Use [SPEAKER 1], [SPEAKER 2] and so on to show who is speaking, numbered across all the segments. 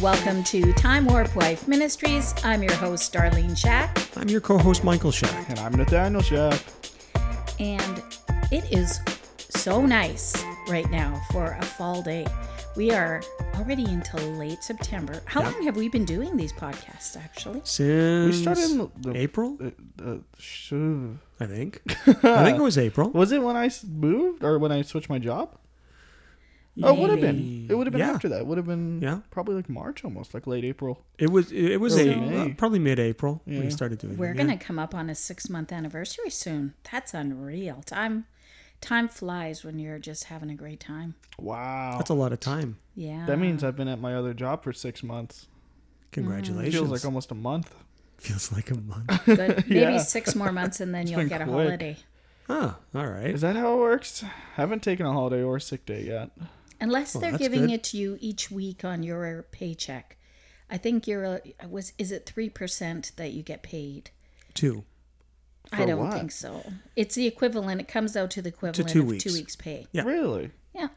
[SPEAKER 1] welcome to Time Warp Life Ministries. I'm your host, Darlene Shack,
[SPEAKER 2] I'm your co-host Michael Shack.
[SPEAKER 3] And I'm Nathaniel Shack.
[SPEAKER 1] and it is so nice right now for a fall day. We are already into late September. How long have we been doing these podcasts, actually?
[SPEAKER 2] Since
[SPEAKER 3] We started in the- the-
[SPEAKER 2] April,
[SPEAKER 3] Uh, uh, shoo.
[SPEAKER 2] I think. I think it was April.
[SPEAKER 3] was it when I s- moved or when I switched my job? Oh, it would have been. It would have been
[SPEAKER 2] Yeah.
[SPEAKER 3] after that. It would have been
[SPEAKER 2] Yeah.
[SPEAKER 3] probably like March almost, like late April.
[SPEAKER 2] It was. It was
[SPEAKER 3] Early
[SPEAKER 2] a,
[SPEAKER 3] May.
[SPEAKER 2] uh, probably mid-April when
[SPEAKER 3] Yeah.
[SPEAKER 2] we started doing.
[SPEAKER 1] We're
[SPEAKER 2] it,
[SPEAKER 1] gonna come up on a six month anniversary soon. That's unreal. Time time flies when you're just having a great time.
[SPEAKER 3] Wow.
[SPEAKER 2] That's a lot of time.
[SPEAKER 1] Yeah.
[SPEAKER 3] that means I've been at my other job for six months.
[SPEAKER 2] Congratulations.
[SPEAKER 3] Feels like almost a month.
[SPEAKER 2] Feels like a month.
[SPEAKER 1] Good. Maybe
[SPEAKER 3] Yeah.
[SPEAKER 1] six more months and then you'll
[SPEAKER 3] been
[SPEAKER 1] get a
[SPEAKER 3] quick.
[SPEAKER 1] holiday.
[SPEAKER 2] Ah, all right.
[SPEAKER 3] Is that how it works? Haven't taken a holiday or sick day yet.
[SPEAKER 1] Unless they're
[SPEAKER 2] that's
[SPEAKER 1] giving
[SPEAKER 2] good.
[SPEAKER 1] it to you each week on your paycheck. I think you're uh, was is it three percent that you get paid?
[SPEAKER 2] Two.
[SPEAKER 1] I
[SPEAKER 3] For
[SPEAKER 1] don't
[SPEAKER 3] what?
[SPEAKER 1] think so. It's the equivalent. It comes out to the equivalent
[SPEAKER 2] two
[SPEAKER 1] of two
[SPEAKER 2] weeks.
[SPEAKER 1] weeks' pay.
[SPEAKER 2] Yeah.
[SPEAKER 3] Really?
[SPEAKER 1] Yeah,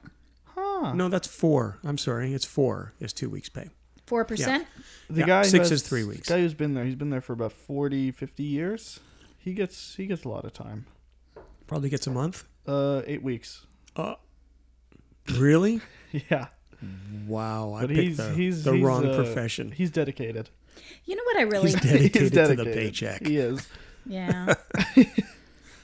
[SPEAKER 3] Huh.
[SPEAKER 2] No, that's four. I'm sorry. It's four. It's two weeks pay.
[SPEAKER 1] four percent.
[SPEAKER 3] The
[SPEAKER 2] Yeah,
[SPEAKER 3] guy who
[SPEAKER 2] six
[SPEAKER 3] has-
[SPEAKER 2] is three weeks.
[SPEAKER 3] The guy who's been there, he's been there for about 40, 50 years. He gets he gets a lot of time.
[SPEAKER 2] Probably gets a month.
[SPEAKER 3] Uh, eight weeks.
[SPEAKER 2] Uh, really?
[SPEAKER 3] Yeah.
[SPEAKER 2] Wow. I
[SPEAKER 3] But
[SPEAKER 2] picked
[SPEAKER 3] he's
[SPEAKER 2] the,
[SPEAKER 3] he's
[SPEAKER 2] the
[SPEAKER 3] he's,
[SPEAKER 2] wrong
[SPEAKER 3] uh,
[SPEAKER 2] profession.
[SPEAKER 3] He's dedicated.
[SPEAKER 1] You know what I really
[SPEAKER 2] dedicated,
[SPEAKER 3] he's
[SPEAKER 2] to the paycheck.
[SPEAKER 3] He is.
[SPEAKER 1] yeah. you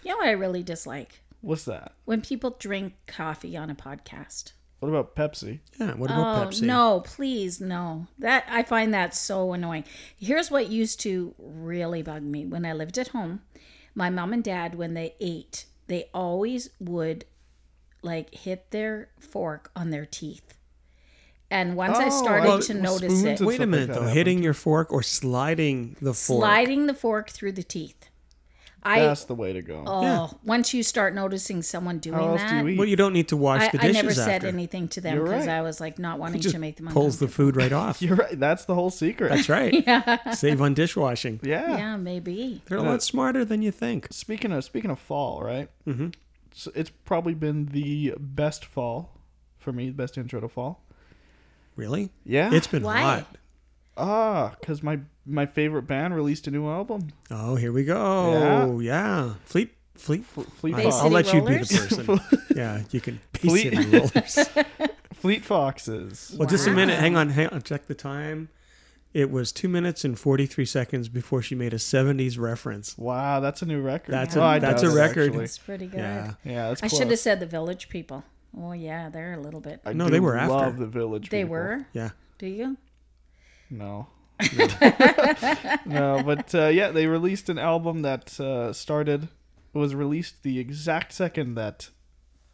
[SPEAKER 1] know what I really dislike
[SPEAKER 3] What's that?
[SPEAKER 1] when people drink coffee on a podcast.
[SPEAKER 3] What about Pepsi?
[SPEAKER 2] Yeah. What about
[SPEAKER 1] oh
[SPEAKER 2] Pepsi?
[SPEAKER 1] no, please no. That I find that so annoying. Here's what used to really bug me when I lived at home. My mom and dad when they ate, they always would like hit their fork on their teeth. And once I
[SPEAKER 3] Oh,
[SPEAKER 1] started
[SPEAKER 3] well,
[SPEAKER 1] to
[SPEAKER 3] with
[SPEAKER 1] notice it,
[SPEAKER 3] spoons
[SPEAKER 2] Wait a
[SPEAKER 3] Something
[SPEAKER 2] minute
[SPEAKER 3] Mm-hmm. that
[SPEAKER 2] though.
[SPEAKER 3] happened.
[SPEAKER 2] Hitting your fork or sliding the fork.
[SPEAKER 1] sliding the fork through the teeth. I
[SPEAKER 3] That's the way to go.
[SPEAKER 1] oh,
[SPEAKER 2] yeah.
[SPEAKER 1] once you start noticing someone doing
[SPEAKER 3] How else do
[SPEAKER 1] that,
[SPEAKER 3] you eat?
[SPEAKER 2] Well, you don't need to wash
[SPEAKER 1] I,
[SPEAKER 2] the dishes
[SPEAKER 1] I never
[SPEAKER 2] after.
[SPEAKER 1] said anything to them
[SPEAKER 3] You're
[SPEAKER 1] because
[SPEAKER 3] right.
[SPEAKER 1] I was like not wanting
[SPEAKER 2] just
[SPEAKER 1] to make them
[SPEAKER 2] pulls the food right off.
[SPEAKER 3] You're right. That's the whole secret.
[SPEAKER 2] That's right. Save on dishwashing.
[SPEAKER 3] yeah.
[SPEAKER 1] uncomfortable. Yeah, maybe.
[SPEAKER 2] They're a lot smarter than you think.
[SPEAKER 3] Speaking of speaking of fall, right? Mm-hmm. So it's probably been the best fall for me. Best intro to fall.
[SPEAKER 2] Really?
[SPEAKER 3] Yeah.
[SPEAKER 2] It's been
[SPEAKER 1] Why?
[SPEAKER 2] hot.
[SPEAKER 3] ah because my my favorite band released a new album.
[SPEAKER 2] Oh, here we go. Yeah. Fleet. Fleet.
[SPEAKER 3] Fleet
[SPEAKER 2] I-
[SPEAKER 1] Bay
[SPEAKER 2] I'll
[SPEAKER 3] Fox.
[SPEAKER 1] City
[SPEAKER 2] let you be
[SPEAKER 1] Rollers?
[SPEAKER 2] the person. yeah, you can. Bay
[SPEAKER 3] Fleet-
[SPEAKER 2] City Rollers.
[SPEAKER 3] Fleet Foxes.
[SPEAKER 2] Well, just a
[SPEAKER 1] Wow.
[SPEAKER 2] minute. Hang on. Hang on. Check the time. It was two minutes and forty-three seconds before she made a '70s reference.
[SPEAKER 3] Wow, that's a new record. Oh,
[SPEAKER 2] That's
[SPEAKER 1] a-
[SPEAKER 3] I
[SPEAKER 1] that's a
[SPEAKER 3] doubt it,
[SPEAKER 2] record.
[SPEAKER 3] actually.
[SPEAKER 1] That's pretty good.
[SPEAKER 2] Yeah.
[SPEAKER 3] Yeah, that's
[SPEAKER 1] I
[SPEAKER 3] close.
[SPEAKER 1] should have said the village people. Oh yeah, they're a little bit.
[SPEAKER 3] I
[SPEAKER 2] No,
[SPEAKER 3] do
[SPEAKER 2] they were after.
[SPEAKER 3] love the village.
[SPEAKER 1] they
[SPEAKER 3] people.
[SPEAKER 1] were.
[SPEAKER 2] Yeah.
[SPEAKER 1] Do you?
[SPEAKER 3] No. no, but uh, yeah, they released an album that uh, started was released the exact second that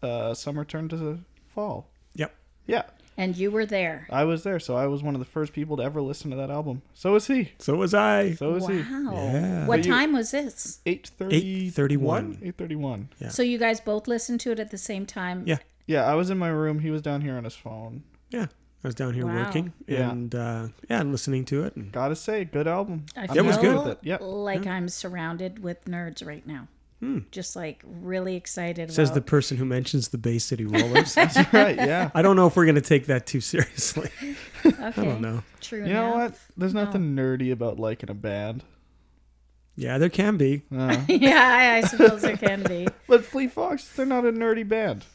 [SPEAKER 3] uh, summer turned to fall.
[SPEAKER 2] Yep.
[SPEAKER 3] Yeah,
[SPEAKER 1] And you were there.
[SPEAKER 3] I was there, so I was one of the first people to ever listen to that album. So was he.
[SPEAKER 2] So was I.
[SPEAKER 3] So was
[SPEAKER 1] wow.
[SPEAKER 3] he.
[SPEAKER 2] Yeah.
[SPEAKER 1] What
[SPEAKER 3] But you-
[SPEAKER 1] time was this?
[SPEAKER 3] Eight thirty.
[SPEAKER 2] 8:31.
[SPEAKER 3] Eight thirty-one.
[SPEAKER 2] Yeah.
[SPEAKER 1] So you guys both listened to it at the same time.
[SPEAKER 2] yeah.
[SPEAKER 3] Yeah, I was in my room. He was down here on his phone.
[SPEAKER 2] Yeah. I was down here
[SPEAKER 1] Wow.
[SPEAKER 2] working
[SPEAKER 3] Yeah.
[SPEAKER 2] and uh, yeah, listening to it. And
[SPEAKER 3] Gotta say, good album.
[SPEAKER 1] I
[SPEAKER 3] I'm
[SPEAKER 1] feel
[SPEAKER 2] was
[SPEAKER 3] happy
[SPEAKER 2] good.
[SPEAKER 3] With it. Yep. Hmm.
[SPEAKER 1] like I'm surrounded with nerds right now. Just like really excited.
[SPEAKER 2] says the
[SPEAKER 1] about,
[SPEAKER 2] person who mentions the Bay City Rollers.
[SPEAKER 3] That's right. Yeah.
[SPEAKER 2] I don't know if we're going to take that too seriously.
[SPEAKER 1] okay,
[SPEAKER 2] I don't know.
[SPEAKER 1] True.
[SPEAKER 3] You know what?
[SPEAKER 1] enough.
[SPEAKER 3] There's
[SPEAKER 1] No.
[SPEAKER 3] nothing nerdy about liking a band.
[SPEAKER 2] Yeah, there can be.
[SPEAKER 3] Uh,
[SPEAKER 1] yeah, I, I suppose there can be.
[SPEAKER 3] But Fleet Fox, they're not a nerdy band.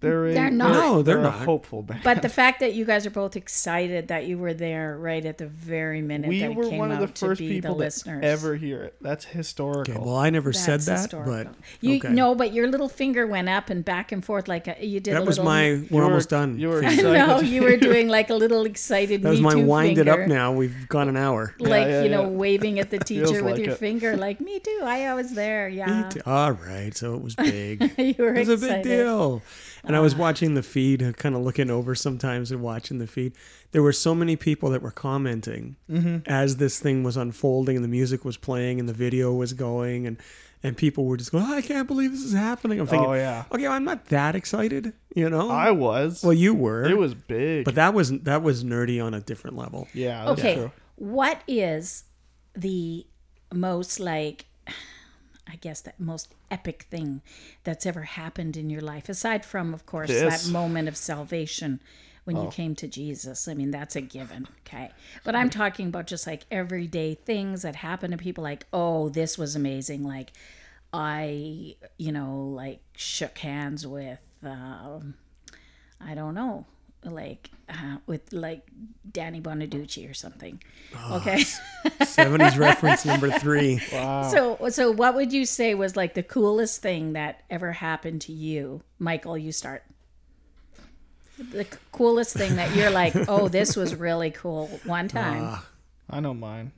[SPEAKER 3] They're a,
[SPEAKER 1] They're not. No,
[SPEAKER 2] they're
[SPEAKER 3] a
[SPEAKER 2] not.
[SPEAKER 3] hopeful band.
[SPEAKER 1] But the fact that you guys are both excited that you were there right at the very minute
[SPEAKER 3] we
[SPEAKER 1] that it
[SPEAKER 3] were
[SPEAKER 1] came
[SPEAKER 3] one of
[SPEAKER 1] out
[SPEAKER 3] the first
[SPEAKER 1] to be
[SPEAKER 3] people
[SPEAKER 1] the
[SPEAKER 3] to
[SPEAKER 1] listeners
[SPEAKER 3] ever hear it. That's
[SPEAKER 2] Okay,
[SPEAKER 3] historical.
[SPEAKER 2] well, I never said
[SPEAKER 1] That's
[SPEAKER 2] that,
[SPEAKER 1] historical.
[SPEAKER 2] but
[SPEAKER 1] you
[SPEAKER 2] okay.
[SPEAKER 1] no, but your little finger went up and back and forth like a, you did. a
[SPEAKER 2] that was
[SPEAKER 1] little,
[SPEAKER 2] my. We're
[SPEAKER 3] were-
[SPEAKER 2] almost done.
[SPEAKER 3] you were
[SPEAKER 2] finger.
[SPEAKER 3] excited.
[SPEAKER 1] No, you were doing like a little excited.
[SPEAKER 2] that was
[SPEAKER 1] me
[SPEAKER 2] my
[SPEAKER 1] too
[SPEAKER 2] wind it
[SPEAKER 1] finger,
[SPEAKER 2] up. Now we've gone an hour.
[SPEAKER 1] Like
[SPEAKER 3] yeah,
[SPEAKER 1] you know,
[SPEAKER 3] yeah.
[SPEAKER 1] waving at the teacher with
[SPEAKER 3] like
[SPEAKER 1] your
[SPEAKER 3] it.
[SPEAKER 1] finger, like me too. I was there. Yeah,
[SPEAKER 2] All right, so it was big.
[SPEAKER 1] you were
[SPEAKER 2] It was a
[SPEAKER 1] excited.
[SPEAKER 2] big deal. And I was
[SPEAKER 3] Ah.
[SPEAKER 2] watching the feed, kind of looking over sometimes and watching the feed. There were so many people that were commenting
[SPEAKER 3] Mm-hmm.
[SPEAKER 2] as this thing was unfolding and the music was playing and the video was going and and people were just going, oh, I can't believe this is happening. I'm thinking,
[SPEAKER 3] Oh, yeah.
[SPEAKER 2] okay, well, I'm not that excited, you know.
[SPEAKER 3] I was.
[SPEAKER 2] well, you were.
[SPEAKER 3] it was big.
[SPEAKER 2] but that was that was nerdy on a different level.
[SPEAKER 3] yeah, that's
[SPEAKER 1] Okay,
[SPEAKER 3] true.
[SPEAKER 1] what is the most like? I guess that most epic thing that's ever happened in your life, aside from, of course,
[SPEAKER 3] This.
[SPEAKER 1] that moment of salvation when you came to Jesus. I mean, that's a given. Okay. But I'm talking about just like everyday things that happen to people like, oh, this was amazing. Like, I, you know, like shook hands with, um, I don't know, like uh, with like Danny Bonaducci or something. okay.
[SPEAKER 2] 70s reference number three.
[SPEAKER 1] So, so what would you say was like the coolest thing that ever happened to you, Michael? You start. The c- coolest thing that you're like, oh, this was really cool one
[SPEAKER 3] Ah.
[SPEAKER 1] time.
[SPEAKER 3] I know mine.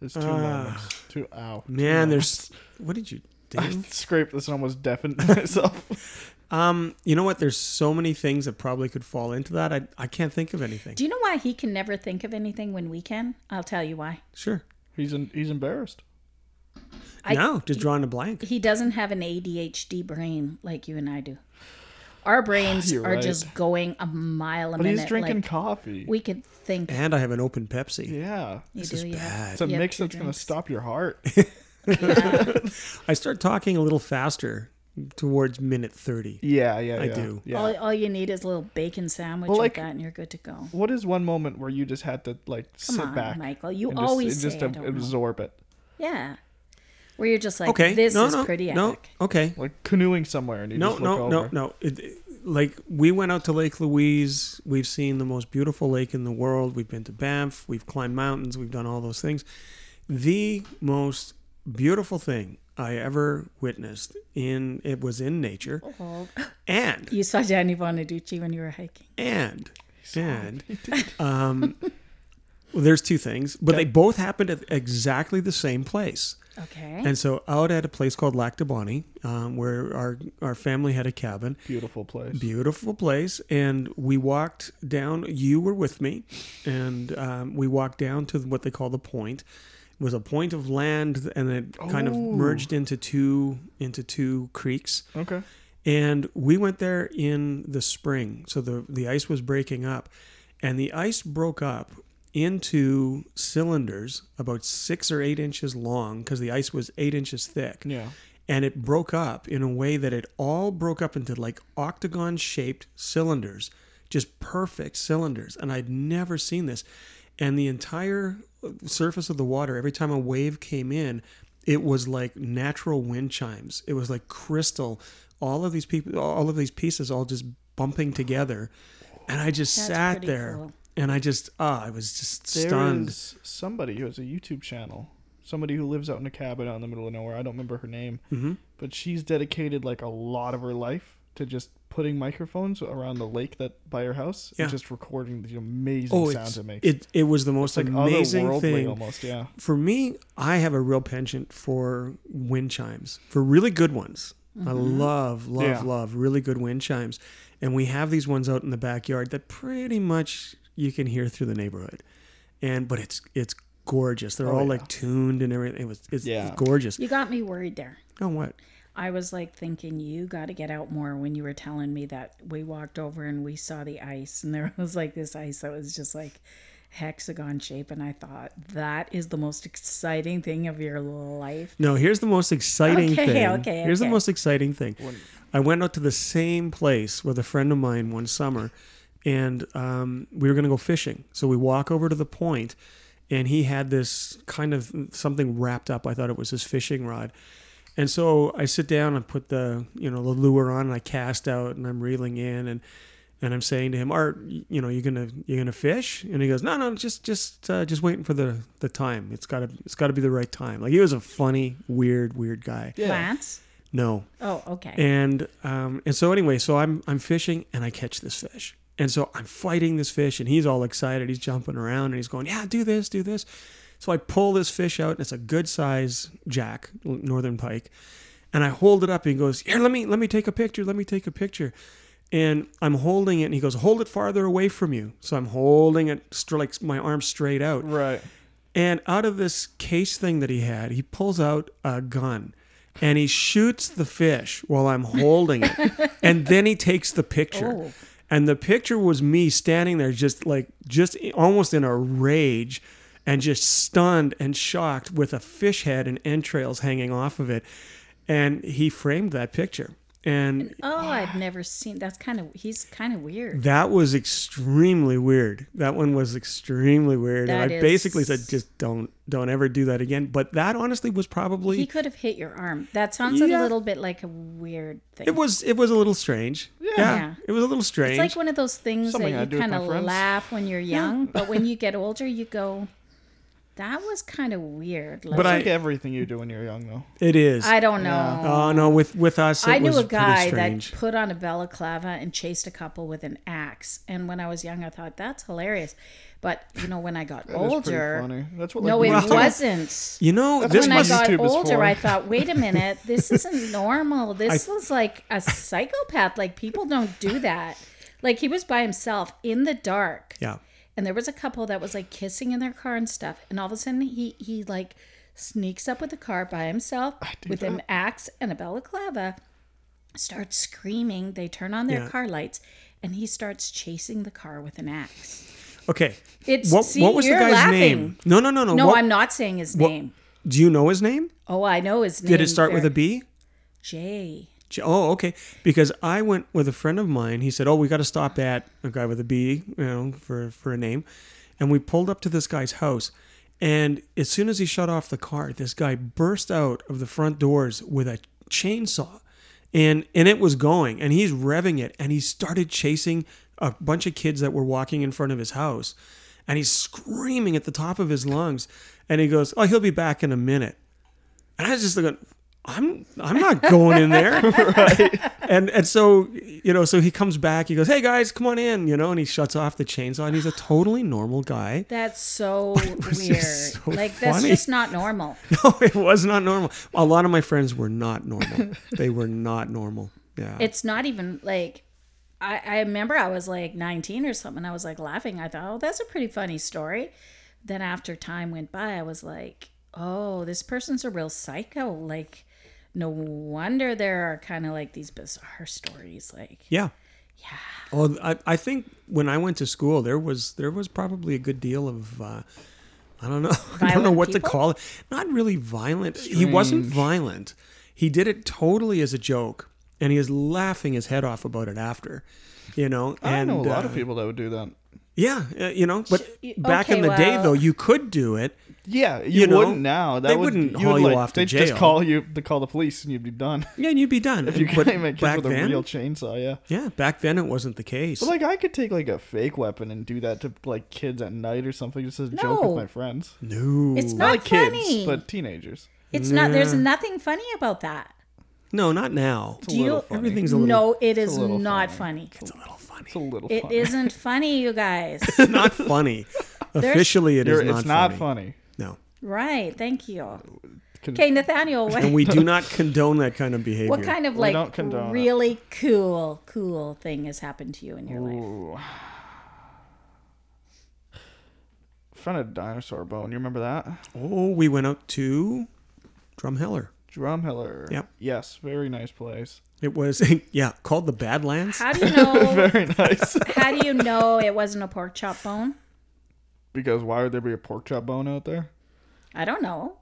[SPEAKER 3] It's two moments. Two
[SPEAKER 2] Ah.
[SPEAKER 3] ow.
[SPEAKER 2] Man, there's. What did you
[SPEAKER 3] I
[SPEAKER 2] do?
[SPEAKER 3] scraped this and almost deafened myself.
[SPEAKER 2] Um, you know what? There's so many things that probably could fall into that. I, I can't think of anything.
[SPEAKER 1] Do you know why he can never think of anything when we can? I'll tell you why.
[SPEAKER 2] Sure.
[SPEAKER 3] he's en- he's embarrassed.
[SPEAKER 1] I-
[SPEAKER 2] no, just drawing a blank.
[SPEAKER 1] He doesn't have an ADHD brain like you and I do. Our brains are
[SPEAKER 3] You're right.
[SPEAKER 1] just going a mile a
[SPEAKER 3] But
[SPEAKER 1] minute.
[SPEAKER 3] he's drinking
[SPEAKER 1] like,
[SPEAKER 3] coffee.
[SPEAKER 1] we could think.
[SPEAKER 2] And I have an open Pepsi.
[SPEAKER 3] yeah.
[SPEAKER 1] you do, yeah.
[SPEAKER 2] bad.
[SPEAKER 3] It's a
[SPEAKER 1] You have
[SPEAKER 3] mix
[SPEAKER 1] two
[SPEAKER 3] that's going to
[SPEAKER 1] drinks.
[SPEAKER 3] stop your heart.
[SPEAKER 2] I start talking a little faster towards minute 30.
[SPEAKER 3] yeah, yeah,
[SPEAKER 2] I
[SPEAKER 3] yeah.
[SPEAKER 2] do.
[SPEAKER 3] Yeah.
[SPEAKER 1] All, all you need is a little bacon sandwich
[SPEAKER 3] Well,
[SPEAKER 1] like
[SPEAKER 3] like-
[SPEAKER 1] that, and you're good to go.
[SPEAKER 3] what is one moment where you just had to like
[SPEAKER 1] Come
[SPEAKER 3] sit
[SPEAKER 1] on,
[SPEAKER 3] back,
[SPEAKER 1] Michael. You
[SPEAKER 3] and
[SPEAKER 1] always
[SPEAKER 3] just, and
[SPEAKER 1] say
[SPEAKER 3] just
[SPEAKER 1] I
[SPEAKER 3] ab-
[SPEAKER 1] don't know.
[SPEAKER 3] absorb it,
[SPEAKER 1] Yeah. Where you're just like,
[SPEAKER 2] Okay.
[SPEAKER 1] this
[SPEAKER 2] no,
[SPEAKER 1] is
[SPEAKER 2] no,
[SPEAKER 1] pretty
[SPEAKER 2] No.
[SPEAKER 1] epic.
[SPEAKER 2] Okay.
[SPEAKER 3] like canoeing somewhere, and you
[SPEAKER 2] No,
[SPEAKER 3] just look
[SPEAKER 2] no,
[SPEAKER 3] over.
[SPEAKER 2] no, no. It, it- like, we went out to Lake Louise. We've seen the most beautiful lake in the world. We've been to Banff. We've climbed mountains. We've done all those things. The most beautiful thing I ever witnessed in it was in nature.
[SPEAKER 1] Oh.
[SPEAKER 2] And
[SPEAKER 1] You saw Danny Bonaducci when you were hiking.
[SPEAKER 2] and and um, well, there's two things, but they both happened at exactly the same place.
[SPEAKER 1] Okay.
[SPEAKER 2] And so out at a place called Lac de Bonny, um, where our our family had a cabin,
[SPEAKER 3] Beautiful place.
[SPEAKER 2] beautiful place, and we walked down. You were with me, and um, we walked down to what they call the point. It was a point of land, and it kind of
[SPEAKER 3] Oh.
[SPEAKER 2] merged into two into two creeks.
[SPEAKER 3] okay.
[SPEAKER 2] And we went there in the spring. So the, the ice was breaking up. And the ice broke up into cylinders about six or eight inches long because the ice was eight inches thick.
[SPEAKER 3] Yeah.
[SPEAKER 2] And it broke up in a way that it all broke up into like octagon shaped cylinders, just perfect cylinders. And I'd never seen this. And the entire uh, surface of the water, every time a wave came in, it was like natural wind chimes. It was like crystal. All of these people, all of these pieces, all just bumping together. And I just
[SPEAKER 1] That's
[SPEAKER 2] sat
[SPEAKER 1] pretty
[SPEAKER 2] there,
[SPEAKER 1] cool.
[SPEAKER 2] and I just ah, I was just
[SPEAKER 3] There is
[SPEAKER 2] stunned.
[SPEAKER 3] somebody who has a YouTube channel. Somebody who lives out in a cabin out in the middle of nowhere. I don't remember her name, mm-hmm. but she's dedicated like a lot of her life to just putting microphones around the lake that by her house
[SPEAKER 2] Yeah.
[SPEAKER 3] and just recording the amazing
[SPEAKER 2] oh,
[SPEAKER 3] sounds
[SPEAKER 2] it's,
[SPEAKER 3] it makes.
[SPEAKER 2] it it was the most
[SPEAKER 3] like
[SPEAKER 2] amazing
[SPEAKER 3] otherworldly
[SPEAKER 2] thing.
[SPEAKER 3] almost. Yeah.
[SPEAKER 2] for me, I have a real penchant for wind chimes, for really good ones. I love, love,
[SPEAKER 3] Mm-hmm. Yeah.
[SPEAKER 2] love really good wind chimes. And we have these ones out in the backyard that pretty much you can hear through the neighborhood. And but it's it's gorgeous. They're all
[SPEAKER 3] Oh, yeah.
[SPEAKER 2] like tuned and everything. It was it's
[SPEAKER 3] Yeah.
[SPEAKER 2] gorgeous.
[SPEAKER 1] You got me worried there.
[SPEAKER 2] Oh what?
[SPEAKER 1] I was like thinking, you got to get out more when you were telling me that we walked over and we saw the ice, and there was like this ice that was just like hexagon shape. And I thought, that is the most exciting thing of your life.
[SPEAKER 2] No, here's the most exciting
[SPEAKER 1] Okay,
[SPEAKER 2] thing.
[SPEAKER 1] okay,
[SPEAKER 2] here's the
[SPEAKER 1] okay.
[SPEAKER 2] most exciting thing. I went out to the same place with a friend of mine one summer, and um, we were going to go fishing. So we walk over to the point, and he had this kind of something wrapped up. I thought it was his fishing rod. And so I sit down and put the you know the lure on and I cast out and I'm reeling in and and I'm saying to him, Art, you know, you gonna you gonna fish? And he goes, No, no, just just uh, just waiting for the the time. It's gotta it's gotta be the right time. Like he was a funny, weird, weird guy.
[SPEAKER 3] Yeah.
[SPEAKER 1] Lance?
[SPEAKER 2] No,
[SPEAKER 1] Oh, okay.
[SPEAKER 2] and um, and so anyway, so I'm I'm fishing and I catch this fish, and so I'm fighting this fish, and he's all excited, he's jumping around, and he's going, yeah, do this, do this. So I pull this fish out, and it's a good size jack, l- northern pike, and I hold it up, and he goes, here, let me let me take a picture, let me take a picture. And I'm holding it, and he goes, "Hold it farther away from you." So I'm holding it, str- like my arm straight out,
[SPEAKER 3] Right.
[SPEAKER 2] and out of this case thing that he had, he pulls out a gun and he shoots the fish while I'm holding it. and then he takes the picture.
[SPEAKER 1] Oh.
[SPEAKER 2] And the picture was me standing there just like just almost in a rage and just stunned and shocked with a fish head and entrails hanging off of it. And he framed that picture. and
[SPEAKER 1] Oh, I've never seen. That's kind of he's kind of weird.
[SPEAKER 2] that was extremely weird. That one was extremely weird, and
[SPEAKER 1] That
[SPEAKER 2] I
[SPEAKER 1] is-
[SPEAKER 2] basically said, just don't don't ever do that again. But that honestly was probably
[SPEAKER 1] He could have hit your arm. That sounds
[SPEAKER 2] Yeah.
[SPEAKER 1] a little bit like a weird thing.
[SPEAKER 2] it was it was a little strange. Yeah,
[SPEAKER 1] Yeah.
[SPEAKER 2] it was a little strange.
[SPEAKER 1] it's like one of those things that
[SPEAKER 3] Something I
[SPEAKER 1] you
[SPEAKER 3] do with
[SPEAKER 1] kind
[SPEAKER 3] my
[SPEAKER 1] of
[SPEAKER 3] friends.
[SPEAKER 1] laugh when you're young, but when you get older, you go, "That was kind of weird." Like,
[SPEAKER 2] But
[SPEAKER 3] But
[SPEAKER 2] I-
[SPEAKER 3] I like everything you do when you're young, though.
[SPEAKER 2] it is.
[SPEAKER 1] I don't know.
[SPEAKER 2] oh no, with with us, it
[SPEAKER 1] I knew
[SPEAKER 2] was
[SPEAKER 1] a guy
[SPEAKER 2] pretty strange.
[SPEAKER 1] that put on a balaclava and chased a couple with an axe. And when I was young, I thought that's hilarious. But you know, when I got
[SPEAKER 3] That is pretty
[SPEAKER 1] older,
[SPEAKER 3] funny. That's what. Like,
[SPEAKER 1] no, it
[SPEAKER 3] YouTube-
[SPEAKER 1] wasn't.
[SPEAKER 2] you know, this
[SPEAKER 1] when I
[SPEAKER 2] must
[SPEAKER 1] got
[SPEAKER 3] YouTube is
[SPEAKER 1] older,
[SPEAKER 3] for.
[SPEAKER 1] I thought, wait a minute, this isn't normal. This was like a psychopath. Like people don't do that. Like he was by himself in the dark,
[SPEAKER 2] yeah.
[SPEAKER 1] and there was a couple that was like kissing in their car and stuff. And all of a sudden, he he like sneaks up with the car by himself
[SPEAKER 3] do
[SPEAKER 1] with an
[SPEAKER 3] that.
[SPEAKER 1] axe and a balaclava, starts screaming. They turn on their
[SPEAKER 2] Yeah.
[SPEAKER 1] car lights, and he starts chasing the car with an axe.
[SPEAKER 2] Okay.
[SPEAKER 1] It's
[SPEAKER 2] What,
[SPEAKER 1] see,
[SPEAKER 2] what was the
[SPEAKER 1] you're
[SPEAKER 2] guy's
[SPEAKER 1] laughing.
[SPEAKER 2] name? No, no, no, no.
[SPEAKER 1] No,
[SPEAKER 2] what-
[SPEAKER 1] I'm not saying his name.
[SPEAKER 2] Do you know his name?
[SPEAKER 1] Oh, I know his name.
[SPEAKER 2] Did it start with
[SPEAKER 1] very-
[SPEAKER 2] a B?
[SPEAKER 1] Jay.
[SPEAKER 2] J- Oh, okay. Because I went with a friend of mine. He said, "Oh, we got to stop at a guy with a B, you know, for for a name," and we pulled up to this guy's house. And as soon as he shut off the car, this guy burst out of the front doors with a chainsaw, and and it was going, and he's revving it, and he started chasing a bunch of kids that were walking in front of his house, and he's screaming at the top of his lungs, and he goes, "Oh, he'll be back in a minute." And I was just like, I'm I'm not going in there. And and so you know, so he comes back, he goes, Hey guys, come on in, you know, and he shuts off the chainsaw and he's a totally normal guy.
[SPEAKER 1] That's so
[SPEAKER 2] was
[SPEAKER 1] weird.
[SPEAKER 2] just so
[SPEAKER 1] like that's
[SPEAKER 2] funny.
[SPEAKER 1] just not normal.
[SPEAKER 2] No, it was not normal. A lot of my friends were not normal. they were not normal. Yeah.
[SPEAKER 1] It's not even like I, I remember I was like 19 or something. I was like laughing. I thought, oh, that's a pretty funny story. Then after time went by, I was like, oh, this person's a real psycho. Like, no wonder there are kind of like these bizarre stories. Like,
[SPEAKER 2] yeah. Yeah. Well, I, I think when I went to school, there was there was probably a good deal of uh, I don't know, I don't know
[SPEAKER 1] Violent
[SPEAKER 2] what to
[SPEAKER 1] people?
[SPEAKER 2] call it. Not really violent. He wasn't violent. He did it totally as a joke, and he is laughing his head off about it after. You know,
[SPEAKER 3] I
[SPEAKER 2] and
[SPEAKER 3] know a lot
[SPEAKER 2] uh,
[SPEAKER 3] of people that would do that.
[SPEAKER 2] Yeah, uh, you know, but
[SPEAKER 1] y-
[SPEAKER 2] back in
[SPEAKER 1] okay,
[SPEAKER 2] the day
[SPEAKER 1] well-
[SPEAKER 2] though, you could do it.
[SPEAKER 3] Yeah, you,
[SPEAKER 2] You know,
[SPEAKER 3] wouldn't now. That
[SPEAKER 2] they
[SPEAKER 3] would,
[SPEAKER 2] wouldn't
[SPEAKER 3] you
[SPEAKER 2] haul
[SPEAKER 3] would,
[SPEAKER 2] you
[SPEAKER 3] like,
[SPEAKER 2] off to
[SPEAKER 3] they'd
[SPEAKER 2] jail.
[SPEAKER 3] just call you, they call the police, and you'd be done.
[SPEAKER 2] Yeah, and you'd be done.
[SPEAKER 3] If you
[SPEAKER 2] But
[SPEAKER 3] came at kids
[SPEAKER 2] back
[SPEAKER 3] with
[SPEAKER 2] then,
[SPEAKER 3] a real chainsaw, yeah.
[SPEAKER 2] yeah, back then it wasn't the case.
[SPEAKER 3] But like, I could take like a fake weapon and do that to like kids at night or something, just as a joke
[SPEAKER 1] No.
[SPEAKER 3] with my friends.
[SPEAKER 2] no,
[SPEAKER 1] it's
[SPEAKER 3] Not
[SPEAKER 1] not,
[SPEAKER 3] like
[SPEAKER 1] funny.
[SPEAKER 3] kids, but teenagers.
[SPEAKER 1] it's not, there's
[SPEAKER 2] Nah.
[SPEAKER 1] nothing funny about that.
[SPEAKER 2] no, not now.
[SPEAKER 3] It's a
[SPEAKER 1] Do you-
[SPEAKER 3] little funny.
[SPEAKER 2] Everything's a little,
[SPEAKER 1] No, it is
[SPEAKER 3] little
[SPEAKER 1] not funny.
[SPEAKER 2] it's a little funny.
[SPEAKER 3] It's a little
[SPEAKER 1] It
[SPEAKER 3] funny.
[SPEAKER 1] isn't funny, you guys.
[SPEAKER 2] It's not funny. Officially, it
[SPEAKER 3] You're-
[SPEAKER 2] is not.
[SPEAKER 3] it's not
[SPEAKER 2] funny.
[SPEAKER 3] funny.
[SPEAKER 2] No,
[SPEAKER 1] Right. Thank you.
[SPEAKER 3] Con-
[SPEAKER 1] Okay, Nathaniel, what,
[SPEAKER 2] and we do not condone that kind of behavior.
[SPEAKER 1] what kind of like
[SPEAKER 3] don't condone it.
[SPEAKER 1] really cool, cool thing has happened to you in your life?
[SPEAKER 3] Found a dinosaur bone. You remember that?
[SPEAKER 2] Oh, we went up to Drumheller.
[SPEAKER 3] Drumheller.
[SPEAKER 2] Yep.
[SPEAKER 3] Yes, very nice place.
[SPEAKER 2] It was yeah, called the Badlands.
[SPEAKER 1] How do you know?
[SPEAKER 3] Very nice.
[SPEAKER 1] how do you know it wasn't a pork chop bone?
[SPEAKER 3] because why would there be a pork chop bone out there?
[SPEAKER 1] I don't know.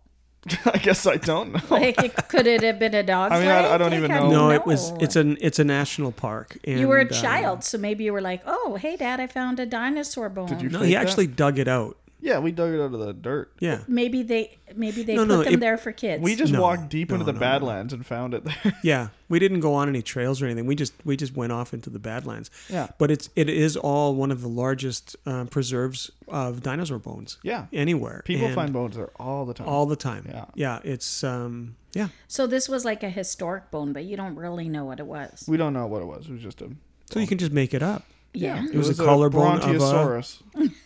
[SPEAKER 3] I guess I don't know.
[SPEAKER 1] Like, it, could it have been a dog's
[SPEAKER 3] I mean, I- I
[SPEAKER 1] leg?
[SPEAKER 3] don't
[SPEAKER 1] Like,
[SPEAKER 3] even
[SPEAKER 1] how
[SPEAKER 3] know.
[SPEAKER 1] do you
[SPEAKER 2] No, it was.
[SPEAKER 1] know?
[SPEAKER 2] It's an it's a national park. And,
[SPEAKER 1] you were a
[SPEAKER 2] uh,
[SPEAKER 1] child, so maybe you were like, "Oh, hey, Dad, I found a dinosaur bone."
[SPEAKER 3] you-
[SPEAKER 2] no, he
[SPEAKER 3] Like that?
[SPEAKER 2] actually dug it out.
[SPEAKER 3] Yeah, we dug it out of the dirt.
[SPEAKER 2] Yeah,
[SPEAKER 1] maybe they, maybe they
[SPEAKER 2] No,
[SPEAKER 1] put
[SPEAKER 2] no,
[SPEAKER 1] them
[SPEAKER 2] it-
[SPEAKER 1] there for kids.
[SPEAKER 3] We just
[SPEAKER 2] No,
[SPEAKER 3] walked deep
[SPEAKER 2] no,
[SPEAKER 3] into the
[SPEAKER 2] no, no.
[SPEAKER 3] Badlands and found it there.
[SPEAKER 2] yeah. We didn't go on any trails or anything. We just we just went off into the Badlands.
[SPEAKER 3] Yeah.
[SPEAKER 2] but it's it is all one of the largest uh, preserves of dinosaur bones.
[SPEAKER 3] Yeah.
[SPEAKER 2] anywhere
[SPEAKER 3] People
[SPEAKER 2] And
[SPEAKER 3] find bones there all the time.
[SPEAKER 2] all the time.
[SPEAKER 3] Yeah.
[SPEAKER 2] yeah. It's um yeah.
[SPEAKER 1] so this was like a historic bone, but you don't really know what it was.
[SPEAKER 3] we don't know what it was. It was just a.
[SPEAKER 2] So you can just make it up.
[SPEAKER 1] yeah.
[SPEAKER 2] was a collarbone of a-
[SPEAKER 3] Brontosaurus.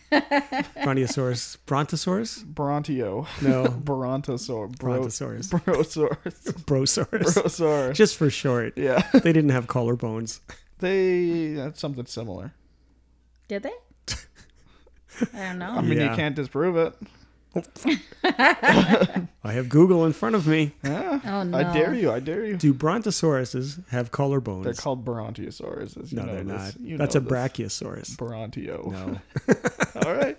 [SPEAKER 2] Brontosaurus, Brontosaurus,
[SPEAKER 3] Brontio.
[SPEAKER 2] no
[SPEAKER 3] Brontosaur. Bro-
[SPEAKER 2] Brontosaurus,
[SPEAKER 3] Brosaurus.
[SPEAKER 2] Brosaurus,
[SPEAKER 3] Brosaurus.
[SPEAKER 2] just for short.
[SPEAKER 3] Yeah.
[SPEAKER 2] They didn't have collarbones.
[SPEAKER 3] They. That's something similar.
[SPEAKER 1] Did they? I don't know.
[SPEAKER 3] I mean,
[SPEAKER 2] Yeah.
[SPEAKER 3] you can't disprove it.
[SPEAKER 2] I have Google in front of me.
[SPEAKER 3] Yeah.
[SPEAKER 1] Oh no!
[SPEAKER 3] I dare you. I dare you.
[SPEAKER 2] Do brontosauruses have collarbones?
[SPEAKER 3] They're called Brontosauruses. You
[SPEAKER 2] no,
[SPEAKER 3] know
[SPEAKER 2] they're
[SPEAKER 3] this.
[SPEAKER 2] not.
[SPEAKER 3] You
[SPEAKER 2] That's
[SPEAKER 3] know
[SPEAKER 2] a
[SPEAKER 3] this.
[SPEAKER 2] brachiosaurus.
[SPEAKER 3] Brontio.
[SPEAKER 2] No.
[SPEAKER 3] All right.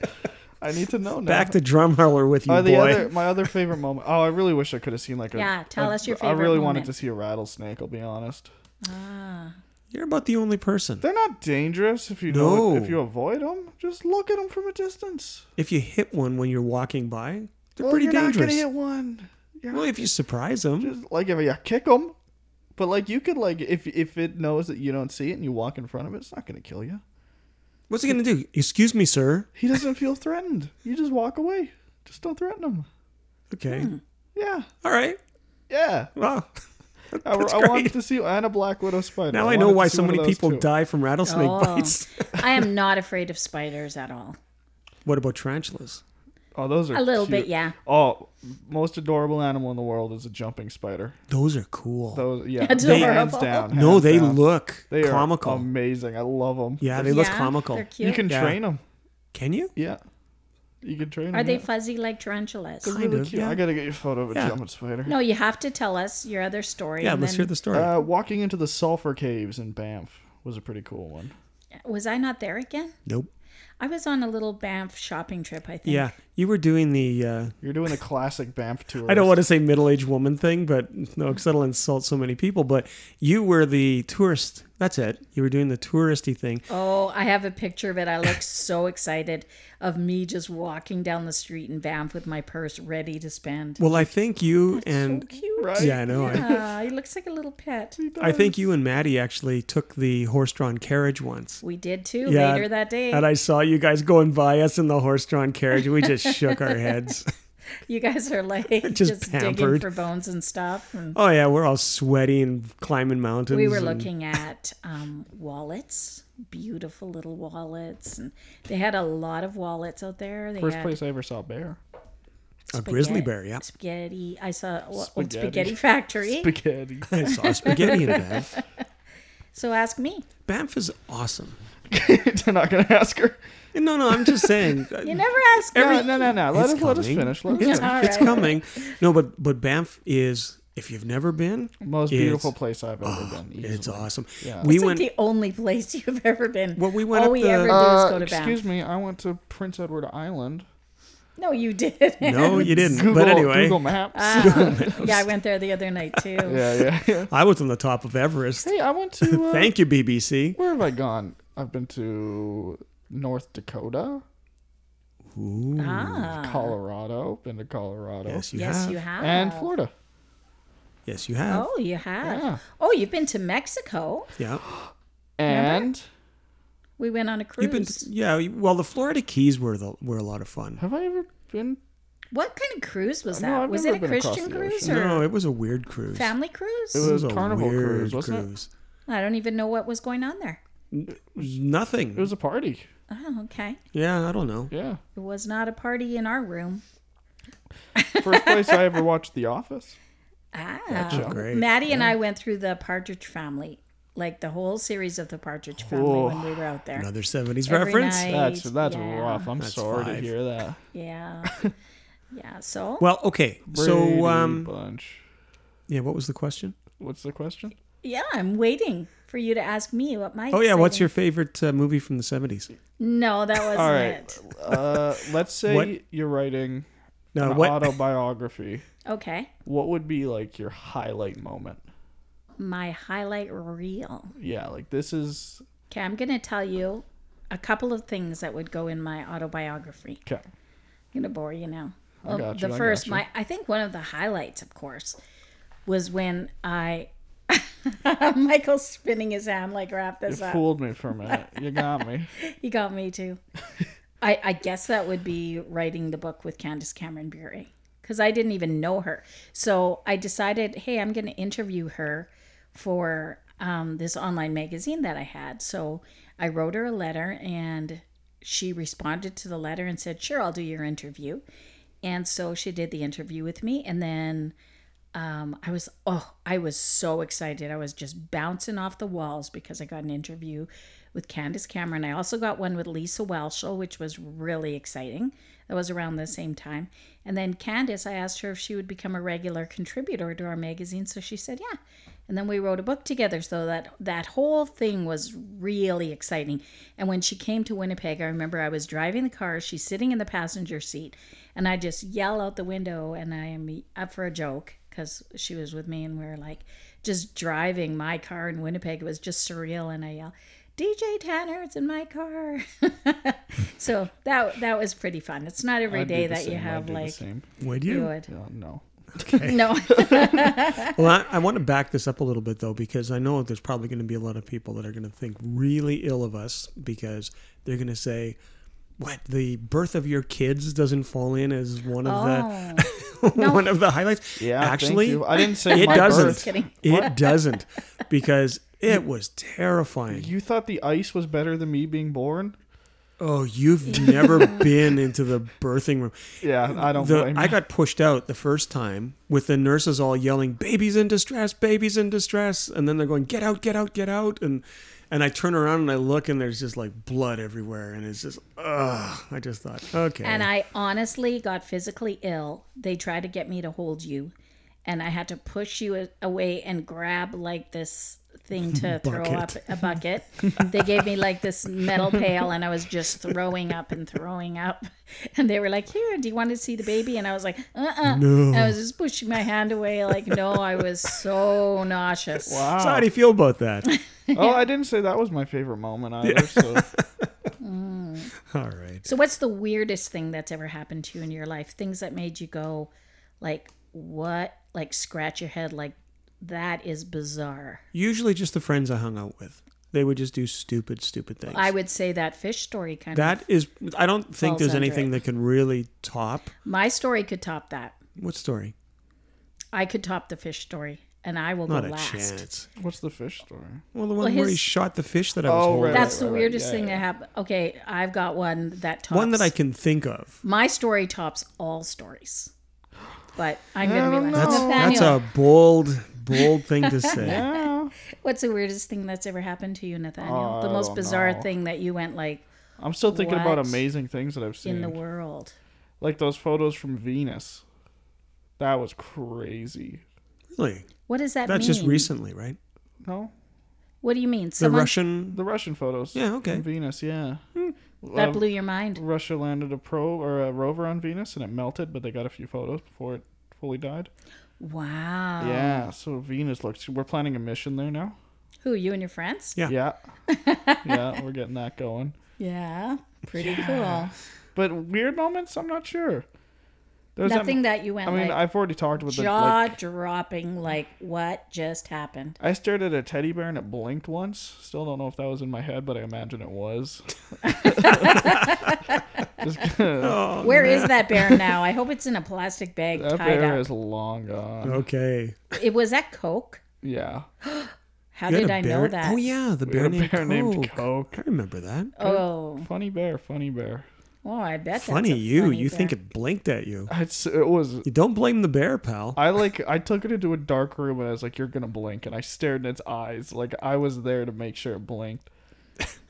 [SPEAKER 3] I need to know now.
[SPEAKER 2] Back to Drumheller with you,
[SPEAKER 3] Oh, the
[SPEAKER 2] boy.
[SPEAKER 3] other my other favorite moment. Oh, I really wish I could have seen like a
[SPEAKER 1] Yeah, tell
[SPEAKER 3] a-
[SPEAKER 1] us your
[SPEAKER 3] I
[SPEAKER 1] favorite
[SPEAKER 3] really
[SPEAKER 1] moment.
[SPEAKER 3] wanted to see a rattlesnake. I'll be honest.
[SPEAKER 1] Ah.
[SPEAKER 2] You're about the only person.
[SPEAKER 3] They're not dangerous if you
[SPEAKER 2] No.
[SPEAKER 3] know if you avoid them. Just look at them from a distance.
[SPEAKER 2] If you hit one when you're walking by, they're
[SPEAKER 3] Well,
[SPEAKER 2] pretty
[SPEAKER 3] you're
[SPEAKER 2] dangerous.
[SPEAKER 3] Not gonna hit one. You're
[SPEAKER 2] well, if you surprise them,
[SPEAKER 3] just like if you kick them, but like you could like if if it knows that you don't see it and you walk in front of it, it's not gonna kill you.
[SPEAKER 2] what's he gonna do? Excuse me, sir.
[SPEAKER 3] He doesn't feel threatened. You just walk away. Just don't threaten him.
[SPEAKER 2] Okay.
[SPEAKER 3] Hmm. Yeah,
[SPEAKER 2] All right.
[SPEAKER 3] yeah.
[SPEAKER 2] Wow.
[SPEAKER 3] I,
[SPEAKER 2] That's
[SPEAKER 3] I wanted
[SPEAKER 2] great.
[SPEAKER 3] to see and a black widow spider.
[SPEAKER 2] Now I,
[SPEAKER 3] wanted
[SPEAKER 2] know
[SPEAKER 3] to
[SPEAKER 2] why
[SPEAKER 3] see
[SPEAKER 2] so
[SPEAKER 3] one of
[SPEAKER 2] many
[SPEAKER 3] those
[SPEAKER 2] people
[SPEAKER 3] too.
[SPEAKER 2] die from rattlesnake
[SPEAKER 1] Oh.
[SPEAKER 2] bites.
[SPEAKER 1] I am not afraid of spiders at all.
[SPEAKER 2] What about tarantulas?
[SPEAKER 3] Oh, those are
[SPEAKER 1] A little
[SPEAKER 3] cute.
[SPEAKER 1] bit, yeah.
[SPEAKER 3] Oh, most adorable animal in the world is a jumping spider.
[SPEAKER 2] Those are cool.
[SPEAKER 3] Those, yeah,
[SPEAKER 1] They-
[SPEAKER 3] hands down.
[SPEAKER 2] no,
[SPEAKER 3] hands
[SPEAKER 2] they
[SPEAKER 3] down.
[SPEAKER 2] look
[SPEAKER 3] They are
[SPEAKER 2] comical.
[SPEAKER 3] amazing. I love them.
[SPEAKER 2] yeah, they look
[SPEAKER 1] Yeah,
[SPEAKER 2] comical.
[SPEAKER 1] They're
[SPEAKER 3] you
[SPEAKER 1] cute.
[SPEAKER 3] can
[SPEAKER 2] Yeah.
[SPEAKER 3] train them.
[SPEAKER 2] Can you?
[SPEAKER 3] Yeah, you can train them.
[SPEAKER 1] Are they fuzzy like tarantulas?
[SPEAKER 2] Kind of.
[SPEAKER 3] cute?
[SPEAKER 2] Yeah.
[SPEAKER 3] I gotta get your photo of a
[SPEAKER 2] Yeah.
[SPEAKER 3] jumping spider.
[SPEAKER 1] No, you have to tell us your other story.
[SPEAKER 2] yeah,
[SPEAKER 1] and
[SPEAKER 2] let's
[SPEAKER 1] then-
[SPEAKER 2] hear the story.
[SPEAKER 3] Uh, walking into the sulfur caves in Banff was a pretty cool one.
[SPEAKER 1] Was I not there again?
[SPEAKER 2] nope.
[SPEAKER 1] I was on a little Banff shopping trip, I think.
[SPEAKER 2] Yeah, you were doing the. Uh,
[SPEAKER 3] You're doing a classic Banff tour.
[SPEAKER 2] I don't want to say middle-aged woman thing, but no, because that'll insult so many people. But you were the tourist. That's it. You were doing the touristy thing.
[SPEAKER 1] Oh, I have a picture of it. I look so excited of me just walking down the street in Banff with my purse ready to spend.
[SPEAKER 2] Well, I think you and
[SPEAKER 1] so cute.
[SPEAKER 3] Right?
[SPEAKER 2] yeah, I know. I,
[SPEAKER 1] Ah, he looks like a little pet.
[SPEAKER 2] I think you and Maddie actually took the horse-drawn carriage once.
[SPEAKER 1] We did too
[SPEAKER 2] Yeah,
[SPEAKER 1] later that day.
[SPEAKER 2] And I saw you guys going by us in the horse-drawn carriage. We just shook our heads.
[SPEAKER 1] you guys are like
[SPEAKER 2] Just
[SPEAKER 1] just, digging
[SPEAKER 2] pampered.
[SPEAKER 1] for bones and stuff. And
[SPEAKER 2] Oh yeah, we're all sweaty and climbing mountains.
[SPEAKER 1] we were
[SPEAKER 2] and-
[SPEAKER 1] looking at um, wallets, beautiful little wallets, and they had a lot of wallets out there. They
[SPEAKER 3] First
[SPEAKER 1] had
[SPEAKER 3] place I ever saw a bear.
[SPEAKER 2] a grizzly
[SPEAKER 1] spaghetti-
[SPEAKER 2] bear. Yeah,
[SPEAKER 1] Spaghetti. I saw well, Old
[SPEAKER 3] Spaghetti.
[SPEAKER 1] Spaghetti Factory.
[SPEAKER 3] Spaghetti.
[SPEAKER 2] I saw a spaghetti in Banff.
[SPEAKER 1] so ask me.
[SPEAKER 2] Banff is awesome.
[SPEAKER 3] They're not gonna ask her.
[SPEAKER 2] No, no, I'm just saying. uh,
[SPEAKER 1] You never ask me.
[SPEAKER 3] No, no, no, no. Let
[SPEAKER 2] It's
[SPEAKER 3] us let us
[SPEAKER 2] coming.
[SPEAKER 3] finish. Let us
[SPEAKER 2] It's,
[SPEAKER 3] finish.
[SPEAKER 1] All
[SPEAKER 2] it's
[SPEAKER 1] right.
[SPEAKER 2] coming. No, but but Banff is if you've never been,
[SPEAKER 3] Most
[SPEAKER 2] It's- oh,
[SPEAKER 3] beautiful place I've ever been. easily.
[SPEAKER 2] it's awesome.
[SPEAKER 3] Yeah.
[SPEAKER 2] We
[SPEAKER 1] It's
[SPEAKER 2] went.
[SPEAKER 1] like the only place you've ever been.
[SPEAKER 2] Well, we went
[SPEAKER 1] All
[SPEAKER 2] up
[SPEAKER 1] we
[SPEAKER 2] the-
[SPEAKER 1] ever do
[SPEAKER 3] Uh,
[SPEAKER 1] is go to
[SPEAKER 3] excuse
[SPEAKER 1] Banff.
[SPEAKER 3] me, I went to Prince Edward Island.
[SPEAKER 1] No, you did.
[SPEAKER 2] no, you didn't.
[SPEAKER 3] Google,
[SPEAKER 2] but anyway,
[SPEAKER 3] Google Maps.
[SPEAKER 1] Ah. yeah, I went there the other night too.
[SPEAKER 3] yeah, yeah, yeah.
[SPEAKER 2] I was on the top of Everest.
[SPEAKER 3] Hey, I went to. Uh,
[SPEAKER 2] Thank you, BBC.
[SPEAKER 3] Where have I gone? I've been to North Dakota,
[SPEAKER 2] Ooh,
[SPEAKER 1] Ah,
[SPEAKER 3] Colorado. Been to Colorado.
[SPEAKER 2] yes, you
[SPEAKER 1] yes,
[SPEAKER 2] have.
[SPEAKER 1] you have.
[SPEAKER 3] And Florida.
[SPEAKER 2] Yes, you have.
[SPEAKER 1] Oh, you have.
[SPEAKER 3] Yeah.
[SPEAKER 1] Oh, you've been to Mexico.
[SPEAKER 2] Yeah,
[SPEAKER 3] And
[SPEAKER 1] We went on a cruise.
[SPEAKER 2] you've been. Yeah, you- well, the Florida Keys were the, were a lot of fun.
[SPEAKER 3] have I ever been?
[SPEAKER 1] what kind of cruise was
[SPEAKER 3] Uh, No,
[SPEAKER 1] that?
[SPEAKER 3] I've
[SPEAKER 1] was
[SPEAKER 3] never
[SPEAKER 1] it a
[SPEAKER 3] been across
[SPEAKER 1] Christian
[SPEAKER 3] the
[SPEAKER 1] cruise or
[SPEAKER 3] ocean.
[SPEAKER 2] No, it was a weird cruise.
[SPEAKER 1] family cruise?
[SPEAKER 3] It was
[SPEAKER 2] a
[SPEAKER 3] Carnival
[SPEAKER 2] weird
[SPEAKER 3] Cruise, wasn't it?
[SPEAKER 2] cruise.
[SPEAKER 1] I don't even know what was going on there.
[SPEAKER 2] Nothing.
[SPEAKER 3] It was a party.
[SPEAKER 1] Oh, okay.
[SPEAKER 2] yeah, I don't know.
[SPEAKER 3] Yeah.
[SPEAKER 1] It was not a party in our room.
[SPEAKER 3] First place I ever watched The Office.
[SPEAKER 1] Ah,
[SPEAKER 2] show. great.
[SPEAKER 1] Maddie and I went through the Partridge Family, like the whole series of the Partridge Family when we were out there.
[SPEAKER 2] Another '70s
[SPEAKER 1] Every
[SPEAKER 2] reference.
[SPEAKER 1] night.
[SPEAKER 3] That's
[SPEAKER 1] Eight,
[SPEAKER 3] that's
[SPEAKER 1] yeah.
[SPEAKER 3] rough. I'm
[SPEAKER 2] That's
[SPEAKER 3] sorry
[SPEAKER 2] five.
[SPEAKER 3] to hear that.
[SPEAKER 1] Yeah, yeah. So
[SPEAKER 2] Well, okay.
[SPEAKER 3] Brady
[SPEAKER 2] So, um,
[SPEAKER 3] bunch.
[SPEAKER 2] yeah, what was the question?
[SPEAKER 3] What's the question?
[SPEAKER 1] yeah, I'm waiting for you to ask me what my.
[SPEAKER 2] Oh yeah, what's
[SPEAKER 1] exciting-
[SPEAKER 2] your favorite uh, movie from the '70s?
[SPEAKER 1] No, that wasn't
[SPEAKER 3] All right.
[SPEAKER 1] it.
[SPEAKER 3] Uh, let's say
[SPEAKER 2] What-
[SPEAKER 3] you're writing
[SPEAKER 2] No,
[SPEAKER 3] an
[SPEAKER 2] what?
[SPEAKER 3] autobiography.
[SPEAKER 1] Okay,
[SPEAKER 3] What would be like your highlight moment?
[SPEAKER 1] my highlight reel.
[SPEAKER 3] Yeah, like this is
[SPEAKER 1] Okay, I'm gonna tell you a couple of things that would go in my autobiography.
[SPEAKER 3] okay.
[SPEAKER 1] I'm gonna bore you now. Well,
[SPEAKER 3] got
[SPEAKER 1] the
[SPEAKER 3] you, I
[SPEAKER 1] first,
[SPEAKER 3] got you.
[SPEAKER 1] my I think one of the highlights, of course, was when I Michael's spinning his hand like wrap
[SPEAKER 3] You
[SPEAKER 1] this up.
[SPEAKER 3] fooled me for a minute. You got me.
[SPEAKER 1] He got me too. I, I guess that would be writing the book with Candace Cameron Bure because I didn't even know her. So I decided, hey, I'm going to interview her for um, this online magazine that I had. So I wrote her a letter and she responded to the letter and said, sure, I'll do your interview. And so she did the interview with me. And then um, I was oh, I was so excited. I was just bouncing off the walls because I got an interview with Candace Cameron. I also got one with Lisa Welshel, which was really exciting. That was around the same time. And then Candace, I asked her if she would become a regular contributor to our magazine, so she said yeah. And then we wrote a book together, so that that whole thing was really exciting. And when she came to Winnipeg, I remember I was driving the car, she's sitting in the passenger seat, and I just yell out the window, and I am up for a joke because she was with me and we were like just driving my car in Winnipeg. It was just surreal. And I yell, DJ Tanner, it's in my car. so that that was pretty fun. It's not every
[SPEAKER 3] I'd do
[SPEAKER 1] day
[SPEAKER 3] the
[SPEAKER 1] that you
[SPEAKER 3] same. I'd
[SPEAKER 1] have
[SPEAKER 3] do the
[SPEAKER 1] like
[SPEAKER 3] same.
[SPEAKER 2] Would
[SPEAKER 1] you
[SPEAKER 2] you?
[SPEAKER 1] would.
[SPEAKER 3] Yeah, no.
[SPEAKER 1] No,
[SPEAKER 2] Well, I, I want to back this up a little bit though, because I know there's probably going to be a lot of people that are going to think really ill of us because they're going to say, "What? The birth of your kids doesn't fall in as one of
[SPEAKER 1] Oh.
[SPEAKER 2] the one of the highlights."
[SPEAKER 3] Yeah, thank
[SPEAKER 2] actually,
[SPEAKER 3] you. I didn't say
[SPEAKER 2] it
[SPEAKER 3] my
[SPEAKER 2] doesn't.
[SPEAKER 3] birth.
[SPEAKER 1] kidding.
[SPEAKER 2] It doesn't, because it was terrifying.
[SPEAKER 3] You thought the ice was better than me being born?
[SPEAKER 2] Oh, you've never been into the birthing room.
[SPEAKER 3] Yeah, I don't
[SPEAKER 2] The,
[SPEAKER 3] blame
[SPEAKER 2] I
[SPEAKER 3] you.
[SPEAKER 2] got pushed out the first time with the nurses all yelling, "Baby's in distress! Baby's in distress!" And then they're going, "Get out! Get out! Get out!" And and I turn around and I look, and there's just like blood everywhere, and it's just, ugh. I just thought, okay,
[SPEAKER 1] And I honestly got physically ill. They tried to get me to hold you, and I had to push you a- away and grab like this thing to throw up
[SPEAKER 2] Bucket.
[SPEAKER 1] a bucket. they gave me like this metal pail, and I was just throwing up and throwing up. And they were like, "Here, do you want to see the baby?" And I was like, "Uh, uh
[SPEAKER 2] No.
[SPEAKER 1] I was just pushing my hand away, like, "No." I was so nauseous.
[SPEAKER 3] wow.
[SPEAKER 2] so how do you feel about that?
[SPEAKER 3] Oh, I didn't say that was my favorite moment either. So
[SPEAKER 2] all right.
[SPEAKER 1] So, what's the weirdest thing that's ever happened to you in your life? Things that made you go, like, what? Like, scratch your head, like, that is bizarre.
[SPEAKER 2] Usually, just the friends I hung out with, they would just do stupid, stupid things.
[SPEAKER 1] I would say that fish story kind of.
[SPEAKER 2] that is, I don't think
[SPEAKER 1] Falls
[SPEAKER 2] there's
[SPEAKER 1] under
[SPEAKER 2] anything
[SPEAKER 1] it.
[SPEAKER 2] that can really top.
[SPEAKER 1] My story could top that.
[SPEAKER 2] What story?
[SPEAKER 1] I could top the fish story, and I will
[SPEAKER 2] Not
[SPEAKER 1] go
[SPEAKER 2] a
[SPEAKER 1] last.
[SPEAKER 2] chance.
[SPEAKER 3] what's the fish story?
[SPEAKER 2] Well, the one
[SPEAKER 1] Well,
[SPEAKER 2] where
[SPEAKER 1] his-
[SPEAKER 2] he shot the fish that I was
[SPEAKER 3] Oh,
[SPEAKER 2] holding.
[SPEAKER 3] right,
[SPEAKER 1] That's the
[SPEAKER 3] right, right.
[SPEAKER 1] weirdest
[SPEAKER 3] Yeah,
[SPEAKER 1] thing
[SPEAKER 3] yeah.
[SPEAKER 1] that happened. Okay, I've got one that tops.
[SPEAKER 2] one that I can think of.
[SPEAKER 1] My story tops all stories, but I'm
[SPEAKER 3] I
[SPEAKER 1] gonna be
[SPEAKER 3] don't
[SPEAKER 1] last.
[SPEAKER 3] know.
[SPEAKER 1] Nathaniel,
[SPEAKER 2] That's a bold, bold thing to say.
[SPEAKER 3] Yeah.
[SPEAKER 1] what's the weirdest thing that's ever happened to you, Nathaniel?
[SPEAKER 3] Oh,
[SPEAKER 1] the
[SPEAKER 3] I
[SPEAKER 1] most
[SPEAKER 3] don't
[SPEAKER 1] bizarre
[SPEAKER 3] know.
[SPEAKER 1] thing that you went like
[SPEAKER 3] I'm still thinking about
[SPEAKER 1] What
[SPEAKER 3] amazing things that I've
[SPEAKER 1] in
[SPEAKER 3] seen.
[SPEAKER 1] the world.
[SPEAKER 3] like those photos from Venus. That was crazy.
[SPEAKER 2] Really?
[SPEAKER 1] What does that
[SPEAKER 2] That's
[SPEAKER 1] mean?
[SPEAKER 2] just recently, right?
[SPEAKER 3] No?
[SPEAKER 1] What do you mean?
[SPEAKER 2] The
[SPEAKER 1] Mm. Someone
[SPEAKER 2] Russian.
[SPEAKER 3] The Russian photos.
[SPEAKER 2] Yeah, okay.
[SPEAKER 3] From Venus, yeah.
[SPEAKER 1] that
[SPEAKER 2] um,
[SPEAKER 3] Uh,
[SPEAKER 1] blew your mind.
[SPEAKER 3] Russia landed a probe or a rover on Venus and it melted, but they got a few photos before it fully died.
[SPEAKER 1] Wow.
[SPEAKER 3] Yeah, so Venus looks. We're planning a mission there now.
[SPEAKER 1] Who you and your friends?
[SPEAKER 2] Yeah.
[SPEAKER 3] Yeah, yeah, we're getting that going.
[SPEAKER 1] Yeah. Pretty
[SPEAKER 3] But weird moments, I'm not sure.
[SPEAKER 1] cool.
[SPEAKER 3] There's that-
[SPEAKER 1] Nothing that you went
[SPEAKER 3] I mean,
[SPEAKER 1] like
[SPEAKER 3] I've already talked about the.
[SPEAKER 1] jaw
[SPEAKER 3] Like,
[SPEAKER 1] dropping. Like what just happened?
[SPEAKER 3] I stared at a teddy bear and it blinked once. Still don't know if that was in my head, but I imagine it was. Just, that
[SPEAKER 2] Oh,
[SPEAKER 1] Where is that bear now? I hope it's in a plastic bag tied
[SPEAKER 3] bear
[SPEAKER 1] up.
[SPEAKER 3] is long gone.
[SPEAKER 2] okay.
[SPEAKER 1] It was that Coke.
[SPEAKER 3] Yeah,
[SPEAKER 1] How
[SPEAKER 2] You had
[SPEAKER 1] did
[SPEAKER 2] a
[SPEAKER 1] I
[SPEAKER 2] bear-
[SPEAKER 1] know that?
[SPEAKER 2] Oh yeah, the
[SPEAKER 3] we
[SPEAKER 2] bear,
[SPEAKER 3] had a
[SPEAKER 2] named,
[SPEAKER 3] bear
[SPEAKER 2] Coke.
[SPEAKER 3] named Coke.
[SPEAKER 2] I remember that.
[SPEAKER 1] Oh,
[SPEAKER 3] Funny bear, funny bear.
[SPEAKER 1] oh, I bet.
[SPEAKER 2] Funny
[SPEAKER 1] that's a
[SPEAKER 2] you.
[SPEAKER 1] funny
[SPEAKER 2] you
[SPEAKER 1] bear.
[SPEAKER 2] think it blinked at you?
[SPEAKER 3] It's, it was
[SPEAKER 2] You don't blame the bear, pal.
[SPEAKER 3] I like I took it into a dark room and I was like, "You're gonna blink," and I stared in its eyes like I was there to make sure it blinked,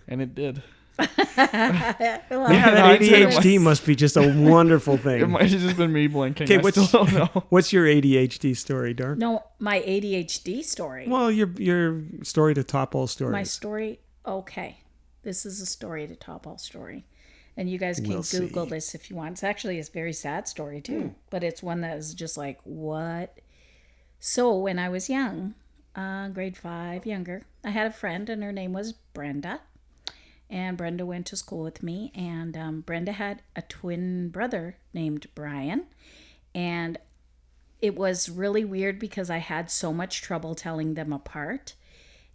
[SPEAKER 3] and it did.
[SPEAKER 1] Well,
[SPEAKER 2] yeah, that
[SPEAKER 3] I'd say it
[SPEAKER 2] ADHD must be just a wonderful
[SPEAKER 3] It
[SPEAKER 2] thing.
[SPEAKER 3] might have just been me blinking.
[SPEAKER 2] 'Kay,
[SPEAKER 3] I
[SPEAKER 2] what's-
[SPEAKER 3] still don't know.
[SPEAKER 2] What's your ADHD story, Dark?
[SPEAKER 1] No, my ADHD story.
[SPEAKER 2] Well, your your story to top all stories.
[SPEAKER 1] My story, okay. This is a story to top all story. And you guys can
[SPEAKER 2] We'll
[SPEAKER 1] Google
[SPEAKER 2] see. Hmm.
[SPEAKER 1] this if you want. It's actually a very sad story too, but it's one that is just like, what? So when I was young, uh, grade five, younger, I had a friend and her name was Brenda. And Brenda went to school with me. And um, Brenda had a twin brother named Brian. And it was really weird because I had so much trouble telling them apart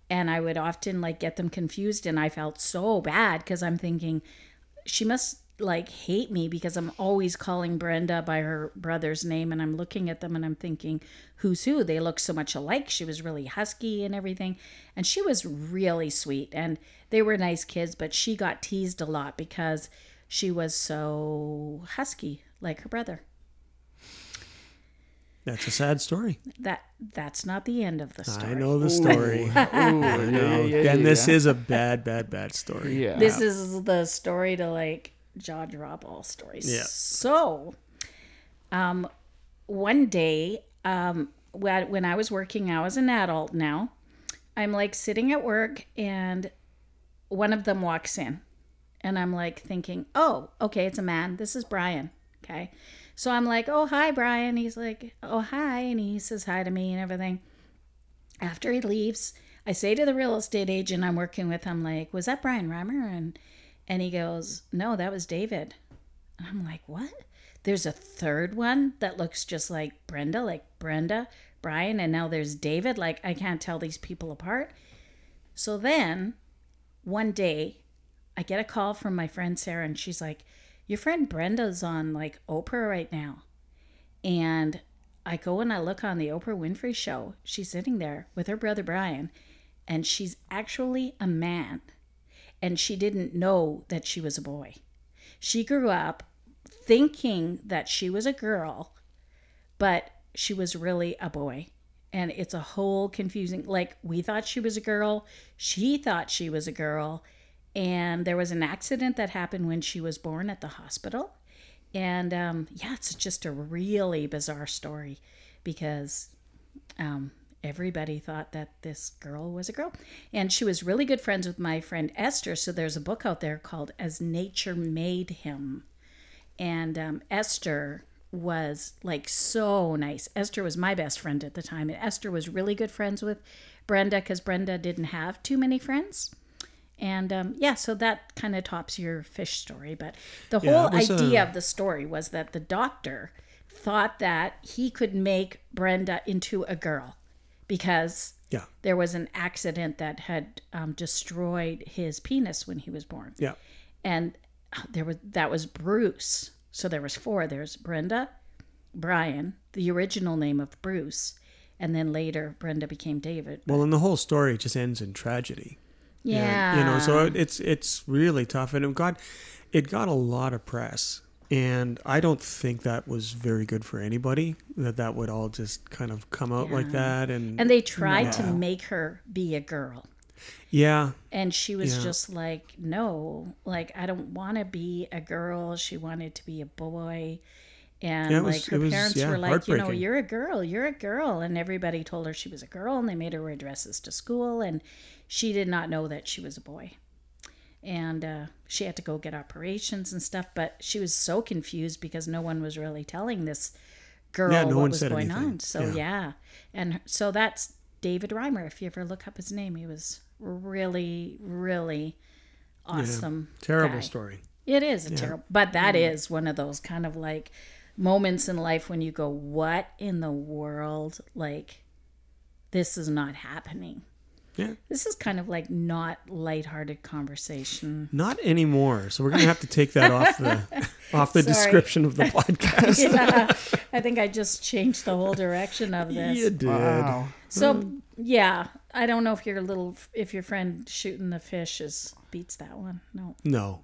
[SPEAKER 1] and I would often like get them confused and I felt so bad because I'm thinking she must like hate me because I'm always calling Brenda by her brother's name and I'm looking at them and I'm thinking who's who they look so much alike she was really husky and everything and she was really sweet and they were nice kids but she got teased a lot because she was so husky like her brother
[SPEAKER 2] That's a sad story.
[SPEAKER 1] that that's not the end of the story
[SPEAKER 2] I know the story.
[SPEAKER 3] yeah, yeah,
[SPEAKER 2] Oh,
[SPEAKER 3] yeah,
[SPEAKER 2] and
[SPEAKER 3] yeah,
[SPEAKER 2] this
[SPEAKER 3] yeah.
[SPEAKER 2] is a bad, bad, bad story.
[SPEAKER 3] yeah.
[SPEAKER 1] this is the story to like jaw drop all stories.
[SPEAKER 2] Yeah.
[SPEAKER 1] So, um, one day, um, when when I was working, I was an adult now. I'm like sitting at work, and one of them walks in, and I'm like thinking, oh, okay, it's a man. This is Brian. Okay. So I'm like, oh, hi, Brian. He's like, oh, hi. And he says hi to me and everything. After he leaves, I say to the real estate agent I'm working with, I'm like, was that Brian Reimer? And, and he goes, no, that was David. And I'm like, what? There's a third one that looks just like Brenda, like Brenda, Brian, and now there's David. Like, I can't tell these people apart. So then one day, I get a call from my friend Sarah, and she's like, Your friend Brenda's on like Oprah right now. And I go and I look on the Oprah Winfrey show. She's sitting there with her brother Brian, and she's actually a man. And she didn't know that she was a boy. She grew up thinking that she was a girl, but she was really a boy. And it's a whole confusing like we thought she was a girl, she thought she was a girl, and there was an accident that happened when she was born at the hospital. And um, yeah, it's just a really bizarre story because um, everybody thought that this girl was a girl. And she was really good friends with my friend Esther. So there's a book out there called As Nature Made Him. And um, Esther was like so nice. Esther was my best friend at the time. And Esther was really good friends with Brenda because Brenda didn't have too many friends. And um, yeah, so that kind of tops your fish story. But the
[SPEAKER 2] Yeah,
[SPEAKER 1] whole
[SPEAKER 2] it was,
[SPEAKER 1] idea
[SPEAKER 2] uh,
[SPEAKER 1] of the story was that the doctor thought that he could make Brenda into a girl because
[SPEAKER 2] Yeah.
[SPEAKER 1] there was an accident that had um, destroyed his penis when he was born
[SPEAKER 2] Yeah.
[SPEAKER 1] and there was that was Bruce. So there was four. There's Brenda, Brian, the original name of Bruce, and then later Brenda became David.
[SPEAKER 2] Well, and the whole story just ends in tragedy.
[SPEAKER 1] yeah,
[SPEAKER 2] you know so it- it's it's really tough and it got it got a lot of press and i don't think that was very good for anybody that that would all just kind of come out like that and,
[SPEAKER 1] and they tried to make her be a girl,
[SPEAKER 2] yeah
[SPEAKER 1] and she was
[SPEAKER 2] Yeah.
[SPEAKER 1] just like, "No, like I don't want to be a girl." She wanted to be a boy. And
[SPEAKER 2] Yeah, it
[SPEAKER 1] like
[SPEAKER 2] was-
[SPEAKER 1] her
[SPEAKER 2] it was,
[SPEAKER 1] parents
[SPEAKER 2] yeah,
[SPEAKER 1] were like, you know,
[SPEAKER 2] heartbreaking.
[SPEAKER 1] you're a girl, you're a girl, and everybody told her she was a girl, and they made her wear dresses to school, and she did not know that she was a boy. and uh, she had to go get operations and stuff. But she was so confused because no one was really telling this girl
[SPEAKER 2] Yeah, no
[SPEAKER 1] what
[SPEAKER 2] one
[SPEAKER 1] was
[SPEAKER 2] said
[SPEAKER 1] going
[SPEAKER 2] anything.
[SPEAKER 1] on. So yeah.
[SPEAKER 2] Yeah.
[SPEAKER 1] and her- so that's David Reimer. If you ever look up his name, he was really, really awesome.
[SPEAKER 2] terrible
[SPEAKER 1] guy.
[SPEAKER 2] story Mm-hmm.
[SPEAKER 1] It is a terrible, but that is one of those kind of like moments in life when you go, "What in the world? Like, this is not happening."
[SPEAKER 2] Yeah.
[SPEAKER 1] This is kind of like not lighthearted conversation.
[SPEAKER 2] not anymore so we're gonna have to take that off the off the
[SPEAKER 1] Sorry.
[SPEAKER 2] description of the podcast
[SPEAKER 1] yeah, I think I just changed the whole direction of this.
[SPEAKER 2] you did
[SPEAKER 3] Wow.
[SPEAKER 1] So yeah, I don't know if your little if your friend shooting the fish is beats that one. No,
[SPEAKER 2] no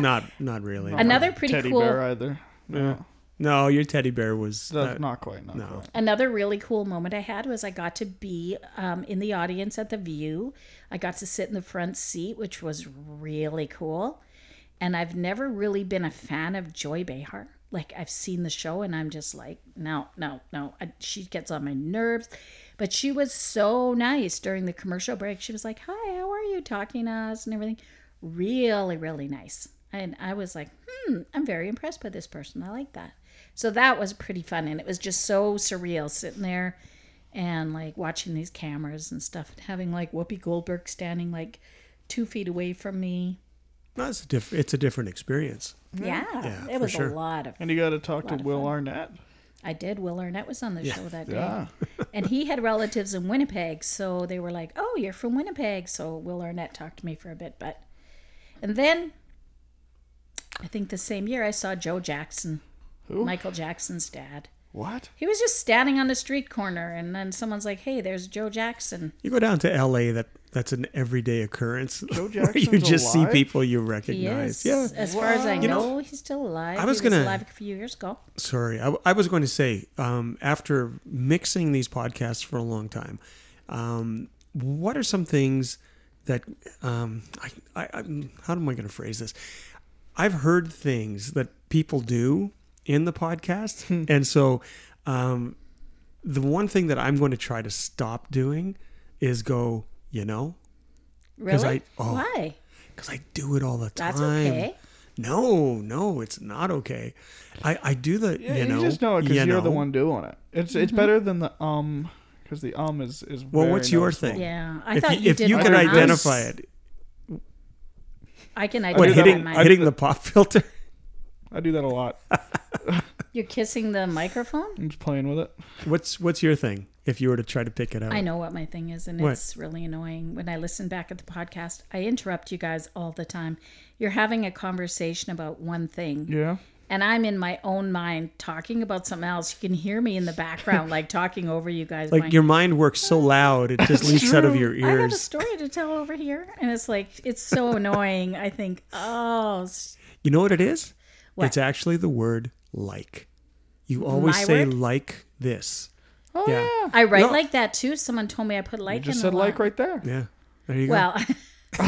[SPEAKER 2] not not really
[SPEAKER 1] another pretty
[SPEAKER 3] Teddy
[SPEAKER 1] cool,
[SPEAKER 3] bear either. No,
[SPEAKER 2] no your teddy bear was uh,
[SPEAKER 3] that's
[SPEAKER 2] that-
[SPEAKER 3] not quite. Not quite.
[SPEAKER 1] another really cool moment I had was I got to be um, in the audience at the View. I got to sit in the front seat, which was really cool. And I've never really been a fan of Joy Behar. Like I've seen the show, and I'm just like, no, no, no. I, she gets on my nerves. But she was so nice during the commercial break. She was like, "Hi, how are you?" Talking to us and everything. Really, really nice. And I was like, "Hmm, I'm very impressed by this person. I like that." So that was pretty fun, and it was just so surreal sitting there and like watching these cameras and stuff, and having like Whoopi Goldberg standing like two feet away from me.
[SPEAKER 2] no, it's a diff- it's a different experience
[SPEAKER 1] Yeah,
[SPEAKER 2] Yeah,
[SPEAKER 1] it
[SPEAKER 2] for
[SPEAKER 1] was
[SPEAKER 2] sure.
[SPEAKER 1] a lot of.
[SPEAKER 3] And you got to talk to
[SPEAKER 1] Lot of
[SPEAKER 3] Will
[SPEAKER 1] fun.
[SPEAKER 3] Arnett.
[SPEAKER 1] I did. Will Arnett was on the show that day,
[SPEAKER 3] Yeah.
[SPEAKER 1] and he had relatives in Winnipeg, so they were like, "Oh, you're from Winnipeg." So Will Arnett talked to me for a bit, but and then I think the same year I saw Joe Jackson,
[SPEAKER 3] Who?
[SPEAKER 1] Michael Jackson's dad.
[SPEAKER 3] What?
[SPEAKER 1] He was just standing on a street corner, and then someone's like, "Hey, there's Joe Jackson."
[SPEAKER 2] You go down to LA that that's an everyday occurrence. where
[SPEAKER 3] Joe
[SPEAKER 2] you
[SPEAKER 3] Jackson's
[SPEAKER 2] just
[SPEAKER 3] alive?
[SPEAKER 2] see people you
[SPEAKER 1] He
[SPEAKER 2] recognize.
[SPEAKER 1] is,
[SPEAKER 2] Yeah.
[SPEAKER 1] as far as I
[SPEAKER 3] Wow.
[SPEAKER 1] know,
[SPEAKER 3] You
[SPEAKER 1] he's still alive.
[SPEAKER 2] I was
[SPEAKER 1] he
[SPEAKER 2] gonna-
[SPEAKER 1] was alive a few years ago.
[SPEAKER 2] Sorry. I, I was going to say um, after mixing these podcasts for a long time, um, what are some things that um, I, I, I how am I going to phrase this? I've heard things that people do in the
[SPEAKER 3] Hmm.
[SPEAKER 2] podcast, and so um, the one thing that I'm going to try to stop doing is go. You know,
[SPEAKER 1] Really?
[SPEAKER 2] I- oh.
[SPEAKER 1] Why?
[SPEAKER 2] because I do it all the time.
[SPEAKER 1] That's okay.
[SPEAKER 2] No, no, it's not okay. I, I do the
[SPEAKER 3] Yeah,
[SPEAKER 2] you
[SPEAKER 3] you,
[SPEAKER 2] know
[SPEAKER 3] just know it because
[SPEAKER 2] you
[SPEAKER 3] you are the
[SPEAKER 2] know.
[SPEAKER 3] one doing it. It's it's
[SPEAKER 1] Mm-hmm.
[SPEAKER 3] better than the um because the um is is.
[SPEAKER 2] Well,
[SPEAKER 3] very
[SPEAKER 2] what's your
[SPEAKER 3] noticeable.
[SPEAKER 2] thing?
[SPEAKER 1] Yeah, I
[SPEAKER 2] if
[SPEAKER 1] thought
[SPEAKER 2] you,
[SPEAKER 1] you
[SPEAKER 2] if
[SPEAKER 1] did.
[SPEAKER 2] you
[SPEAKER 1] one
[SPEAKER 2] can
[SPEAKER 1] on
[SPEAKER 3] mine.
[SPEAKER 2] identify
[SPEAKER 1] us.
[SPEAKER 2] it,
[SPEAKER 1] I can
[SPEAKER 2] what
[SPEAKER 1] identify
[SPEAKER 3] did that
[SPEAKER 2] hitting
[SPEAKER 3] one.
[SPEAKER 1] mine.
[SPEAKER 3] I did
[SPEAKER 2] hitting
[SPEAKER 3] that-
[SPEAKER 2] the pop filter.
[SPEAKER 3] I do that a lot.
[SPEAKER 1] You're kissing the microphone.
[SPEAKER 3] I'm just playing with it.
[SPEAKER 2] What's what's your thing? If you were to try to pick it out,
[SPEAKER 1] I know what my thing is, and
[SPEAKER 2] What?
[SPEAKER 1] it's really annoying. When I listen back at the podcast, I interrupt you guys all the time. You're having a conversation about one thing,
[SPEAKER 3] Yeah.
[SPEAKER 1] and I'm in my own mind talking about something else. You can hear me in the background, like talking over you guys.
[SPEAKER 2] like
[SPEAKER 1] going,
[SPEAKER 2] your mind works so loud it just leaks out of your
[SPEAKER 1] I have a
[SPEAKER 2] ears.
[SPEAKER 1] story to tell over here, and it's like it's so annoying. I think, oh, s-
[SPEAKER 2] You know what it is?
[SPEAKER 1] What?
[SPEAKER 2] It's actually the word like. You always
[SPEAKER 1] My
[SPEAKER 2] say
[SPEAKER 1] word?
[SPEAKER 2] like this.
[SPEAKER 3] Oh
[SPEAKER 2] Yeah.
[SPEAKER 3] yeah.
[SPEAKER 1] I write
[SPEAKER 2] No.
[SPEAKER 1] like that too. Someone told me I put like.
[SPEAKER 3] You just
[SPEAKER 1] in
[SPEAKER 3] said
[SPEAKER 1] a
[SPEAKER 3] like
[SPEAKER 1] lot.
[SPEAKER 3] right there.
[SPEAKER 2] Yeah. There you
[SPEAKER 1] Well,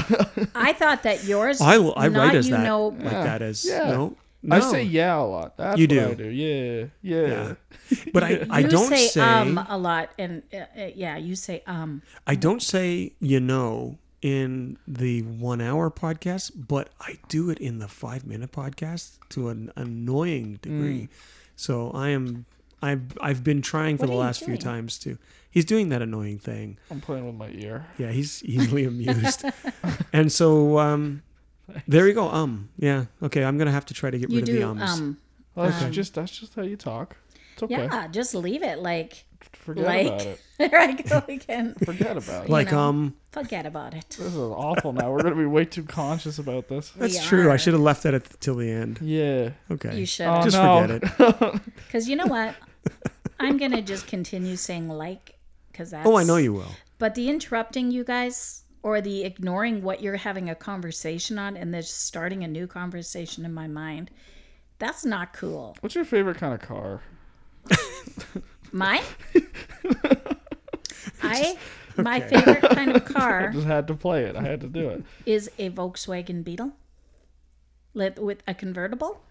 [SPEAKER 1] I thought that yours.
[SPEAKER 2] go. I, I
[SPEAKER 1] not
[SPEAKER 2] write as
[SPEAKER 1] you
[SPEAKER 2] that.
[SPEAKER 1] know.
[SPEAKER 2] Like that as.
[SPEAKER 3] Yeah.
[SPEAKER 2] No.
[SPEAKER 3] I
[SPEAKER 2] no.
[SPEAKER 3] say yeah a lot. That's
[SPEAKER 2] You
[SPEAKER 3] what
[SPEAKER 2] do.
[SPEAKER 3] I do. Yeah. Yeah.
[SPEAKER 2] Yeah. But I, I
[SPEAKER 1] you
[SPEAKER 2] don't
[SPEAKER 1] say,
[SPEAKER 2] say,
[SPEAKER 1] um a lot, and uh, uh, yeah, you say um.
[SPEAKER 2] I don't say you know in the one hour podcast, but I do it in the five minute podcast to an
[SPEAKER 1] Mm.
[SPEAKER 2] annoying degree. So I am I've I've been trying for
[SPEAKER 1] What
[SPEAKER 2] the
[SPEAKER 1] are you
[SPEAKER 2] last few
[SPEAKER 1] doing?
[SPEAKER 2] times to. He's doing that annoying thing.
[SPEAKER 3] I'm playing with my ear.
[SPEAKER 2] Yeah, he's easily amused. And so um there you go. Um, yeah. Okay, I'm gonna have to try to get
[SPEAKER 1] You
[SPEAKER 2] rid
[SPEAKER 1] do
[SPEAKER 2] of the ums.
[SPEAKER 1] um.
[SPEAKER 3] Well, that's
[SPEAKER 1] Um,
[SPEAKER 3] just that's just how you talk. It's okay.
[SPEAKER 1] Yeah, just leave it. Like
[SPEAKER 3] Forget about
[SPEAKER 1] like.
[SPEAKER 3] it.
[SPEAKER 1] There I go again.
[SPEAKER 3] Forget about it.
[SPEAKER 1] Like-
[SPEAKER 2] like
[SPEAKER 1] know.
[SPEAKER 2] um,
[SPEAKER 1] Forget about it.
[SPEAKER 3] This is awful. Now we're gonna be way too conscious about this.
[SPEAKER 1] We
[SPEAKER 2] that's true. I
[SPEAKER 1] are.
[SPEAKER 2] should have left that at the, till the end.
[SPEAKER 3] Yeah.
[SPEAKER 2] Okay,
[SPEAKER 1] You should.
[SPEAKER 3] Oh,
[SPEAKER 2] just
[SPEAKER 3] no.
[SPEAKER 2] forget it.
[SPEAKER 1] Because you know what? I'm going to just continue saying like, because that's.
[SPEAKER 2] Oh, I know you will.
[SPEAKER 1] But the interrupting you guys or the ignoring what you're having a conversation on and then just starting a new conversation in my mind, that's not cool.
[SPEAKER 3] What's your favorite kind of car?
[SPEAKER 1] Mine? I. My favorite kind of
[SPEAKER 3] I
[SPEAKER 1] car
[SPEAKER 3] just had to play it. I had to do it.
[SPEAKER 1] is a Volkswagen Beetle lit with a convertible,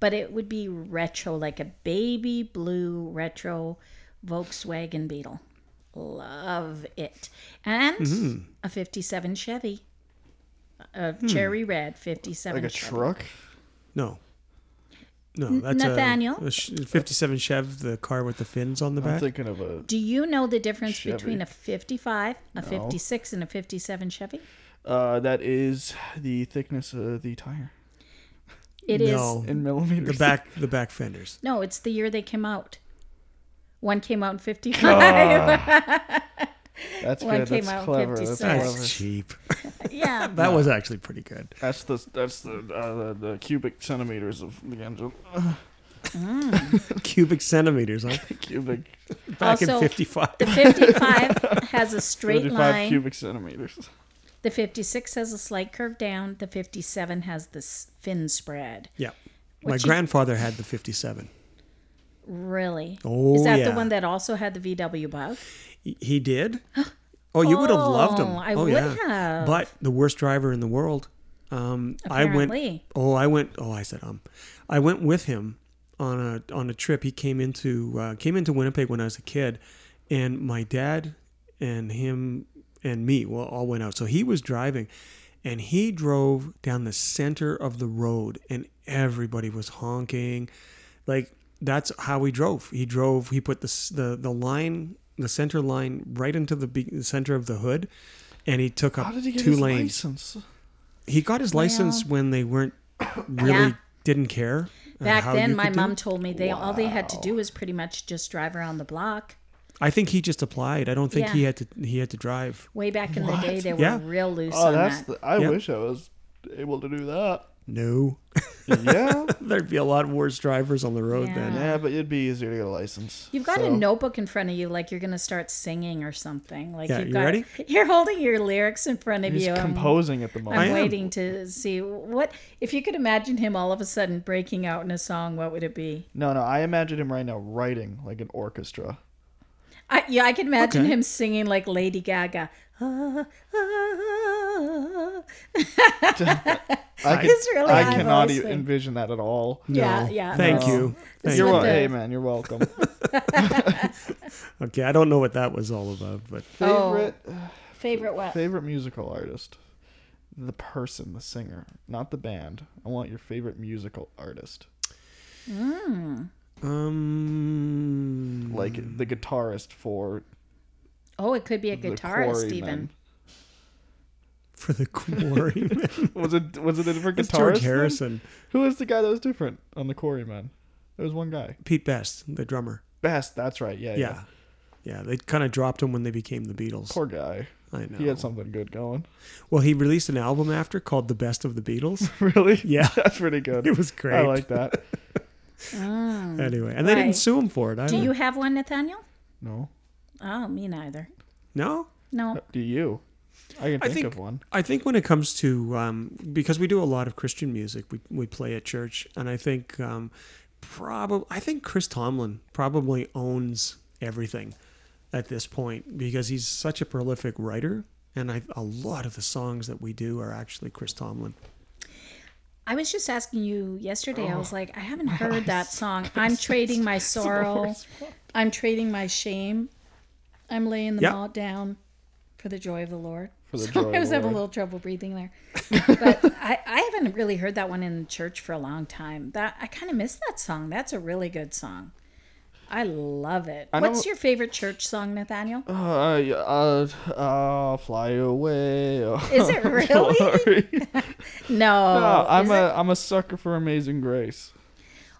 [SPEAKER 1] but it would be retro, like a baby blue retro Volkswagen Beetle. Love it. And a 57 Chevy, a cherry red 57
[SPEAKER 3] Like a
[SPEAKER 1] Chevy.
[SPEAKER 3] truck?
[SPEAKER 2] No. No, that's
[SPEAKER 1] Nathaniel?
[SPEAKER 2] A, a sh- 57 Chev, the car with the fins on the
[SPEAKER 3] I'm
[SPEAKER 2] back.
[SPEAKER 3] thinking of a.
[SPEAKER 1] Do you know the difference
[SPEAKER 3] Chevy.
[SPEAKER 1] between a 55, a 56, and a 57 Chevy?
[SPEAKER 3] Uh, that is the thickness of the tire
[SPEAKER 1] It is
[SPEAKER 2] no, Mm-hmm.
[SPEAKER 3] in
[SPEAKER 2] the
[SPEAKER 3] millimeters.
[SPEAKER 2] back the back fenders.
[SPEAKER 1] No, it's the year they came out. One came out in 55.
[SPEAKER 3] Ah. That's
[SPEAKER 1] One
[SPEAKER 3] good.
[SPEAKER 1] came
[SPEAKER 3] That's
[SPEAKER 1] out
[SPEAKER 3] clever.
[SPEAKER 1] 56.
[SPEAKER 3] That's
[SPEAKER 1] That's
[SPEAKER 3] clever.
[SPEAKER 2] cheap.
[SPEAKER 1] yeah.
[SPEAKER 2] That was actually pretty good.
[SPEAKER 3] That's the that's the, uh, the the cubic centimeters of the engine.
[SPEAKER 2] Cubic centimeters, huh?
[SPEAKER 3] cubic
[SPEAKER 2] Back in
[SPEAKER 1] Also-
[SPEAKER 2] 55.
[SPEAKER 1] The 55 has a straight
[SPEAKER 3] 35
[SPEAKER 1] line.
[SPEAKER 3] cubic centimeters.
[SPEAKER 1] The 56 has a slight curve down. The 57 has this fin spread.
[SPEAKER 2] Yeah. My
[SPEAKER 1] What you-
[SPEAKER 2] grandfather had the 57.
[SPEAKER 1] Really?
[SPEAKER 2] Oh,
[SPEAKER 1] Is that
[SPEAKER 2] yeah.
[SPEAKER 1] the one that also had the VW bug?
[SPEAKER 2] He- He did? Oh, you would have loved him.
[SPEAKER 1] Oh, I
[SPEAKER 2] oh,
[SPEAKER 1] would
[SPEAKER 2] yeah.
[SPEAKER 1] have.
[SPEAKER 2] But the worst driver in the world. Um, I went
[SPEAKER 1] Apparently.
[SPEAKER 2] Oh, I went. Oh, I said um, I went with him on a on a trip. He came into uh, came into Winnipeg when I was a kid, and my dad and him and me well all went out. So he was driving, and he drove down the center of the road, and everybody was honking, like that's how he drove. He drove. He put the s- the the line the center line right into the, be- the center of the hood, and he took up
[SPEAKER 3] How did he get
[SPEAKER 2] two
[SPEAKER 3] his
[SPEAKER 2] lanes
[SPEAKER 3] license?
[SPEAKER 2] he got his license when they weren't really
[SPEAKER 1] Yeah.
[SPEAKER 2] didn't care. uh,
[SPEAKER 1] Back
[SPEAKER 2] how
[SPEAKER 1] then,
[SPEAKER 2] you
[SPEAKER 1] my
[SPEAKER 2] could do
[SPEAKER 1] mom
[SPEAKER 2] it.
[SPEAKER 1] told me they all they had to do was pretty much just drive around the block.
[SPEAKER 2] I think he just applied. I don't think
[SPEAKER 1] Yeah.
[SPEAKER 2] he had to. He had to drive.
[SPEAKER 1] Way back in the day, they were
[SPEAKER 2] Yeah.
[SPEAKER 1] real loose
[SPEAKER 3] Oh,
[SPEAKER 1] on
[SPEAKER 3] that's
[SPEAKER 1] that.
[SPEAKER 3] the, I
[SPEAKER 2] Yeah.
[SPEAKER 3] wish I was able to do that.
[SPEAKER 2] No,
[SPEAKER 3] Yeah.
[SPEAKER 2] there'd be a lot worse drivers on the road
[SPEAKER 1] Yeah.
[SPEAKER 2] then.
[SPEAKER 3] yeah, but it'd be easier to get a license.
[SPEAKER 1] You've got a
[SPEAKER 3] So-
[SPEAKER 1] notebook in front of you, like you're going to start singing or something. Like
[SPEAKER 2] Yeah,
[SPEAKER 1] you've
[SPEAKER 2] you
[SPEAKER 1] got,
[SPEAKER 2] ready?
[SPEAKER 1] You're holding your lyrics in front of
[SPEAKER 3] He's
[SPEAKER 1] you. I'm-
[SPEAKER 3] composing at the
[SPEAKER 1] I'm
[SPEAKER 2] I
[SPEAKER 3] moment.
[SPEAKER 2] am.
[SPEAKER 1] waiting to see what if you could imagine him all of a sudden breaking out in a song. What would it be?
[SPEAKER 3] No, no, I imagine him right now writing like an orchestra.
[SPEAKER 1] I, yeah, I can imagine
[SPEAKER 2] Okay.
[SPEAKER 1] him singing like Lady Gaga. Ah, ah.
[SPEAKER 3] I, could-
[SPEAKER 1] It's really
[SPEAKER 3] I
[SPEAKER 1] high
[SPEAKER 3] cannot
[SPEAKER 1] voice
[SPEAKER 3] e-
[SPEAKER 1] thing.
[SPEAKER 3] envision that at all.
[SPEAKER 1] Yeah,
[SPEAKER 2] No.
[SPEAKER 1] yeah,
[SPEAKER 2] Thank
[SPEAKER 1] no.
[SPEAKER 2] you. Thank
[SPEAKER 3] You're
[SPEAKER 2] you.
[SPEAKER 1] what
[SPEAKER 3] welcome.
[SPEAKER 1] the-
[SPEAKER 3] Hey, man, you're welcome.
[SPEAKER 2] Okay, I don't know what that was all about, but
[SPEAKER 1] Oh.
[SPEAKER 3] favorite
[SPEAKER 1] Favorite what?
[SPEAKER 3] favorite musical artist. the person, the singer, not the band. I want your favorite musical artist,
[SPEAKER 2] Um,
[SPEAKER 3] like the guitarist for
[SPEAKER 1] Oh, it could be a
[SPEAKER 3] the
[SPEAKER 1] guitarist even.
[SPEAKER 3] Quarrymen.
[SPEAKER 2] for the quarry.
[SPEAKER 3] Was it was it a different
[SPEAKER 2] That's
[SPEAKER 3] guitarist?
[SPEAKER 2] George
[SPEAKER 3] then?
[SPEAKER 2] Harrison.
[SPEAKER 3] Who was the guy that was different on the Quarrymen? There was one guy.
[SPEAKER 2] Pete Best, the drummer.
[SPEAKER 3] Best. That's right. Yeah. Yeah.
[SPEAKER 2] Yeah. Yeah, they kind of dropped him when they became the Beatles.
[SPEAKER 3] Poor guy.
[SPEAKER 2] I know.
[SPEAKER 3] He had something good going.
[SPEAKER 2] Well, he released an album after called "The Best of the Beatles."
[SPEAKER 3] really?
[SPEAKER 2] Yeah,
[SPEAKER 3] That's pretty good.
[SPEAKER 2] it was great.
[SPEAKER 3] I like that.
[SPEAKER 2] anyway, and they didn't
[SPEAKER 1] Right.
[SPEAKER 2] sue him for it. Either.
[SPEAKER 1] Mm. Do you have one, Nathaniel?
[SPEAKER 3] No.
[SPEAKER 1] Oh, me neither.
[SPEAKER 2] No,
[SPEAKER 1] No.
[SPEAKER 3] Do you? I can think,
[SPEAKER 2] I think
[SPEAKER 3] of one.
[SPEAKER 2] I think when it comes to um, because we do a lot of Christian music, we we play at church, and I think um, probably I think Chris Tomlin probably owns everything at this point because he's such a prolific writer, and I, a lot of the songs that we do are actually Chris Tomlin.
[SPEAKER 1] I was just asking you yesterday. I
[SPEAKER 3] Oh.
[SPEAKER 1] was like, I haven't heard that song. I'm trading my sorrow. I'm trading my shame. I'm laying them
[SPEAKER 2] Yeah.
[SPEAKER 1] all down for the joy of the Lord.
[SPEAKER 3] For the
[SPEAKER 1] so
[SPEAKER 3] joy of
[SPEAKER 1] I was
[SPEAKER 3] the
[SPEAKER 1] having a
[SPEAKER 3] Lord.
[SPEAKER 1] little trouble breathing there. but I, I haven't really heard that one in church for a long time. That I kind of miss that song. That's a really good song. I love it.
[SPEAKER 3] I
[SPEAKER 1] What's
[SPEAKER 3] don't-
[SPEAKER 1] your favorite church song, Nathaniel?
[SPEAKER 3] Uh, yeah, uh, uh, fly away.
[SPEAKER 1] Is it really?
[SPEAKER 3] Sorry.
[SPEAKER 1] No.
[SPEAKER 3] No, I'm
[SPEAKER 1] is
[SPEAKER 3] a am a sucker for Amazing Grace.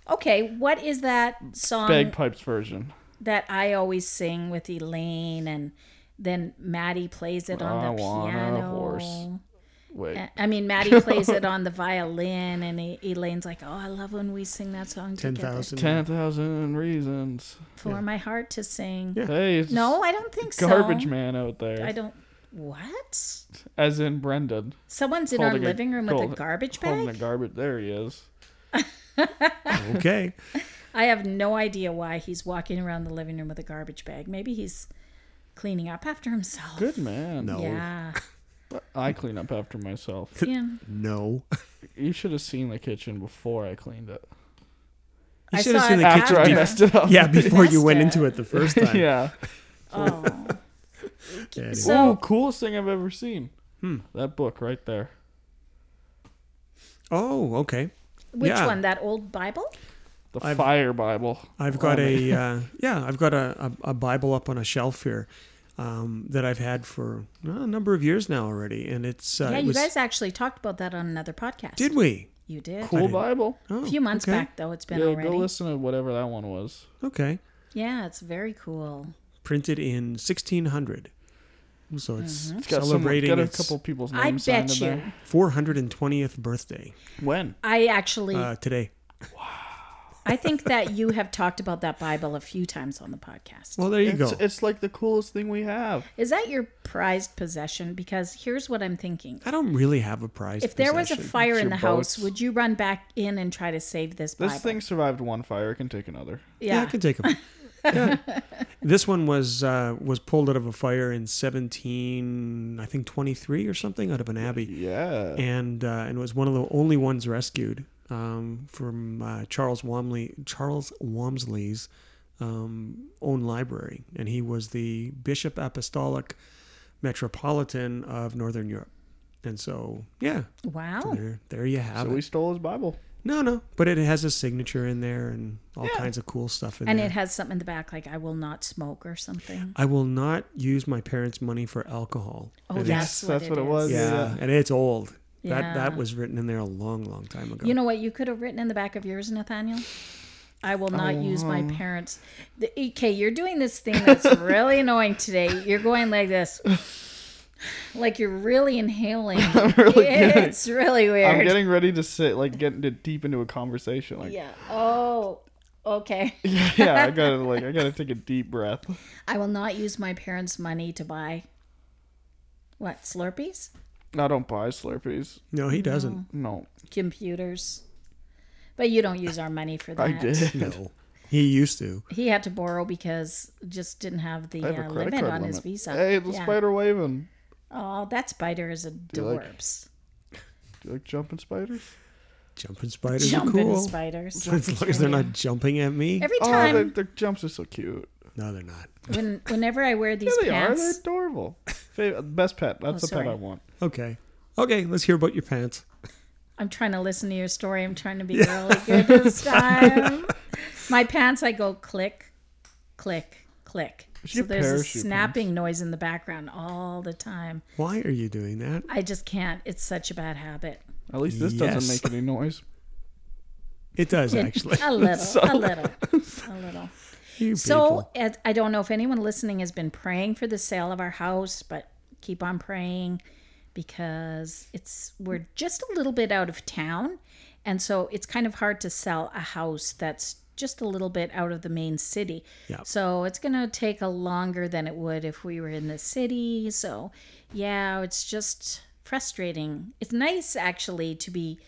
[SPEAKER 1] it? Okay, what is that song?
[SPEAKER 3] Bagpipes version.
[SPEAKER 1] that I always sing with Elaine, and then Maddie plays it on
[SPEAKER 3] I
[SPEAKER 1] the
[SPEAKER 3] want a
[SPEAKER 1] piano.
[SPEAKER 3] horse. Wait.
[SPEAKER 1] A- I mean, Maddie plays it on the violin, and E- Elaine's like, "Oh, I love when we sing that song
[SPEAKER 2] Ten
[SPEAKER 1] together."
[SPEAKER 2] thousand.
[SPEAKER 3] Ten thousand reasons.
[SPEAKER 1] For my heart to sing.
[SPEAKER 3] Hey, it's
[SPEAKER 1] No, I don't think
[SPEAKER 3] garbage
[SPEAKER 1] so.
[SPEAKER 3] man out there.
[SPEAKER 1] I don't. What?
[SPEAKER 3] As in Brendan.
[SPEAKER 1] Someone's in our
[SPEAKER 3] Holding a-
[SPEAKER 1] living room with a
[SPEAKER 3] hold-
[SPEAKER 1] garbage
[SPEAKER 3] Holding the
[SPEAKER 1] bag.
[SPEAKER 3] garbage. There he is.
[SPEAKER 2] Okay,
[SPEAKER 1] I have no idea why he's walking around the living room with a garbage bag. Maybe he's cleaning up after himself.
[SPEAKER 3] Good man.
[SPEAKER 2] No.
[SPEAKER 1] Yeah.
[SPEAKER 3] I clean up after myself.
[SPEAKER 1] yeah.
[SPEAKER 2] no.
[SPEAKER 3] You should have seen the kitchen before I cleaned it.
[SPEAKER 2] You
[SPEAKER 1] I
[SPEAKER 2] should have
[SPEAKER 1] saw
[SPEAKER 2] seen
[SPEAKER 1] it
[SPEAKER 2] the
[SPEAKER 3] After I
[SPEAKER 2] kitchen.
[SPEAKER 3] messed it up.
[SPEAKER 2] yeah, before you
[SPEAKER 1] Messed
[SPEAKER 2] went
[SPEAKER 1] it.
[SPEAKER 2] into it the first time.
[SPEAKER 3] yeah.
[SPEAKER 1] Oh.
[SPEAKER 2] Anyway.
[SPEAKER 1] So-
[SPEAKER 3] Ooh, coolest thing I've ever seen.
[SPEAKER 2] Hmm.
[SPEAKER 3] That book right there.
[SPEAKER 2] oh, okay.
[SPEAKER 1] Which
[SPEAKER 2] Yeah. Uh,
[SPEAKER 1] one? That old Bible?
[SPEAKER 3] The
[SPEAKER 2] I've-
[SPEAKER 3] Fire Bible.
[SPEAKER 2] I've got
[SPEAKER 3] Oh,
[SPEAKER 2] a uh, yeah, I've got a, a, a Bible up on a shelf here um, that I've had for uh, a number of years now already, and it's uh,
[SPEAKER 1] yeah,
[SPEAKER 2] it
[SPEAKER 1] you
[SPEAKER 2] was,
[SPEAKER 1] guys actually talked about that on another podcast.
[SPEAKER 2] did we
[SPEAKER 1] you did
[SPEAKER 3] Cool Bible.
[SPEAKER 2] oh,
[SPEAKER 1] a few months
[SPEAKER 2] okay.
[SPEAKER 1] back though? It's been
[SPEAKER 3] Yeah,
[SPEAKER 1] already.
[SPEAKER 3] go listen to whatever that one was.
[SPEAKER 2] Okay,
[SPEAKER 1] Yeah, it's very cool.
[SPEAKER 2] printed in 1600, so
[SPEAKER 1] Mm-hmm.
[SPEAKER 2] it's
[SPEAKER 3] It's got
[SPEAKER 2] celebrating
[SPEAKER 3] some, got a
[SPEAKER 2] its
[SPEAKER 3] couple people's
[SPEAKER 1] I
[SPEAKER 3] names. signed
[SPEAKER 1] bet
[SPEAKER 3] in
[SPEAKER 1] you.
[SPEAKER 3] there.
[SPEAKER 2] 420th birthday
[SPEAKER 3] When?
[SPEAKER 1] I actually,
[SPEAKER 2] uh, today.
[SPEAKER 1] I think that you have talked about that Bible a few times on the podcast.
[SPEAKER 2] Well, there you
[SPEAKER 3] It's,
[SPEAKER 2] go.
[SPEAKER 3] it's like the coolest thing we have.
[SPEAKER 1] Is that your prized possession? Because here's what I'm thinking:
[SPEAKER 2] I don't really have a prize.
[SPEAKER 1] if there was a
[SPEAKER 2] possession.
[SPEAKER 1] fire in
[SPEAKER 3] your
[SPEAKER 1] the house,
[SPEAKER 3] boats.
[SPEAKER 1] would you run back in and try to save this
[SPEAKER 3] This
[SPEAKER 1] Bible?
[SPEAKER 3] thing survived one fire. It can take another.
[SPEAKER 2] yeah.
[SPEAKER 1] yeah,
[SPEAKER 2] I can take them. Yeah. This one was uh, was pulled out of a fire in 17, I think 23 or something, out of an abbey.
[SPEAKER 3] Yeah.
[SPEAKER 2] and uh, and was one of the only ones rescued um, from uh, Charles Wamley Charles Walmsley's um, own library, and he was the Bishop Apostolic Metropolitan of Northern Europe. And so, yeah,
[SPEAKER 1] wow.
[SPEAKER 2] there, there you have
[SPEAKER 3] So
[SPEAKER 2] it.
[SPEAKER 3] we stole his Bible.
[SPEAKER 2] no, no, but it has his signature in there and all kinds of cool stuff in
[SPEAKER 1] And
[SPEAKER 2] there.
[SPEAKER 1] it has something in the back, like "I will not smoke" or something.
[SPEAKER 2] I will not use my parents' money for alcohol.
[SPEAKER 1] Oh,
[SPEAKER 2] And it's-
[SPEAKER 1] that's,
[SPEAKER 3] Yes, that's what it
[SPEAKER 1] is.
[SPEAKER 3] was.
[SPEAKER 2] yeah,
[SPEAKER 3] Yeah.
[SPEAKER 2] and it's old. That
[SPEAKER 1] Yeah.
[SPEAKER 2] that was written in there a long, long time ago.
[SPEAKER 1] You know what you could have written in the back of yours, Nathaniel? I will not
[SPEAKER 3] Oh,
[SPEAKER 1] use my parents. The, okay, you're doing this thing that's really annoying today. You're going like this. Like you're really inhaling. it's really weird.
[SPEAKER 3] I'm getting ready to sit, like, getting to deep into a conversation. Like,
[SPEAKER 1] yeah. Oh, okay.
[SPEAKER 3] yeah, I gotta like I gotta take a deep breath.
[SPEAKER 1] I will not use my parents' money to buy what? Slurpees?
[SPEAKER 3] I don't buy Slurpees.
[SPEAKER 2] no, he doesn't.
[SPEAKER 3] No,
[SPEAKER 1] Computers. But you don't use our money for that.
[SPEAKER 3] I did.
[SPEAKER 2] No. He used to.
[SPEAKER 1] He had to borrow because just didn't have the
[SPEAKER 3] I have a
[SPEAKER 1] uh,
[SPEAKER 3] credit
[SPEAKER 1] limit on
[SPEAKER 3] card limit.
[SPEAKER 1] his visa.
[SPEAKER 3] Hey, the
[SPEAKER 1] Yeah.
[SPEAKER 3] spider waving.
[SPEAKER 1] Oh, that spider is
[SPEAKER 3] like-
[SPEAKER 1] adorbs.
[SPEAKER 3] Do you like jumping spiders?
[SPEAKER 2] Jumping spiders
[SPEAKER 1] Jumping
[SPEAKER 2] are cool.
[SPEAKER 1] spiders.
[SPEAKER 2] As long as they're not jumping at me.
[SPEAKER 1] Every
[SPEAKER 3] Oh, their,
[SPEAKER 1] time,
[SPEAKER 3] their jumps are so cute.
[SPEAKER 2] No, they're not.
[SPEAKER 1] when, whenever I wear these
[SPEAKER 3] Yeah, they are. They're
[SPEAKER 1] pants,
[SPEAKER 3] adorable. Fav- best pet. That's the pet
[SPEAKER 1] sorry.
[SPEAKER 3] I want.
[SPEAKER 2] Okay. Okay, let's hear about your pants.
[SPEAKER 1] I'm trying to listen to your story. I'm trying to be really good this time. My pants, I go click, click, click. So
[SPEAKER 3] your
[SPEAKER 1] there's a
[SPEAKER 3] parachute
[SPEAKER 1] snapping noise in the background all the time.
[SPEAKER 2] Why are you doing that?
[SPEAKER 1] I just can't. It's such a bad habit.
[SPEAKER 3] At least this doesn't
[SPEAKER 2] Yes.
[SPEAKER 3] make any noise.
[SPEAKER 2] It does actually.
[SPEAKER 1] A little, a little, a little.
[SPEAKER 2] You
[SPEAKER 1] So
[SPEAKER 2] people.
[SPEAKER 1] as, I don't know if anyone listening has been praying for the sale of our house, but keep on praying because it's we're just a little bit out of town, and so it's kind of hard to sell a house that's just a little bit out of the main city.
[SPEAKER 2] Yeah.
[SPEAKER 1] So it's going to take a longer than it would if we were in the city. So yeah, it's just frustrating. It's nice actually to be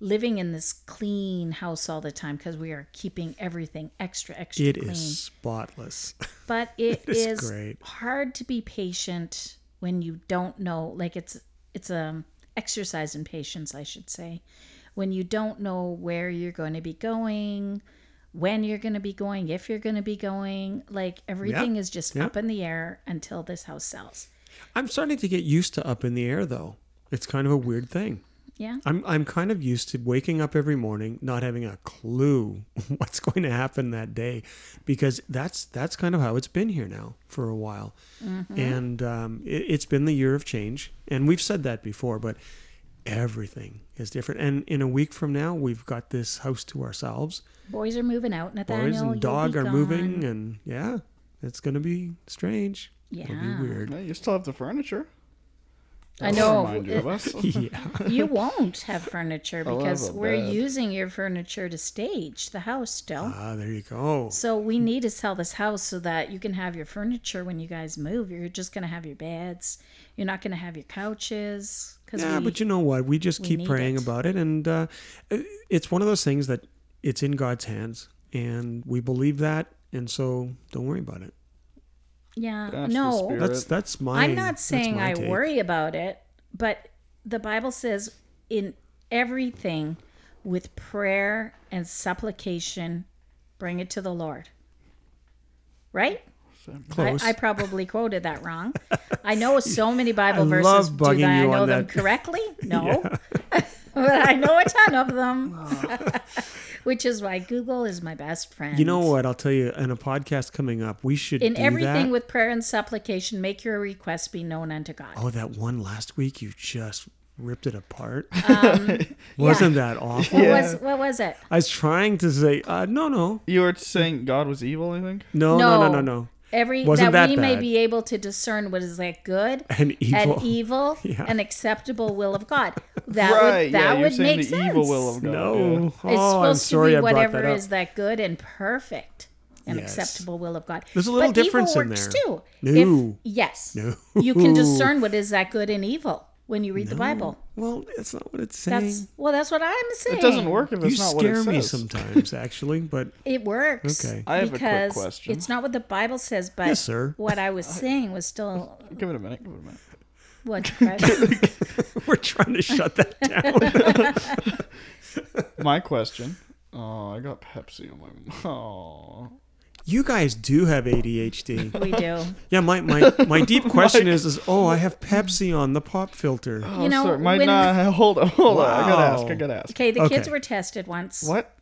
[SPEAKER 1] living in this clean house all the time because we are keeping everything extra extra
[SPEAKER 2] it
[SPEAKER 1] clean
[SPEAKER 2] is spotless.
[SPEAKER 1] but it
[SPEAKER 2] is
[SPEAKER 1] is,
[SPEAKER 2] great.
[SPEAKER 1] hard to be patient when you don't know like it's it's um exercise in patience i should say when you don't know where you're going to be going when you're going to be going if you're going to be going like everything is just
[SPEAKER 2] Yeah.
[SPEAKER 1] up in the air until this house sells
[SPEAKER 2] I'm starting to get used to up in the air though. It's kind of a weird thing.
[SPEAKER 1] yeah
[SPEAKER 2] I'm I'm kind of used to waking up every morning not having a clue what's going to happen that day, because that's that's kind of how it's been here now for a while,
[SPEAKER 1] Mm-hmm.
[SPEAKER 2] and um, it, it's been the year of change, and we've said that before, but everything is different. And in a week from now, we've got this house to ourselves.
[SPEAKER 1] boys are moving out nathaniel
[SPEAKER 2] Boys
[SPEAKER 1] you'll be
[SPEAKER 2] and dog are moving,
[SPEAKER 1] gone.
[SPEAKER 2] and yeah, it's gonna be strange. it'll
[SPEAKER 1] Yeah.
[SPEAKER 2] be weird.
[SPEAKER 3] Yeah, you still have the furniture.
[SPEAKER 1] i
[SPEAKER 3] That'll
[SPEAKER 1] know
[SPEAKER 3] Remind you of us.
[SPEAKER 2] yeah,
[SPEAKER 1] you won't have furniture
[SPEAKER 3] I'll
[SPEAKER 1] because
[SPEAKER 3] have a
[SPEAKER 1] we're
[SPEAKER 3] bed.
[SPEAKER 1] using your furniture to stage the house still
[SPEAKER 2] ah, there you go.
[SPEAKER 1] So we need to sell this house so that you can have your furniture when you guys move. You're just gonna have your beds. You're not gonna have your couches. Cause
[SPEAKER 2] Yeah,
[SPEAKER 1] we,
[SPEAKER 2] but you know what? We just keep
[SPEAKER 1] need
[SPEAKER 2] praying
[SPEAKER 1] it.
[SPEAKER 2] about it, and uh, it's one of those things that it's in God's hands, and we believe that, and so don't worry about it.
[SPEAKER 1] yeah,
[SPEAKER 3] That's the
[SPEAKER 1] no,
[SPEAKER 3] spirit.
[SPEAKER 2] That's that's my.
[SPEAKER 1] I'm not
[SPEAKER 2] that's
[SPEAKER 1] saying
[SPEAKER 2] my
[SPEAKER 1] I
[SPEAKER 2] take.
[SPEAKER 1] worry about it, but the Bible says in everything with prayer and supplication, bring it to the Lord. Right? I,
[SPEAKER 2] Close.
[SPEAKER 1] I probably quoted that wrong. I know so many Bible
[SPEAKER 2] I
[SPEAKER 1] verses.
[SPEAKER 2] love bugging
[SPEAKER 1] Do I
[SPEAKER 2] you
[SPEAKER 1] know
[SPEAKER 2] on
[SPEAKER 1] them
[SPEAKER 2] that.
[SPEAKER 1] correctly? No. but I know a ton of them. Which is why Google is my best friend.
[SPEAKER 2] you know what? I'll tell you. In a podcast coming up, we should
[SPEAKER 1] In
[SPEAKER 2] do
[SPEAKER 1] everything
[SPEAKER 2] that.
[SPEAKER 1] with prayer and supplication, make your requests be known unto God.
[SPEAKER 2] oh, that one last week, you just ripped it apart.
[SPEAKER 1] Um,
[SPEAKER 2] Wasn't that awful?
[SPEAKER 1] What
[SPEAKER 3] Yeah.
[SPEAKER 1] was what was it?
[SPEAKER 2] I was trying to say, uh, no, no,
[SPEAKER 3] You were saying God was evil, I think.
[SPEAKER 2] no, no, no, no, no,
[SPEAKER 1] Every
[SPEAKER 2] Wasn't
[SPEAKER 1] that,
[SPEAKER 2] that
[SPEAKER 1] we may
[SPEAKER 2] bad.
[SPEAKER 1] be able to discern what is like good
[SPEAKER 2] and evil.
[SPEAKER 1] and evil
[SPEAKER 2] Yeah.
[SPEAKER 1] and acceptable will of God. That
[SPEAKER 3] right.
[SPEAKER 1] would that
[SPEAKER 3] yeah,
[SPEAKER 1] would
[SPEAKER 3] you're saying
[SPEAKER 1] make
[SPEAKER 3] the
[SPEAKER 1] sense.
[SPEAKER 3] evil will of God.
[SPEAKER 2] No,
[SPEAKER 3] yeah.
[SPEAKER 1] It's
[SPEAKER 2] oh, I'm
[SPEAKER 1] supposed
[SPEAKER 2] sorry,
[SPEAKER 1] to
[SPEAKER 2] I
[SPEAKER 1] be
[SPEAKER 2] brought
[SPEAKER 1] whatever
[SPEAKER 2] that up.
[SPEAKER 1] is that good and perfect and
[SPEAKER 2] Yes.
[SPEAKER 1] acceptable will of God.
[SPEAKER 2] There's a little
[SPEAKER 1] but evil
[SPEAKER 2] difference in
[SPEAKER 1] works
[SPEAKER 2] there.
[SPEAKER 1] Too.
[SPEAKER 2] No.
[SPEAKER 1] If- yes.
[SPEAKER 2] No.
[SPEAKER 1] You can discern what is that good and evil when you read the Bible.
[SPEAKER 2] Well, that's not what it's saying.
[SPEAKER 1] That's well. That's what I'm saying.
[SPEAKER 3] It doesn't work if it's
[SPEAKER 2] you
[SPEAKER 3] not what
[SPEAKER 2] scare
[SPEAKER 3] it says.
[SPEAKER 2] me sometimes, actually. But
[SPEAKER 1] It works.
[SPEAKER 2] Okay.
[SPEAKER 3] I have a quick
[SPEAKER 1] because
[SPEAKER 3] question.
[SPEAKER 1] It's not what the Bible says, but
[SPEAKER 2] Yes, sir.
[SPEAKER 1] what I was saying was still
[SPEAKER 3] Give it a minute. Give it a minute.
[SPEAKER 1] what.
[SPEAKER 2] we're trying to shut that down.
[SPEAKER 3] My question. Oh, I got Pepsi on my. Oh.
[SPEAKER 2] you guys do have ADHD.
[SPEAKER 1] We do.
[SPEAKER 2] Yeah, my my, my deep question is is oh, I have
[SPEAKER 3] Mm-hmm.
[SPEAKER 2] Pepsi on the pop filter.
[SPEAKER 3] Oh,
[SPEAKER 1] you know,
[SPEAKER 3] Sorry, my
[SPEAKER 1] when,
[SPEAKER 3] nah, hold on, hold on. I gotta
[SPEAKER 2] Wow.
[SPEAKER 3] ask. I gotta ask.
[SPEAKER 1] okay, the kids
[SPEAKER 2] Okay.
[SPEAKER 1] were tested once.
[SPEAKER 3] What?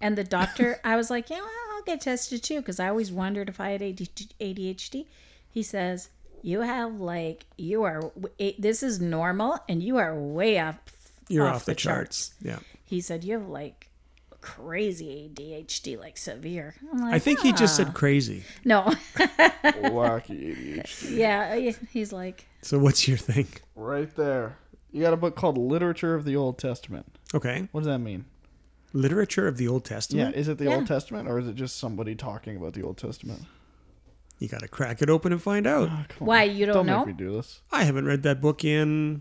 [SPEAKER 1] And the doctor, I was like, yeah, well, I'll get tested too, because I always wondered if I had ADHD. He says, you have like, you are, w- eh, this is normal and you are way up.
[SPEAKER 2] You're off, the, charts. Yeah.
[SPEAKER 1] He said, you have like crazy ADHD, like severe. I'm like,
[SPEAKER 2] I think he just said crazy.
[SPEAKER 1] no.
[SPEAKER 3] Wacky ADHD.
[SPEAKER 1] yeah. eh, He's like,
[SPEAKER 2] So what's your thing?
[SPEAKER 3] Right there. You got a book called Literature of the Old Testament.
[SPEAKER 2] Okay.
[SPEAKER 3] What does that mean?
[SPEAKER 2] Literature of the Old Testament.
[SPEAKER 3] Yeah, is it the
[SPEAKER 1] Yeah.
[SPEAKER 3] Old Testament or is it just somebody talking about the Old Testament?
[SPEAKER 2] You got to crack it open and find out.
[SPEAKER 3] Oh, come on.
[SPEAKER 1] why, you don't,
[SPEAKER 3] Don't
[SPEAKER 1] know?
[SPEAKER 3] make me do this.
[SPEAKER 2] I haven't read that book in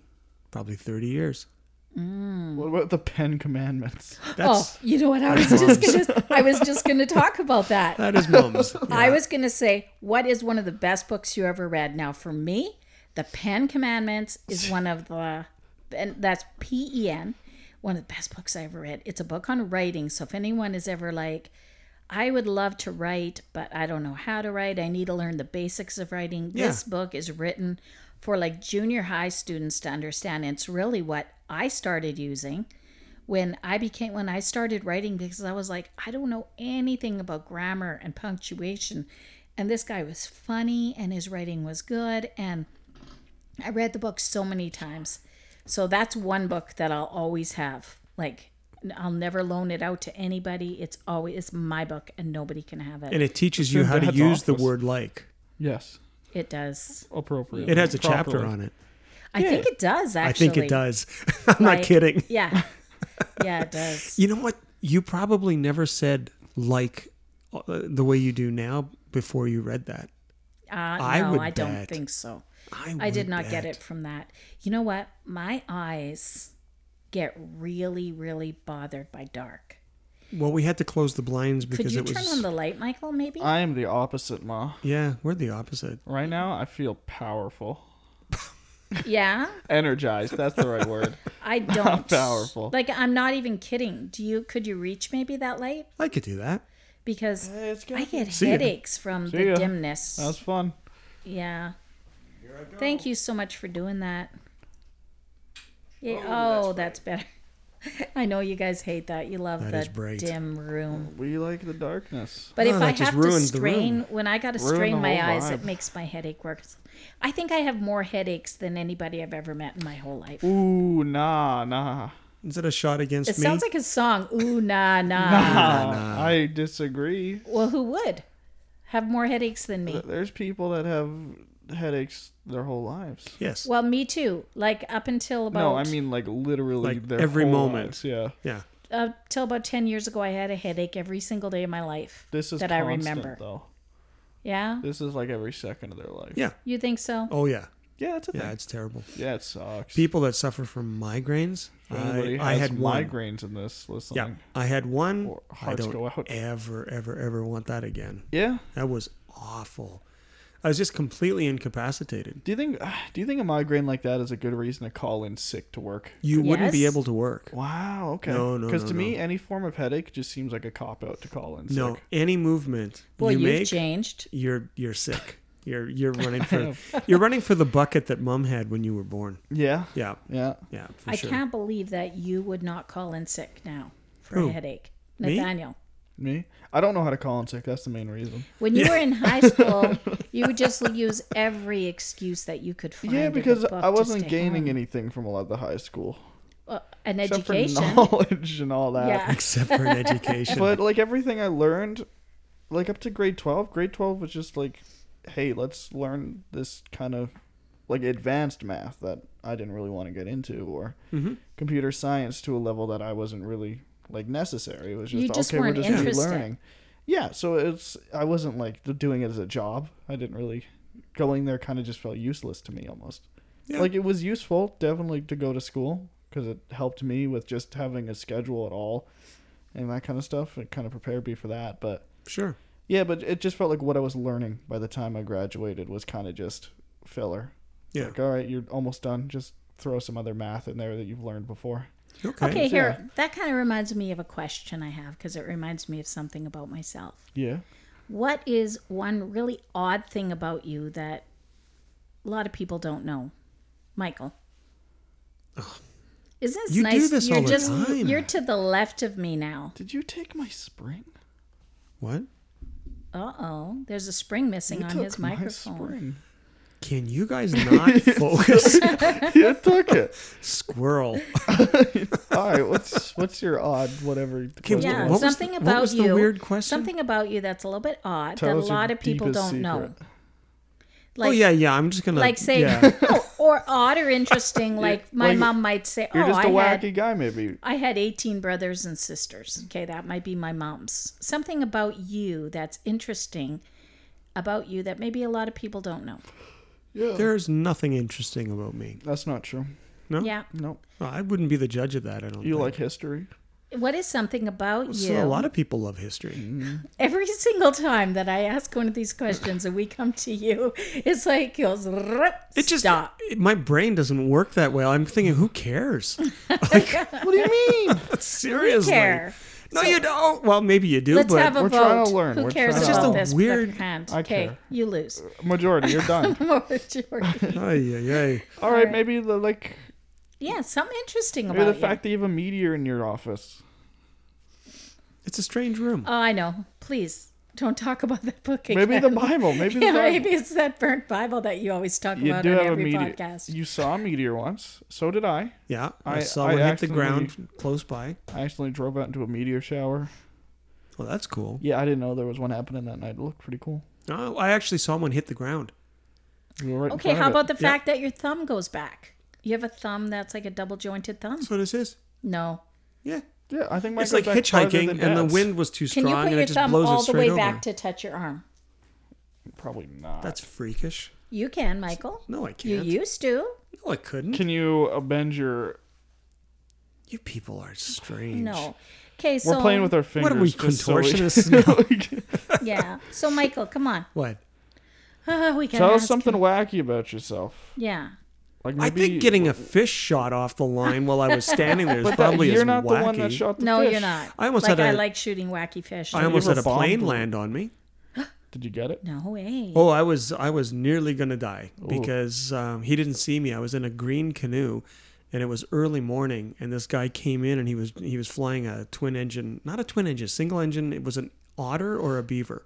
[SPEAKER 2] probably 30 years.
[SPEAKER 1] Hmm.
[SPEAKER 3] What about the Ten Commandments?
[SPEAKER 1] Oh,
[SPEAKER 2] That's
[SPEAKER 1] you know what? I was just gonna, I was just gonna talk about that.
[SPEAKER 2] that is mums.
[SPEAKER 1] I was going to say, what is one of the best books you ever read? Now, for me, The Pen Commandments is one of the, and that's P E N, one of the best books I ever read. It's a book on writing. So if anyone is ever like, I would love to write, but I don't know how to write. I need to learn the basics of writing.
[SPEAKER 2] Yeah.
[SPEAKER 1] This book is written for like junior high students to understand. It's really what I started using when I became when I started writing because I was like, I don't know anything about grammar and punctuation. And this guy was funny and his writing was good and I read the book so many times. So that's one book that I'll always have. Like I'll never loan it out to anybody. It's always it's my book and nobody can have it.
[SPEAKER 2] And
[SPEAKER 1] It,
[SPEAKER 2] it teaches you
[SPEAKER 3] It's in
[SPEAKER 2] how to
[SPEAKER 3] Dad's
[SPEAKER 2] use the
[SPEAKER 3] office.
[SPEAKER 2] word like.
[SPEAKER 3] Yes,
[SPEAKER 1] does.
[SPEAKER 3] appropriate.
[SPEAKER 2] It has a chapter on it.
[SPEAKER 1] I think it does
[SPEAKER 2] I
[SPEAKER 1] actually.
[SPEAKER 2] think it does. I'm not
[SPEAKER 1] Like,
[SPEAKER 2] kidding.
[SPEAKER 1] Yeah. Yeah, it does.
[SPEAKER 2] You know what? You probably never said like uh, the way you do now before you read that.
[SPEAKER 1] Uh,
[SPEAKER 2] I
[SPEAKER 1] no,
[SPEAKER 2] would
[SPEAKER 1] I don't
[SPEAKER 2] bet.
[SPEAKER 1] think so.
[SPEAKER 2] I,
[SPEAKER 1] I did
[SPEAKER 2] would
[SPEAKER 1] not get it
[SPEAKER 2] bet.
[SPEAKER 1] from that. You know what? My eyes get really, really bothered by dark.
[SPEAKER 2] Well, we had to close the blinds because
[SPEAKER 1] Could you
[SPEAKER 2] it was.
[SPEAKER 1] turn on the light, Michael, maybe?
[SPEAKER 3] I am the opposite, Ma.
[SPEAKER 2] yeah, we're the opposite.
[SPEAKER 3] Right now, I feel powerful,
[SPEAKER 1] yeah.
[SPEAKER 3] energized. That's the right word.
[SPEAKER 1] I don't
[SPEAKER 3] powerful.
[SPEAKER 1] Like I'm not even kidding. Do you could you reach maybe that light?
[SPEAKER 2] I could do that.
[SPEAKER 1] Because
[SPEAKER 3] It's
[SPEAKER 1] I get
[SPEAKER 2] See ya.
[SPEAKER 1] headaches from
[SPEAKER 3] See
[SPEAKER 1] the
[SPEAKER 3] ya.
[SPEAKER 1] dimness.
[SPEAKER 3] That was fun.
[SPEAKER 1] yeah. Thank you so much for doing that. Yeah. Oh, that's, better. I know you guys hate that. You love
[SPEAKER 2] That is
[SPEAKER 1] the
[SPEAKER 2] bright.
[SPEAKER 1] dim room.
[SPEAKER 3] We like the darkness.
[SPEAKER 1] But
[SPEAKER 2] No,
[SPEAKER 1] if
[SPEAKER 2] that
[SPEAKER 1] I
[SPEAKER 2] just
[SPEAKER 1] have to
[SPEAKER 2] ruins the room.
[SPEAKER 1] strain, when I got to
[SPEAKER 3] Ruined
[SPEAKER 1] strain
[SPEAKER 3] the
[SPEAKER 1] my
[SPEAKER 3] whole
[SPEAKER 1] eyes, it
[SPEAKER 3] vibe.
[SPEAKER 1] makes my headache worse. I think I have more headaches than anybody I've ever met in my whole life.
[SPEAKER 3] Ooh, nah, nah.
[SPEAKER 2] Is that a shot against
[SPEAKER 1] it
[SPEAKER 2] me?
[SPEAKER 1] sounds like a song. Ooh, nah, nah.
[SPEAKER 3] Ah, I disagree.
[SPEAKER 1] Well, who would have more headaches than me?
[SPEAKER 3] There's people that have headaches their whole lives.
[SPEAKER 2] yes.
[SPEAKER 1] Well, me too. Like up until about
[SPEAKER 3] No, I mean like literally
[SPEAKER 2] Like,
[SPEAKER 3] their
[SPEAKER 2] every
[SPEAKER 3] whole
[SPEAKER 2] moment.
[SPEAKER 3] lives, Yeah.
[SPEAKER 2] yeah.
[SPEAKER 1] up till about ten years ago, I had a headache every single day of my life.
[SPEAKER 3] This is
[SPEAKER 1] that I
[SPEAKER 3] constant,
[SPEAKER 1] remember.
[SPEAKER 3] though.
[SPEAKER 1] Yeah,
[SPEAKER 3] This is like every second of their life.
[SPEAKER 2] Yeah.
[SPEAKER 1] you think so?
[SPEAKER 2] Oh yeah.
[SPEAKER 3] Yeah, that's a
[SPEAKER 2] Yeah,
[SPEAKER 3] thing.
[SPEAKER 2] it's terrible.
[SPEAKER 3] Yeah, it sucks.
[SPEAKER 2] People that suffer from migraines.
[SPEAKER 3] If anybody
[SPEAKER 2] I, I
[SPEAKER 3] has
[SPEAKER 2] had one.
[SPEAKER 3] migraines in this listening.
[SPEAKER 2] Yeah, I had one.
[SPEAKER 3] Or
[SPEAKER 2] I
[SPEAKER 3] hearts
[SPEAKER 2] don't
[SPEAKER 3] go out.
[SPEAKER 2] ever, ever, ever want that again.
[SPEAKER 3] Yeah.
[SPEAKER 2] That was awful. I was just completely incapacitated.
[SPEAKER 3] Do you think do you think a migraine like that is a good reason to call in sick to work?
[SPEAKER 2] You wouldn't be
[SPEAKER 1] Yes.
[SPEAKER 2] able to work.
[SPEAKER 3] Wow, okay.
[SPEAKER 2] No, no,
[SPEAKER 3] Because
[SPEAKER 2] no,
[SPEAKER 3] to me
[SPEAKER 2] no.
[SPEAKER 3] any form of headache just seems like a cop out to call in sick.
[SPEAKER 2] No, any movement
[SPEAKER 1] Well,
[SPEAKER 2] you
[SPEAKER 1] you have
[SPEAKER 2] make,
[SPEAKER 1] changed.
[SPEAKER 2] you're you're sick. You're you're running for you're running for the bucket that mom had when you were born.
[SPEAKER 3] Yeah.
[SPEAKER 2] Yeah,
[SPEAKER 3] Yeah.
[SPEAKER 2] yeah, for
[SPEAKER 1] I
[SPEAKER 2] sure.
[SPEAKER 1] can't believe that you would not call in sick now for
[SPEAKER 2] Who?
[SPEAKER 1] a headache,
[SPEAKER 2] Me?
[SPEAKER 1] Nathaniel.
[SPEAKER 3] Me? I don't know how to call in sick. That's the main reason.
[SPEAKER 1] When you were in high school, you would just use every excuse that you could find.
[SPEAKER 3] Yeah,
[SPEAKER 1] in the
[SPEAKER 3] because
[SPEAKER 1] book
[SPEAKER 3] I
[SPEAKER 1] to
[SPEAKER 3] wasn't
[SPEAKER 1] stay
[SPEAKER 3] gaining
[SPEAKER 1] home.
[SPEAKER 3] anything from a lot of the high school.
[SPEAKER 1] Well, an
[SPEAKER 3] Except
[SPEAKER 1] education.
[SPEAKER 3] for knowledge and all that.
[SPEAKER 1] Yeah.
[SPEAKER 2] Except for an education.
[SPEAKER 3] But like everything I learned, like up to grade twelve, grade twelve was just like, hey, let's learn this kind of like advanced math that I didn't really want to get into, or computer science to a level that I wasn't really like necessary. It was just,
[SPEAKER 1] You just
[SPEAKER 3] okay, we're
[SPEAKER 1] weren't
[SPEAKER 3] just
[SPEAKER 1] interested.
[SPEAKER 3] relearning. Yeah, so it's I wasn't like doing it as a job. I didn't really going there kind of just felt useless to me almost.
[SPEAKER 2] Yeah.
[SPEAKER 3] Like it was useful definitely to go to school because it helped me with just having a schedule at all and that kind of stuff. It kind of prepared me for that, but
[SPEAKER 2] sure.
[SPEAKER 3] yeah, but it just felt like what I was learning by the time I graduated was kind of just filler.
[SPEAKER 2] Yeah.
[SPEAKER 3] Like, all right, you're almost done. Just throw some other math in there that you've learned before.
[SPEAKER 2] Okay.
[SPEAKER 1] Okay,
[SPEAKER 3] Yeah.
[SPEAKER 1] here. That kind of reminds me of a question I have because it reminds me of something about myself.
[SPEAKER 3] Yeah.
[SPEAKER 1] What is one really odd thing about you that a lot of people don't know, Michael? Isn't this
[SPEAKER 2] You do
[SPEAKER 1] nice?
[SPEAKER 2] this
[SPEAKER 1] you're
[SPEAKER 2] all the
[SPEAKER 1] just
[SPEAKER 2] time.
[SPEAKER 1] you're to the left of me now.
[SPEAKER 3] Did you take my spring?
[SPEAKER 2] What?
[SPEAKER 1] Uh oh, there's a spring missing
[SPEAKER 3] You
[SPEAKER 1] on
[SPEAKER 3] took
[SPEAKER 1] his
[SPEAKER 3] my
[SPEAKER 1] microphone.
[SPEAKER 3] spring.
[SPEAKER 2] Can you guys not focus?
[SPEAKER 3] you took it.
[SPEAKER 2] Squirrel.
[SPEAKER 3] All right. What's what's your odd whatever? the
[SPEAKER 2] Okay,
[SPEAKER 3] question
[SPEAKER 1] Yeah,
[SPEAKER 2] What was the-
[SPEAKER 1] something
[SPEAKER 2] what
[SPEAKER 1] about
[SPEAKER 2] was the
[SPEAKER 1] you.
[SPEAKER 2] weird question?
[SPEAKER 1] Something about you that's a little bit odd
[SPEAKER 3] Tell
[SPEAKER 1] that a
[SPEAKER 3] us your
[SPEAKER 1] lot of people
[SPEAKER 3] deepest
[SPEAKER 1] don't know.
[SPEAKER 3] secret.
[SPEAKER 1] Like,
[SPEAKER 2] oh yeah, yeah. I'm just gonna
[SPEAKER 1] like say,
[SPEAKER 2] yeah.
[SPEAKER 1] no, or odd or interesting. Like my
[SPEAKER 3] like,
[SPEAKER 1] mom might say,
[SPEAKER 3] You're
[SPEAKER 1] "Oh,
[SPEAKER 3] just a
[SPEAKER 1] I had
[SPEAKER 3] wacky guy, maybe.
[SPEAKER 1] I had 18 brothers and sisters. Okay, that might be my mom's. Something about you that's interesting about you that maybe a lot of people don't know.
[SPEAKER 3] Yeah.
[SPEAKER 2] There's nothing interesting about me.
[SPEAKER 3] That's not true.
[SPEAKER 2] No?
[SPEAKER 1] Yeah.
[SPEAKER 3] No.
[SPEAKER 2] Well, I wouldn't be the judge of that. I don't.
[SPEAKER 3] You
[SPEAKER 2] think.
[SPEAKER 3] like history?
[SPEAKER 1] What is something about
[SPEAKER 2] So
[SPEAKER 1] you?
[SPEAKER 2] a lot of people love history.
[SPEAKER 1] Every single time that I ask one of these questions and we come to you, it's like goes
[SPEAKER 2] It just
[SPEAKER 1] stop.
[SPEAKER 2] it- my brain doesn't work that well. I'm thinking, who cares?
[SPEAKER 3] What do you mean?
[SPEAKER 2] Seriously,
[SPEAKER 1] Care.
[SPEAKER 2] No, you don't. Well, maybe you do,
[SPEAKER 1] Let's
[SPEAKER 2] but
[SPEAKER 1] have a
[SPEAKER 3] we're
[SPEAKER 1] vote.
[SPEAKER 3] trying to learn.
[SPEAKER 1] Who
[SPEAKER 3] We're
[SPEAKER 1] cares
[SPEAKER 3] trying
[SPEAKER 2] to
[SPEAKER 1] about
[SPEAKER 2] learn.
[SPEAKER 1] this?
[SPEAKER 2] Just a
[SPEAKER 1] Put up your
[SPEAKER 2] weird-
[SPEAKER 1] hand.
[SPEAKER 3] I
[SPEAKER 1] Okay,
[SPEAKER 3] care.
[SPEAKER 1] you lose.
[SPEAKER 3] Majority, you're done.
[SPEAKER 1] Majority.
[SPEAKER 2] Ay, ay, ay.
[SPEAKER 3] All
[SPEAKER 1] All
[SPEAKER 3] right,
[SPEAKER 1] right.
[SPEAKER 3] maybe the like
[SPEAKER 1] yeah, something interesting
[SPEAKER 3] maybe
[SPEAKER 1] about
[SPEAKER 3] the
[SPEAKER 1] you.
[SPEAKER 3] fact that you have a meteor in your office.
[SPEAKER 2] It's a strange room.
[SPEAKER 1] Oh, I know. Please don't talk about that book again.
[SPEAKER 3] Maybe the Bible. Maybe the
[SPEAKER 1] yeah,
[SPEAKER 3] Bible.
[SPEAKER 1] maybe it's that burnt Bible that you always talk
[SPEAKER 3] You
[SPEAKER 1] about
[SPEAKER 3] do
[SPEAKER 1] on
[SPEAKER 3] have a
[SPEAKER 1] every
[SPEAKER 3] meteor.
[SPEAKER 1] podcast.
[SPEAKER 3] You saw a meteor once. So did I.
[SPEAKER 2] Yeah, I,
[SPEAKER 3] I-
[SPEAKER 2] saw
[SPEAKER 3] I
[SPEAKER 2] one hit the
[SPEAKER 3] accidentally-
[SPEAKER 2] ground close by.
[SPEAKER 3] I accidentally drove out into a meteor shower.
[SPEAKER 2] Well, that's cool.
[SPEAKER 3] Yeah, I didn't know there was one happening that night. It looked pretty cool.
[SPEAKER 2] No, I actually saw one hit the ground.
[SPEAKER 3] We were right in
[SPEAKER 1] okay,
[SPEAKER 3] front
[SPEAKER 1] how
[SPEAKER 3] of it.
[SPEAKER 1] about the fact that your thumb goes back? You have a thumb that's like a double jointed thumb.
[SPEAKER 2] That's what this is.
[SPEAKER 1] No.
[SPEAKER 2] Yeah,
[SPEAKER 3] Yeah, I think mine
[SPEAKER 2] it's
[SPEAKER 3] goes
[SPEAKER 2] like
[SPEAKER 3] back farther
[SPEAKER 2] hitchhiking,
[SPEAKER 3] than
[SPEAKER 2] and the
[SPEAKER 3] Dad's.
[SPEAKER 2] wind was too
[SPEAKER 1] Can
[SPEAKER 2] strong,
[SPEAKER 1] you put
[SPEAKER 2] and
[SPEAKER 1] your
[SPEAKER 2] it just
[SPEAKER 1] thumb
[SPEAKER 2] blows
[SPEAKER 1] all
[SPEAKER 2] it
[SPEAKER 1] the
[SPEAKER 2] straight
[SPEAKER 1] way
[SPEAKER 2] over.
[SPEAKER 1] back to touch your arm?
[SPEAKER 3] Probably not.
[SPEAKER 2] That's freakish.
[SPEAKER 1] You can, Michael.
[SPEAKER 2] No, I
[SPEAKER 1] You
[SPEAKER 2] can't.
[SPEAKER 1] used to.
[SPEAKER 2] no, I couldn't.
[SPEAKER 3] Can you bend your?
[SPEAKER 2] you people are strange.
[SPEAKER 1] No. Okay, so
[SPEAKER 3] We're playing with our fingers.
[SPEAKER 2] What are we
[SPEAKER 3] just so we-
[SPEAKER 2] contortionists?
[SPEAKER 1] yeah. So Michael, come on.
[SPEAKER 2] what?
[SPEAKER 1] Ah, we can
[SPEAKER 3] Tell us something wacky about yourself.
[SPEAKER 1] Yeah.
[SPEAKER 3] Like
[SPEAKER 2] I
[SPEAKER 3] maybe
[SPEAKER 2] think getting a fish shot off the line while I was standing there is
[SPEAKER 3] But that-
[SPEAKER 2] probably
[SPEAKER 3] you're
[SPEAKER 2] as
[SPEAKER 3] not
[SPEAKER 2] wacky.
[SPEAKER 3] the one that shot the
[SPEAKER 1] No,
[SPEAKER 3] fish.
[SPEAKER 1] you're not.
[SPEAKER 2] I almost
[SPEAKER 1] like
[SPEAKER 2] had
[SPEAKER 1] I
[SPEAKER 2] a-
[SPEAKER 1] like shooting wacky fish.
[SPEAKER 2] I almost
[SPEAKER 3] ever
[SPEAKER 2] had a plane
[SPEAKER 3] bombed?
[SPEAKER 2] land on me.
[SPEAKER 3] Did you get it?
[SPEAKER 1] no way.
[SPEAKER 2] Oh, I was I was nearly gonna die because um, he didn't see me. I was in a green canoe, and it was early morning. And this guy came in, and he was he was flying a twin engine, not a twin engine, single engine. It was an otter or a beaver.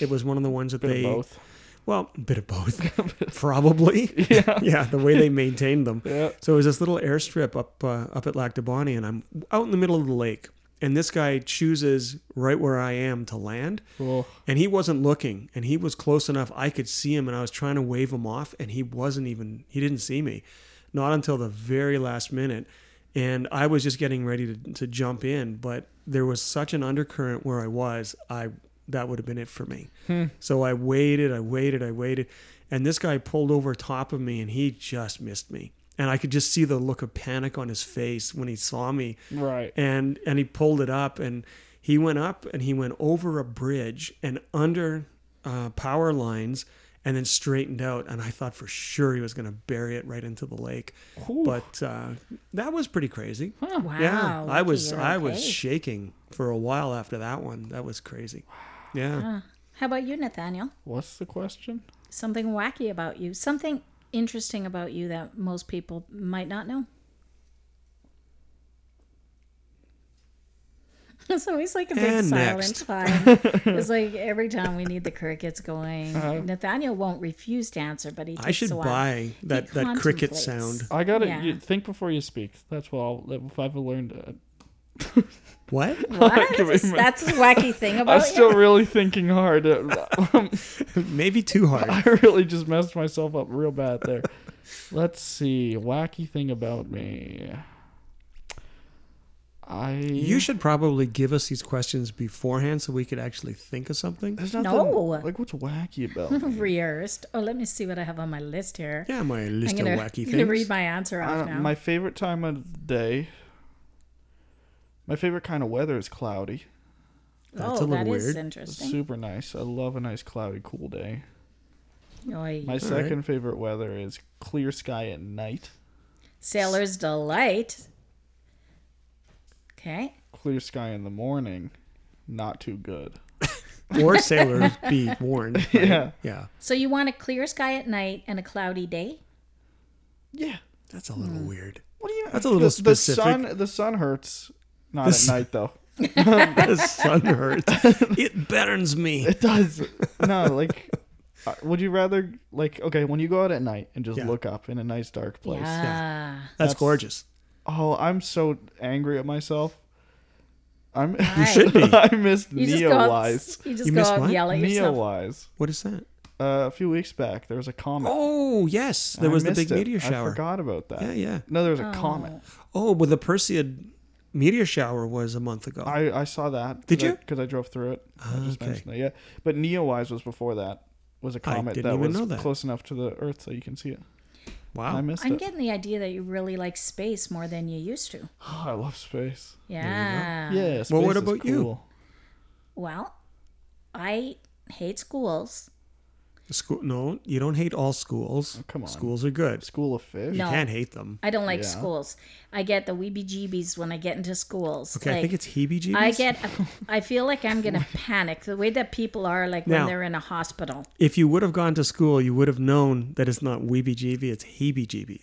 [SPEAKER 2] It was one of the ones that
[SPEAKER 3] Bit of
[SPEAKER 2] they
[SPEAKER 3] both.
[SPEAKER 2] well, a bit of both, probably. Yeah, yeah. The way they maintained them.
[SPEAKER 3] Yeah.
[SPEAKER 2] So it was this little airstrip up uh, up at Lac de Bonny, and I'm out in the middle of the lake, and this guy chooses right where I am to land,
[SPEAKER 3] Cool.
[SPEAKER 2] and he wasn't looking, and he was close enough I could see him, and I was trying to wave him off, and he wasn't even he didn't see me, not until the very last minute, and I was just getting ready to to jump in, but there was such an undercurrent where I was, I that would have been it for me. So I waited, I waited, I waited. And this guy pulled over top of me and he just missed me. And I could just see the look of panic on his face when he saw me.
[SPEAKER 3] Right.
[SPEAKER 2] And and he pulled it up and he went up and he went over a bridge and under uh, power lines and then straightened out. And I thought for sure he was going to bury it right into the lake. But uh, that was pretty crazy.
[SPEAKER 1] Wow.
[SPEAKER 2] Yeah, I
[SPEAKER 1] lucky
[SPEAKER 2] was
[SPEAKER 1] you're
[SPEAKER 2] I was
[SPEAKER 1] okay.
[SPEAKER 2] shaking for a while after that one. That was crazy. Yeah.
[SPEAKER 1] How about you, Nathaniel?
[SPEAKER 3] What's the question?
[SPEAKER 1] Something wacky about you. Something interesting about you that most people might not know. It's always like a big
[SPEAKER 2] And
[SPEAKER 1] silent
[SPEAKER 2] next.
[SPEAKER 1] time. It's like every time we need the crickets going. Nathaniel won't refuse to answer, but he takes
[SPEAKER 2] Uh-huh. I should
[SPEAKER 1] a while.
[SPEAKER 2] buy that, that cricket
[SPEAKER 1] contemplates.
[SPEAKER 2] sound.
[SPEAKER 3] I gotta
[SPEAKER 1] Yeah.
[SPEAKER 3] you, think before you speak. That's what I'll, if I've learned. Uh,
[SPEAKER 2] What?
[SPEAKER 1] What?
[SPEAKER 3] Give me a minute.
[SPEAKER 1] That's the wacky thing
[SPEAKER 3] I'm
[SPEAKER 1] about
[SPEAKER 3] still
[SPEAKER 1] you.
[SPEAKER 3] really thinking hard. Uh,
[SPEAKER 2] Maybe too hard.
[SPEAKER 3] I really just messed myself up real bad there. Let's see. Wacky thing about me. I.
[SPEAKER 2] You should probably give us these questions beforehand so we could actually think of something.
[SPEAKER 3] There's nothing.
[SPEAKER 1] No.
[SPEAKER 3] Like, what's wacky about me?
[SPEAKER 1] Rehearsed. Oh, let me see what I have on my list here.
[SPEAKER 2] Yeah, my
[SPEAKER 1] I'm
[SPEAKER 2] list
[SPEAKER 1] gonna,
[SPEAKER 2] of
[SPEAKER 1] I'm
[SPEAKER 2] wacky
[SPEAKER 1] gonna
[SPEAKER 2] things.
[SPEAKER 1] read my answer off
[SPEAKER 3] Uh,
[SPEAKER 1] now.
[SPEAKER 3] my favorite time of the day. My favorite kind of weather is cloudy.
[SPEAKER 2] That's
[SPEAKER 1] oh,
[SPEAKER 2] a little
[SPEAKER 1] that is
[SPEAKER 2] weird.
[SPEAKER 3] It's
[SPEAKER 1] interesting.
[SPEAKER 3] super nice. I love a nice cloudy, cool day.
[SPEAKER 1] Oy.
[SPEAKER 3] My second favorite weather is clear sky at night.
[SPEAKER 1] Sailor's delight. Okay.
[SPEAKER 3] Clear sky in the morning, not too good.
[SPEAKER 2] or sailors be warned. right?
[SPEAKER 3] Yeah.
[SPEAKER 2] Yeah.
[SPEAKER 1] So you want a clear sky at night and a cloudy day?
[SPEAKER 3] Yeah.
[SPEAKER 2] That's a little
[SPEAKER 1] Hmm.
[SPEAKER 2] weird.
[SPEAKER 3] What do you?
[SPEAKER 2] That's a little
[SPEAKER 3] the, the
[SPEAKER 2] specific.
[SPEAKER 3] sun, the sun hurts. Not
[SPEAKER 2] The
[SPEAKER 3] at
[SPEAKER 2] sun-
[SPEAKER 3] night though.
[SPEAKER 2] the sun hurts. It burns me.
[SPEAKER 3] It does. no, like, uh, would you rather like okay when you go out at night and just
[SPEAKER 2] Yeah.
[SPEAKER 3] look up in a nice dark place?
[SPEAKER 1] Yeah.
[SPEAKER 2] That's gorgeous.
[SPEAKER 3] Oh, I'm so angry at myself. I'm.
[SPEAKER 1] You
[SPEAKER 2] Should be.
[SPEAKER 3] I missed
[SPEAKER 1] You just go out,
[SPEAKER 3] Neowise.
[SPEAKER 1] you just
[SPEAKER 2] You
[SPEAKER 1] go
[SPEAKER 2] missed
[SPEAKER 1] out
[SPEAKER 2] what?
[SPEAKER 1] and yell at yourself.
[SPEAKER 3] Neowise.
[SPEAKER 2] What is that?
[SPEAKER 3] Uh, a few weeks back, there was a comet.
[SPEAKER 2] Oh, yes. There
[SPEAKER 3] I
[SPEAKER 2] was the
[SPEAKER 3] missed
[SPEAKER 2] big
[SPEAKER 3] it.
[SPEAKER 2] meteor
[SPEAKER 3] I
[SPEAKER 2] shower.
[SPEAKER 3] forgot about that.
[SPEAKER 2] Yeah, yeah.
[SPEAKER 3] No, there was a comet.
[SPEAKER 2] Oh, well, the Perseid meteor shower was a month ago.
[SPEAKER 3] I, I saw that.
[SPEAKER 2] Did you? Ah,
[SPEAKER 3] Because I drove through it. I just
[SPEAKER 2] okay.
[SPEAKER 3] mentioned that. Yeah, but Neowise was before that. Was a comet
[SPEAKER 2] didn't
[SPEAKER 3] that
[SPEAKER 2] even
[SPEAKER 3] was
[SPEAKER 2] know that.
[SPEAKER 3] close enough to the Earth so you can see it. I
[SPEAKER 2] wow.
[SPEAKER 3] missed
[SPEAKER 1] Oh, I'm
[SPEAKER 3] it.
[SPEAKER 1] getting the idea that you really like space more than you used to.
[SPEAKER 3] Oh, I love space.
[SPEAKER 1] Yeah.
[SPEAKER 3] yeah. Space
[SPEAKER 2] Well, what
[SPEAKER 3] is
[SPEAKER 2] about you?
[SPEAKER 3] cool.
[SPEAKER 1] Well, I hate schools.
[SPEAKER 2] School? No, you don't hate all schools.
[SPEAKER 3] Oh, come on.
[SPEAKER 2] schools are good.
[SPEAKER 3] School of Fish.
[SPEAKER 1] No.
[SPEAKER 2] You can't hate them.
[SPEAKER 1] I don't like
[SPEAKER 3] Yeah.
[SPEAKER 1] schools. I get the weebie jeebies when I get into schools.
[SPEAKER 2] Okay,
[SPEAKER 1] like,
[SPEAKER 2] I think it's heebie-jeebies.
[SPEAKER 1] I get. I feel like I'm gonna panic the way that people are like
[SPEAKER 2] Now-
[SPEAKER 1] when they're in a hospital.
[SPEAKER 2] if you would have gone to school, you would have known that it's not weebie-jeebie, it's heebie-jeebie.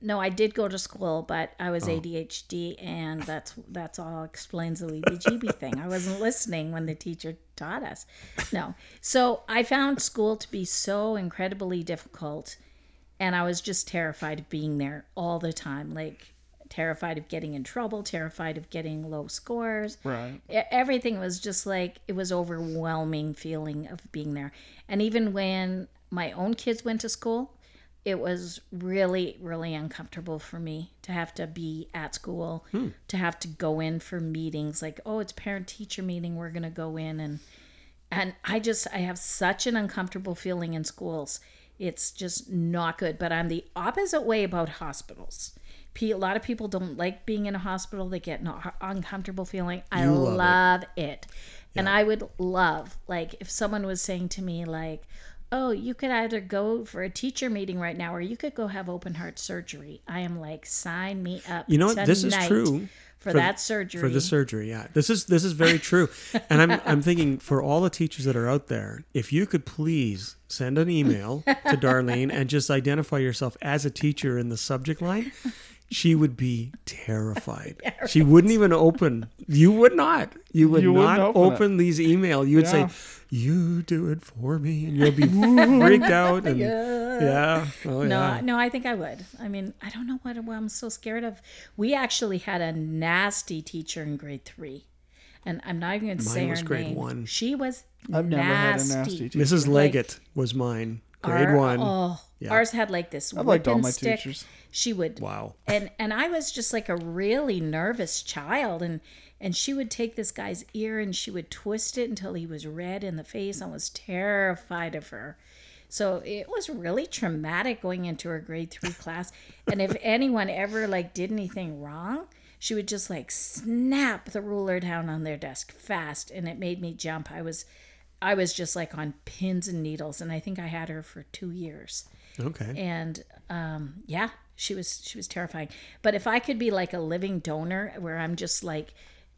[SPEAKER 1] No, I did go to school, but I was
[SPEAKER 2] Oh.
[SPEAKER 1] ADHD, and that's that's all explains the weebie jeebie thing. I wasn't listening when the teacher taught us. No, so I found school to be so incredibly difficult, and I was just terrified of being there all the time. Like terrified of getting in trouble, terrified of getting low scores.
[SPEAKER 3] Right.
[SPEAKER 1] E- everything was just like it was overwhelming feeling of being there and even when my own kids went to school it was really really uncomfortable for me to have to be at school to have to go in for meetings like oh it's parent teacher meeting we're going to go in and and i just i have such an uncomfortable feeling in schools it's just not good but i'm the opposite way about hospitals Pe- a lot of people don't like being in a hospital they get an u- uncomfortable feeling i
[SPEAKER 2] You
[SPEAKER 1] love,
[SPEAKER 2] love it.
[SPEAKER 1] it, and i would love like if someone was saying to me like oh you could either go for a teacher meeting right now or you could go have open heart surgery i am like sign me up
[SPEAKER 2] You know what? This is
[SPEAKER 1] tonight
[SPEAKER 2] true
[SPEAKER 1] for,
[SPEAKER 2] for-
[SPEAKER 1] that surgery
[SPEAKER 2] for the surgery. Yeah, this is this is very true, and I'm I'm thinking for all the teachers that are out there, if you could please send an email to Darlene and just identify yourself as a teacher in the subject line, she would be terrified. She wouldn't even open. You would not. You would
[SPEAKER 3] You wouldn't
[SPEAKER 2] not
[SPEAKER 3] open
[SPEAKER 2] open,
[SPEAKER 3] it.
[SPEAKER 2] these email. You would
[SPEAKER 3] Yeah.
[SPEAKER 2] say, "You do it for me," and you'll be freaked out. And yeah, oh
[SPEAKER 1] No,
[SPEAKER 2] yeah.
[SPEAKER 1] no, I think I would. I mean, I don't know what, what I'm so scared of. We actually had a nasty teacher in grade three, and I'm not even going to say
[SPEAKER 2] Mine
[SPEAKER 1] her
[SPEAKER 2] was grade
[SPEAKER 1] name.
[SPEAKER 2] one.
[SPEAKER 1] She was
[SPEAKER 3] I've never had a
[SPEAKER 1] nasty.
[SPEAKER 3] nasty teacher.
[SPEAKER 2] Mrs. Leggett was mine, grade
[SPEAKER 1] Our-
[SPEAKER 2] one.
[SPEAKER 1] Oh,
[SPEAKER 2] Yeah.
[SPEAKER 1] ours had like this. I
[SPEAKER 3] liked all my teachers.
[SPEAKER 1] She would
[SPEAKER 2] Wow.
[SPEAKER 1] and and I was just like a really nervous child and and she would take this guy's ear and she would twist it until he was red in the face. I was terrified of her. So it was really traumatic going into her grade 3 class. And if anyone ever like did anything wrong, she would just like snap the ruler down on their desk fast and it made me jump. I was I was just like on pins and needles and I think I had her for 2 years
[SPEAKER 2] Okay.
[SPEAKER 1] and um, yeah she was she was terrifying but if i could be like a living donor where i'm just like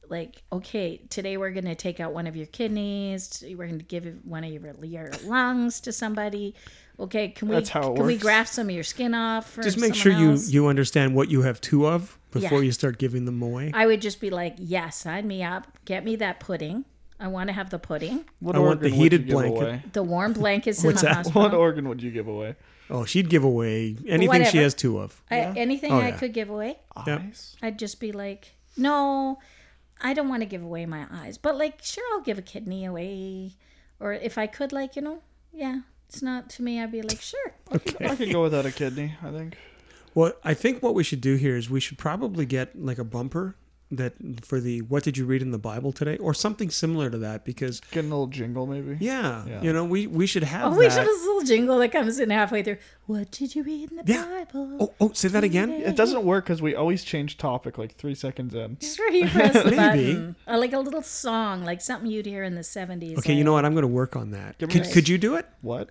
[SPEAKER 1] like okay today we're going to take out one of your kidneys we're going to give one of your, your lungs to somebody okay can we
[SPEAKER 3] That's how it
[SPEAKER 1] can we
[SPEAKER 3] works.
[SPEAKER 1] graft some of your skin off for
[SPEAKER 2] just make sure
[SPEAKER 1] someone
[SPEAKER 2] you
[SPEAKER 1] else?
[SPEAKER 2] you understand what you have two of before
[SPEAKER 1] Yeah.
[SPEAKER 2] you start giving them away.
[SPEAKER 1] i would just be like yeah sign me up get me that pudding i want to have the pudding
[SPEAKER 3] What
[SPEAKER 2] I want the
[SPEAKER 3] organ would you
[SPEAKER 2] heated
[SPEAKER 3] give
[SPEAKER 2] blanket.
[SPEAKER 3] away?
[SPEAKER 1] the warm blankets in
[SPEAKER 2] What's
[SPEAKER 1] the
[SPEAKER 2] that?
[SPEAKER 1] hospital
[SPEAKER 3] What organ would you give away?
[SPEAKER 2] Oh, she'd give away anything she
[SPEAKER 1] Whatever.
[SPEAKER 2] has two of.
[SPEAKER 1] I, anything
[SPEAKER 2] Oh,
[SPEAKER 1] i
[SPEAKER 2] yeah.
[SPEAKER 1] could give away
[SPEAKER 2] Yep.
[SPEAKER 3] Eyes.
[SPEAKER 1] I'd just be like, no, I don't want to give away my eyes, but like, sure, I'll give a kidney away, or if I could, like, you know, yeah, it's not to me. I'd be like, sure,
[SPEAKER 3] I could go without a kidney. I think.
[SPEAKER 2] Well, I think what we should do here is we should probably get like a bumper that for the what did you read in the Bible today or something similar to that because
[SPEAKER 3] Get a little jingle maybe.
[SPEAKER 2] yeah,
[SPEAKER 3] Yeah.
[SPEAKER 2] you know we we should have
[SPEAKER 1] Oh, we
[SPEAKER 2] that.
[SPEAKER 1] should have this little jingle that comes in halfway through. What did you read in the
[SPEAKER 2] Yeah.
[SPEAKER 1] Bible?
[SPEAKER 2] Oh, oh, say that again.
[SPEAKER 3] It doesn't work because we always change topic like three seconds in.
[SPEAKER 1] Just where you press the
[SPEAKER 2] Maybe.
[SPEAKER 1] button, Uh, like a little song, like something you'd hear in the seventies.
[SPEAKER 2] Okay, you know what? I'm going to work on that.
[SPEAKER 3] Give
[SPEAKER 2] Could,
[SPEAKER 3] me-
[SPEAKER 2] could you do it?
[SPEAKER 3] What?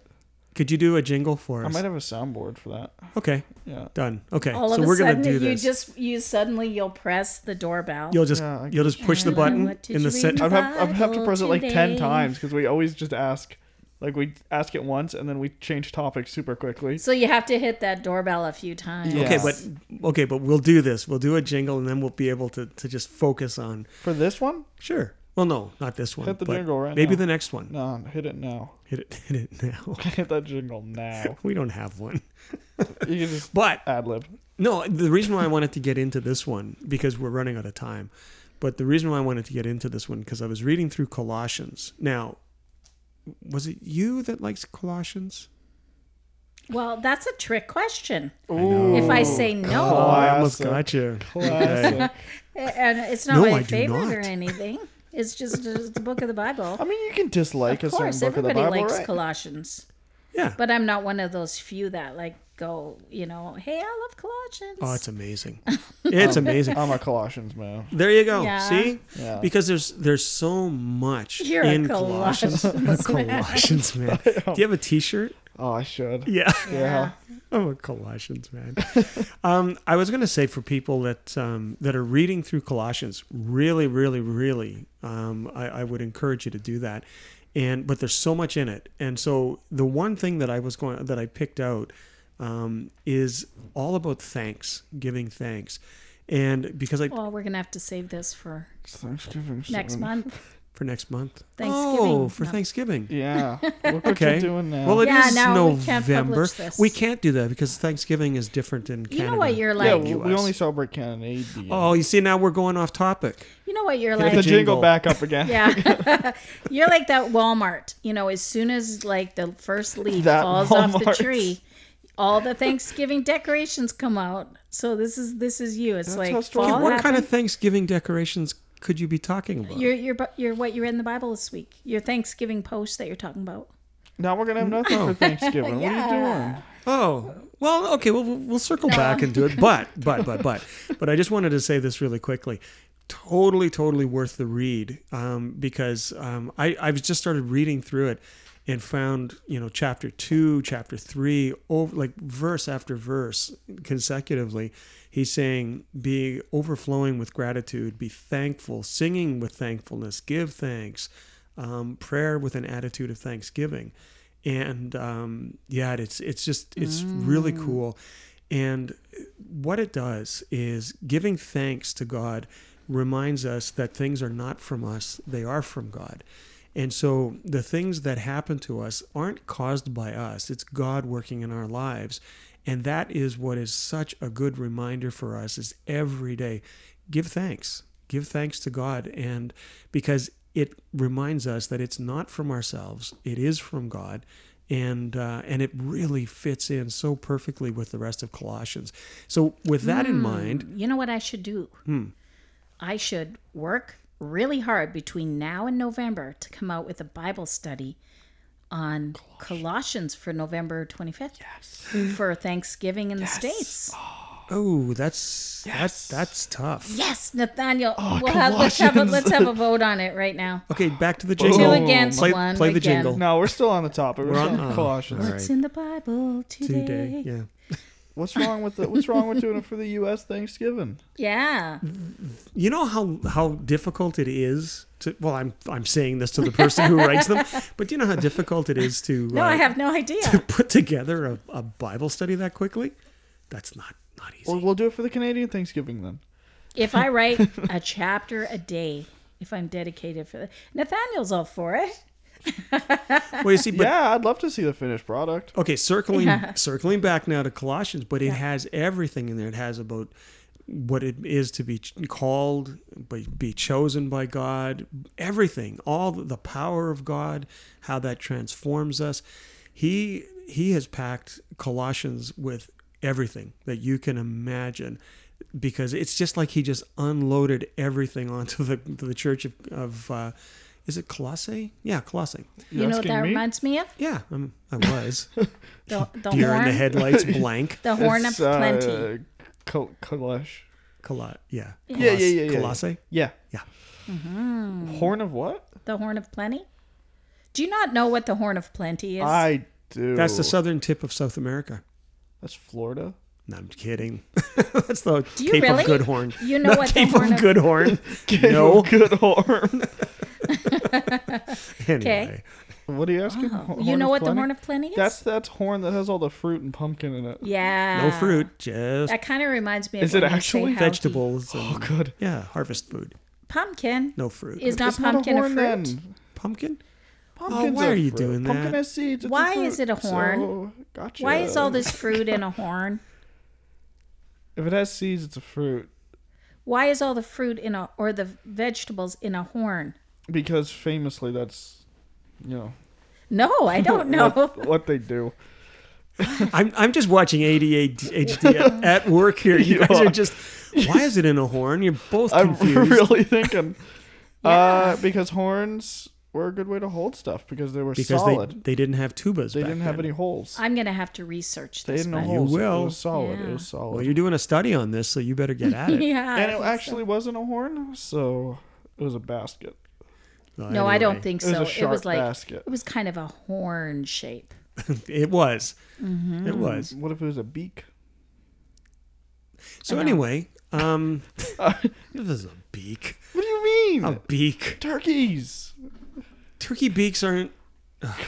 [SPEAKER 2] Could you do a jingle for
[SPEAKER 3] I
[SPEAKER 2] us?
[SPEAKER 3] might have a soundboard for that.
[SPEAKER 2] Okay,
[SPEAKER 3] Yeah.
[SPEAKER 2] done. Okay,
[SPEAKER 1] all
[SPEAKER 2] so
[SPEAKER 1] of
[SPEAKER 2] we're
[SPEAKER 1] a
[SPEAKER 2] going
[SPEAKER 1] sudden
[SPEAKER 2] to do
[SPEAKER 1] you
[SPEAKER 2] this.
[SPEAKER 1] just you suddenly you'll press the doorbell.
[SPEAKER 2] you'll just
[SPEAKER 3] Yeah, I
[SPEAKER 2] you'll just push the button
[SPEAKER 1] What did
[SPEAKER 2] in
[SPEAKER 1] you
[SPEAKER 2] the
[SPEAKER 1] read
[SPEAKER 2] set.
[SPEAKER 1] in the
[SPEAKER 3] I'd have I'd have to
[SPEAKER 1] Bible
[SPEAKER 3] press it like ten
[SPEAKER 1] today?
[SPEAKER 3] times because we always just ask, like we ask it once and then we change topic super quickly.
[SPEAKER 1] So you have to hit that doorbell a few times.
[SPEAKER 3] Yeah.
[SPEAKER 2] Okay, but okay, but we'll do this. We'll do a jingle, and then we'll be able to to just focus on.
[SPEAKER 3] For this one,
[SPEAKER 2] Sure. Well, no, not this one.
[SPEAKER 3] Hit the
[SPEAKER 2] but
[SPEAKER 3] jingle right
[SPEAKER 2] Maybe
[SPEAKER 3] now.
[SPEAKER 2] the next one.
[SPEAKER 3] no, hit it now.
[SPEAKER 2] Hit it. Hit it now.
[SPEAKER 3] Hit that jingle now.
[SPEAKER 2] we don't have one.
[SPEAKER 3] You can just
[SPEAKER 2] But
[SPEAKER 3] ad lib.
[SPEAKER 2] no, the reason why I wanted to get into this one because we're running out of time. But the reason why I wanted to get into this one because I was reading through Colossians. Now, was it you that likes Colossians?
[SPEAKER 1] Well, that's a trick question.
[SPEAKER 3] Ooh,
[SPEAKER 1] If I say no,
[SPEAKER 2] Oh, I almost got
[SPEAKER 3] Classic.
[SPEAKER 2] you. Okay.
[SPEAKER 3] classic.
[SPEAKER 1] and it's not
[SPEAKER 2] No, I
[SPEAKER 1] my
[SPEAKER 2] do
[SPEAKER 1] favorite or
[SPEAKER 2] not.
[SPEAKER 1] anything. It's just uh, the book of the Bible.
[SPEAKER 3] I mean, you can dislike
[SPEAKER 1] of
[SPEAKER 3] a certain
[SPEAKER 1] course,
[SPEAKER 3] book of the
[SPEAKER 1] everybody
[SPEAKER 3] Bible,
[SPEAKER 1] likes
[SPEAKER 3] right?
[SPEAKER 1] Colossians.
[SPEAKER 2] Yeah.
[SPEAKER 1] But I'm not one of those few that like go, you know, hey, I love Colossians.
[SPEAKER 2] Oh, it's amazing. It's amazing.
[SPEAKER 3] I'm a Colossians man.
[SPEAKER 2] There you go.
[SPEAKER 1] Yeah.
[SPEAKER 2] See?
[SPEAKER 3] Yeah.
[SPEAKER 2] Because there's there's so much
[SPEAKER 1] You're a
[SPEAKER 2] in Colossians.
[SPEAKER 1] Colossians man.
[SPEAKER 2] Colossians man. Do you have a T-shirt?
[SPEAKER 3] Oh, I should.
[SPEAKER 2] Yeah.
[SPEAKER 3] Yeah.
[SPEAKER 2] I'm a Colossians man. um, I was going to say for people that um, that are reading through Colossians, really, really, really, um, I, I would encourage you to do that. And but there's so much in it, and so the one thing that I was going that I picked out um, is all about thanks, giving thanks, and because I
[SPEAKER 1] Well, we're gonna have to save this for
[SPEAKER 3] It's Thanksgiving.
[SPEAKER 1] next
[SPEAKER 3] soon.
[SPEAKER 1] month.
[SPEAKER 2] for next month.
[SPEAKER 1] Thanksgiving.
[SPEAKER 2] Oh, for
[SPEAKER 1] No.
[SPEAKER 2] Thanksgiving.
[SPEAKER 3] Yeah. Look what
[SPEAKER 2] Okay.
[SPEAKER 3] you're doing now.
[SPEAKER 2] Well, it is
[SPEAKER 1] Yeah, no, we can't publish
[SPEAKER 2] November.
[SPEAKER 1] this.
[SPEAKER 2] We can't do that because Thanksgiving is different in
[SPEAKER 1] You
[SPEAKER 2] Canada.
[SPEAKER 1] know what you're
[SPEAKER 3] yeah,
[SPEAKER 1] like.
[SPEAKER 3] we,
[SPEAKER 2] you
[SPEAKER 3] we
[SPEAKER 2] us.
[SPEAKER 3] only celebrate Canada.
[SPEAKER 2] Oh, you see, now we're going off topic.
[SPEAKER 1] You know what you're
[SPEAKER 2] Hit
[SPEAKER 1] like.
[SPEAKER 3] the jingle
[SPEAKER 2] jingle.
[SPEAKER 3] back up again.
[SPEAKER 1] Yeah. You're like that Walmart. You know, as soon as like the first leaf
[SPEAKER 3] That
[SPEAKER 1] falls off the
[SPEAKER 3] Walmart.
[SPEAKER 1] tree, all the Thanksgiving decorations come out. So this is this is you. It's
[SPEAKER 3] how
[SPEAKER 1] like
[SPEAKER 3] strong-
[SPEAKER 1] fall
[SPEAKER 2] what kind
[SPEAKER 1] happened.
[SPEAKER 2] of Thanksgiving decorations could you be talking about?
[SPEAKER 1] your your bu- your what you read in the Bible this week. Your Thanksgiving post that you're talking about. Uh,
[SPEAKER 3] Now we're gonna have nothing for Thanksgiving. What are you
[SPEAKER 1] Yeah.
[SPEAKER 3] doing?
[SPEAKER 2] oh, well, okay, well, we'll we'll circle back and do it. But, but, but, but, but I just wanted to say this really quickly. Totally, totally worth the read um, because um, I, I've just started reading through it and found, you know, chapter two, chapter three, over, like verse after verse consecutively. He's saying, be overflowing with gratitude, be thankful, singing with thankfulness, give thanks, um, prayer with an attitude of thanksgiving and um, yeah, it's it's just it's really cool. And what it does is giving thanks to God reminds us that things are not from us; they are from God. And so the things that happen to us aren't caused by us; it's God working in our lives, and that is what is such a good reminder for us: is every day, give thanks, give thanks to God, and because it reminds us that it's not from ourselves; it is from God, and uh, and it really fits in so perfectly with the rest of Colossians. So, with that
[SPEAKER 1] Hmm.
[SPEAKER 2] in mind,
[SPEAKER 1] You know what I should do?
[SPEAKER 3] Hmm.
[SPEAKER 1] I should work really hard between now and November to come out with a Bible study on Colossians, for November 25th for Thanksgiving in the States.
[SPEAKER 2] oh, that's that's that's tough.
[SPEAKER 1] Yes, Nathaniel. we'll have, let's, have a,
[SPEAKER 3] Oh, Colossians.
[SPEAKER 1] let's have a vote on it right now.
[SPEAKER 2] Okay, back to the
[SPEAKER 1] Two
[SPEAKER 2] jingle.
[SPEAKER 1] against
[SPEAKER 2] play
[SPEAKER 1] one.
[SPEAKER 2] play the
[SPEAKER 1] again.
[SPEAKER 2] jingle
[SPEAKER 3] No, we're still on the topic. We're,
[SPEAKER 2] We're
[SPEAKER 3] still
[SPEAKER 2] on-
[SPEAKER 3] on
[SPEAKER 2] oh,
[SPEAKER 3] Colossians.
[SPEAKER 2] all right.
[SPEAKER 1] What's in the Bible today?
[SPEAKER 2] today. Yeah,
[SPEAKER 3] What's wrong with the, What's wrong with doing it for the U.S. Thanksgiving?
[SPEAKER 1] Yeah.
[SPEAKER 2] you know how how difficult it is to. Well, I'm I'm saying this to the person who writes them, but do you know how difficult it is to
[SPEAKER 1] No,
[SPEAKER 2] uh,
[SPEAKER 1] I have no
[SPEAKER 2] to
[SPEAKER 1] idea.
[SPEAKER 2] put together a, a Bible study that quickly. That's not not easy.
[SPEAKER 3] Well, we'll do it for the Canadian Thanksgiving then.
[SPEAKER 1] if I write a chapter a day, if I'm dedicated for that, Nathaniel's all for it.
[SPEAKER 2] well, you see, but
[SPEAKER 3] yeah, I'd love to see the finished product.
[SPEAKER 2] Okay, circling circling back now to Colossians, but it has everything in there. It has about what it is to be ch- called, be be chosen by God, everything, all the the power of God, how that transforms us. He he has packed Colossians with everything that you can imagine because it's just like he just unloaded everything onto the to the church of, of uh, is it Colossae? Yeah, Colossae.
[SPEAKER 1] You know what
[SPEAKER 3] asking
[SPEAKER 1] that
[SPEAKER 3] me?
[SPEAKER 1] reminds me of?
[SPEAKER 2] Yeah, I'm, I was.
[SPEAKER 1] The, the
[SPEAKER 2] deer in
[SPEAKER 1] horn.
[SPEAKER 2] the headlights blank
[SPEAKER 1] The horn
[SPEAKER 3] It's,
[SPEAKER 1] of plenty.
[SPEAKER 3] Uh, Col- Colosh.
[SPEAKER 2] Colo- yeah.
[SPEAKER 3] Yeah, yeah,
[SPEAKER 2] Colos-
[SPEAKER 3] yeah, yeah, yeah.
[SPEAKER 2] Colossae?
[SPEAKER 3] Yeah.
[SPEAKER 2] Yeah.
[SPEAKER 1] Mm.
[SPEAKER 3] Horn of what?
[SPEAKER 1] the horn of plenty. Do you not know what the horn of plenty is?
[SPEAKER 3] I do.
[SPEAKER 2] That's the southern tip of South America.
[SPEAKER 3] That's Florida.
[SPEAKER 2] No, I'm kidding. That's the
[SPEAKER 1] you
[SPEAKER 2] Cape
[SPEAKER 1] really?
[SPEAKER 2] of Good Horn.
[SPEAKER 1] you know
[SPEAKER 2] Not
[SPEAKER 1] what the
[SPEAKER 2] Cape
[SPEAKER 1] horn
[SPEAKER 2] of
[SPEAKER 1] of
[SPEAKER 2] Good Horn.
[SPEAKER 3] Oh,
[SPEAKER 2] no.
[SPEAKER 3] good horn.
[SPEAKER 2] Anyway.
[SPEAKER 3] what are you asking? Ho-
[SPEAKER 1] Oh, You know
[SPEAKER 3] of
[SPEAKER 1] what the
[SPEAKER 3] plenty?
[SPEAKER 1] horn of plenty is?
[SPEAKER 3] That's that's horn that has all the fruit and pumpkin in it.
[SPEAKER 1] yeah.
[SPEAKER 2] No fruit, just
[SPEAKER 1] That kind of reminds me. of
[SPEAKER 3] Is
[SPEAKER 1] when
[SPEAKER 3] it
[SPEAKER 1] you say
[SPEAKER 3] actually
[SPEAKER 1] how he-
[SPEAKER 2] vegetables. And,
[SPEAKER 3] Oh, good.
[SPEAKER 2] yeah, harvest food.
[SPEAKER 1] Pumpkin
[SPEAKER 2] No fruit.
[SPEAKER 1] is not
[SPEAKER 3] It's not
[SPEAKER 1] pumpkin
[SPEAKER 3] a
[SPEAKER 1] a,
[SPEAKER 3] horn
[SPEAKER 1] fruit. Oh,
[SPEAKER 3] then.
[SPEAKER 2] Pumpkin?
[SPEAKER 3] Pumpkin's
[SPEAKER 2] why
[SPEAKER 3] a
[SPEAKER 2] are you
[SPEAKER 3] fruit.
[SPEAKER 2] doing
[SPEAKER 3] Pumpkin
[SPEAKER 2] that?
[SPEAKER 3] has seeds. It's
[SPEAKER 1] Why
[SPEAKER 3] a
[SPEAKER 1] is it
[SPEAKER 3] fruit.
[SPEAKER 1] a horn?
[SPEAKER 3] So, gotcha.
[SPEAKER 1] Why is all this fruit in a horn?
[SPEAKER 3] If it has seeds, it's a fruit.
[SPEAKER 1] Why is all the fruit in a or the vegetables in a horn?
[SPEAKER 3] Because famously, that's you know
[SPEAKER 1] No, I don't know.
[SPEAKER 3] what, what they do.
[SPEAKER 2] I'm, I'm just watching ADHD at, at work here. You,
[SPEAKER 3] You
[SPEAKER 2] guys are
[SPEAKER 3] are.
[SPEAKER 2] just, why is it in a horn? You're both
[SPEAKER 3] I'm
[SPEAKER 2] confused.
[SPEAKER 3] really thinking. Uh, because horns were a good way to hold stuff because they were
[SPEAKER 2] because
[SPEAKER 3] solid.
[SPEAKER 2] they they didn't have tubas.
[SPEAKER 3] They
[SPEAKER 2] back
[SPEAKER 3] didn't have
[SPEAKER 2] then.
[SPEAKER 3] any holes.
[SPEAKER 1] I'm gonna have to research
[SPEAKER 3] They
[SPEAKER 1] this.
[SPEAKER 3] didn't have
[SPEAKER 1] but-
[SPEAKER 2] You
[SPEAKER 3] holes. It
[SPEAKER 2] will.
[SPEAKER 3] was solid.
[SPEAKER 1] Yeah.
[SPEAKER 3] It was solid.
[SPEAKER 2] Well, you're doing a study on this, so you better get at it.
[SPEAKER 1] yeah. I
[SPEAKER 3] and it
[SPEAKER 1] think so.
[SPEAKER 3] actually wasn't a horn, so it was a basket.
[SPEAKER 2] Well,
[SPEAKER 1] No, I don't
[SPEAKER 2] anyway,
[SPEAKER 1] think
[SPEAKER 3] It was
[SPEAKER 1] so.
[SPEAKER 3] a sharp
[SPEAKER 1] It was like
[SPEAKER 3] basket.
[SPEAKER 1] it was kind of a horn shape.
[SPEAKER 2] it was.
[SPEAKER 1] Mm-hmm.
[SPEAKER 2] It was.
[SPEAKER 3] What if it was a beak?
[SPEAKER 2] So
[SPEAKER 1] know.
[SPEAKER 2] anyway, um, this is a beak.
[SPEAKER 3] What do you mean?
[SPEAKER 2] A beak.
[SPEAKER 3] Turkeys.
[SPEAKER 2] Turkey beaks aren't. ugh.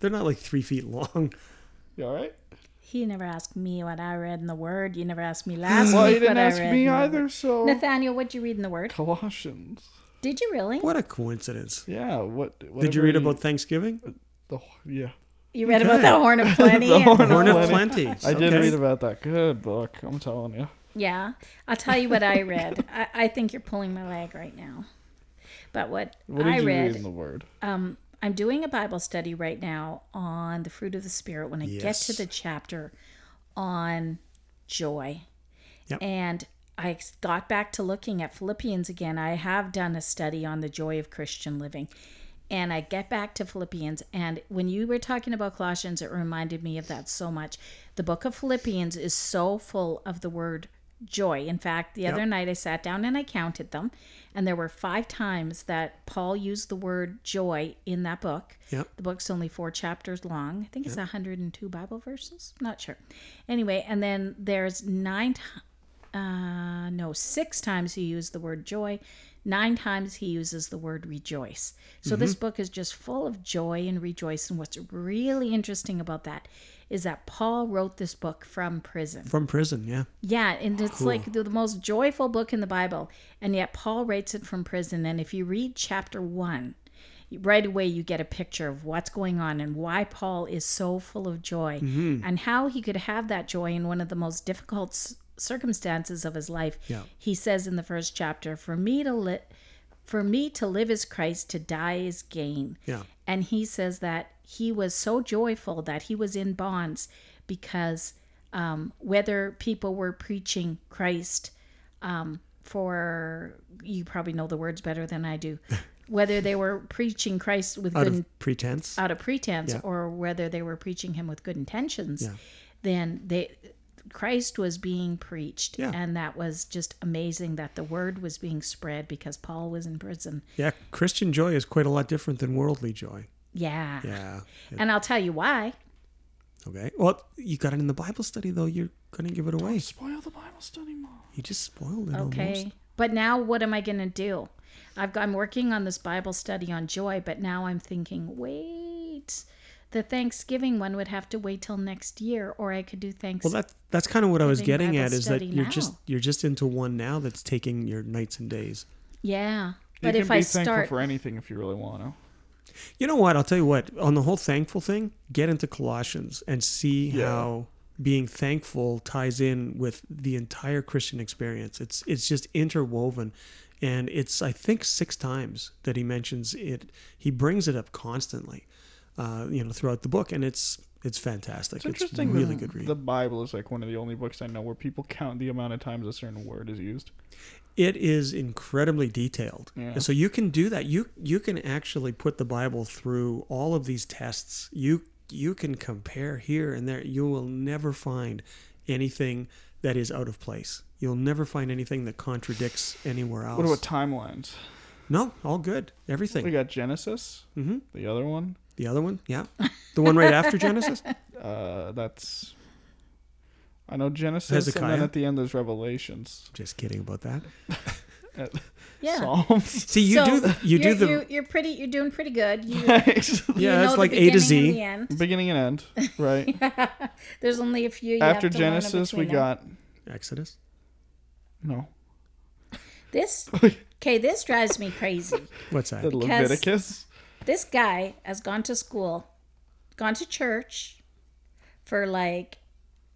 [SPEAKER 2] they're not like three feet long.
[SPEAKER 3] You all right?
[SPEAKER 1] He never asked me what I read in the Word. You never asked me last
[SPEAKER 3] Well,
[SPEAKER 1] week.
[SPEAKER 3] you didn't
[SPEAKER 1] what I
[SPEAKER 3] ask
[SPEAKER 1] read
[SPEAKER 3] me
[SPEAKER 1] in the
[SPEAKER 3] either,
[SPEAKER 1] Word.
[SPEAKER 3] so
[SPEAKER 1] Nathaniel, what'd you read in the Word?
[SPEAKER 3] Colossians.
[SPEAKER 1] Did you really?
[SPEAKER 2] What a coincidence!
[SPEAKER 3] Yeah. What? Whatever
[SPEAKER 2] Did you read about Thanksgiving?
[SPEAKER 3] the? Yeah.
[SPEAKER 1] You read
[SPEAKER 2] Okay.
[SPEAKER 1] about the Horn of Plenty? and-
[SPEAKER 3] Horn
[SPEAKER 2] Horn of
[SPEAKER 3] Plenty.
[SPEAKER 2] plenty.
[SPEAKER 3] I did
[SPEAKER 2] Okay.
[SPEAKER 3] read about that. Good book. I'm telling you.
[SPEAKER 1] Yeah, I'll tell you what I read. I, I think you're pulling my leg right now. But what,
[SPEAKER 3] What did
[SPEAKER 1] I
[SPEAKER 3] you
[SPEAKER 1] read,
[SPEAKER 3] read in the word?
[SPEAKER 1] um, I'm doing a Bible study right now on the fruit of the Spirit when I get to
[SPEAKER 2] Yes.
[SPEAKER 1] the chapter on joy.
[SPEAKER 2] Yep.
[SPEAKER 1] And I s- got back to looking at Philippians again. I have done a study on the joy of Christian living. And I get back to Philippians. And when you were talking about Colossians, it reminded me of that so much. The book of Philippians is so full of the word joy. In fact, the other night I sat down and I counted them. And there were five times that Paul used the word joy in that book.
[SPEAKER 2] Yep.
[SPEAKER 1] The book's only four chapters long. I think it's 102 Bible verses. Not sure. Anyway, and then there's nine, t- uh, no, six times he used the word joy. Nine times he uses the word rejoice. So this book is just full of joy and rejoice. And what's really interesting about that is that Paul wrote this book from prison.
[SPEAKER 2] From prison, yeah.
[SPEAKER 1] Yeah, and it's like the, the most joyful book in the Bible, and yet Paul writes it from prison. And if you read chapter one, right away you get a picture of what's going on and why Paul is so full of joy and how he could have that joy in one of the most difficult s- circumstances of his life.
[SPEAKER 2] Yeah.
[SPEAKER 1] He says in the first chapter, "For me to live, for me to live is Christ; to die is gain."
[SPEAKER 2] Yeah.
[SPEAKER 1] And he says that he was so joyful that he was in bonds because um, whether people were preaching Christ um, for, you probably know the words better than I do, whether they were preaching Christ with
[SPEAKER 2] Out
[SPEAKER 1] good
[SPEAKER 2] of pretense.
[SPEAKER 1] out of pretense
[SPEAKER 2] Yeah.
[SPEAKER 1] or whether they were preaching him with good intentions
[SPEAKER 2] Yeah.
[SPEAKER 1] then they Christ was being preached
[SPEAKER 2] Yeah.
[SPEAKER 1] and that was just amazing that the word was being spread because Paul was in prison.
[SPEAKER 2] Yeah, Christian joy is quite a lot different than worldly joy.
[SPEAKER 1] Yeah.
[SPEAKER 2] Yeah.
[SPEAKER 1] And I'll tell you why.
[SPEAKER 2] Okay. Well, you got it in the Bible study though. You're gonna give it away.
[SPEAKER 3] Spoil the Bible study, mom.
[SPEAKER 2] You just spoiled it
[SPEAKER 1] Okay.
[SPEAKER 2] almost.
[SPEAKER 1] But now what am I going to do? I've got, I'm working on this Bible study on joy, but now I'm thinking, wait, the Thanksgiving one would have to wait till next year, or I could do
[SPEAKER 2] Well,
[SPEAKER 1] Thanksgiving.
[SPEAKER 2] that that's kind of what I was
[SPEAKER 1] Having
[SPEAKER 2] getting
[SPEAKER 1] Bible
[SPEAKER 2] at is that
[SPEAKER 1] study
[SPEAKER 2] you're
[SPEAKER 1] now.
[SPEAKER 2] just you're just into one now that's taking your nights and days.
[SPEAKER 1] yeah. But
[SPEAKER 3] you
[SPEAKER 1] if
[SPEAKER 3] can be
[SPEAKER 1] I
[SPEAKER 3] thankful
[SPEAKER 1] start,
[SPEAKER 3] for anything if you really want to.
[SPEAKER 2] You know what? I'll tell you what. On the whole thankful thing, get into Colossians and see
[SPEAKER 3] Yeah.
[SPEAKER 2] how being thankful ties in with the entire Christian experience. It's it's just interwoven, and it's I think six times that he mentions it. He brings it up constantly, uh, you know, throughout the book, and it's it's fantastic. It's,
[SPEAKER 3] It's interesting.
[SPEAKER 2] really
[SPEAKER 3] that
[SPEAKER 2] good read.
[SPEAKER 3] The Bible is like one of the only books I know where people count the amount of times a certain word is used.
[SPEAKER 2] it is incredibly detailed
[SPEAKER 3] Yeah.
[SPEAKER 2] and so you can do that you you can actually put the bible through all of these tests you you can compare here and there you will never find anything that is out of place you'll never find anything that contradicts anywhere else
[SPEAKER 3] What about timelines?
[SPEAKER 2] no all good everything
[SPEAKER 3] We got Genesis.
[SPEAKER 2] Mhm.
[SPEAKER 3] The other one,
[SPEAKER 2] the other one yeah the one right after genesis
[SPEAKER 3] uh, that's. I know Genesis, and then
[SPEAKER 2] Hezekiah?
[SPEAKER 3] at the end there's Revelations,
[SPEAKER 2] just kidding about that
[SPEAKER 1] yeah.
[SPEAKER 3] Psalms.
[SPEAKER 2] see you
[SPEAKER 1] So,
[SPEAKER 2] do you do
[SPEAKER 1] you're,
[SPEAKER 2] the
[SPEAKER 1] you're, you're pretty. You're doing pretty good. You,
[SPEAKER 3] Thanks.
[SPEAKER 1] you
[SPEAKER 2] yeah
[SPEAKER 1] know
[SPEAKER 2] it's
[SPEAKER 1] the
[SPEAKER 2] like a to
[SPEAKER 1] beginning
[SPEAKER 2] z
[SPEAKER 1] and the end.
[SPEAKER 3] Beginning and end, right?
[SPEAKER 1] There's only a few. You
[SPEAKER 3] After
[SPEAKER 1] have to learn in
[SPEAKER 3] Genesis, we
[SPEAKER 1] between them.
[SPEAKER 3] got
[SPEAKER 2] exodus
[SPEAKER 3] no
[SPEAKER 1] this. Okay, this drives me crazy.
[SPEAKER 2] what's
[SPEAKER 3] the
[SPEAKER 2] that
[SPEAKER 3] Leviticus.
[SPEAKER 1] this guy has gone to school, gone to church for like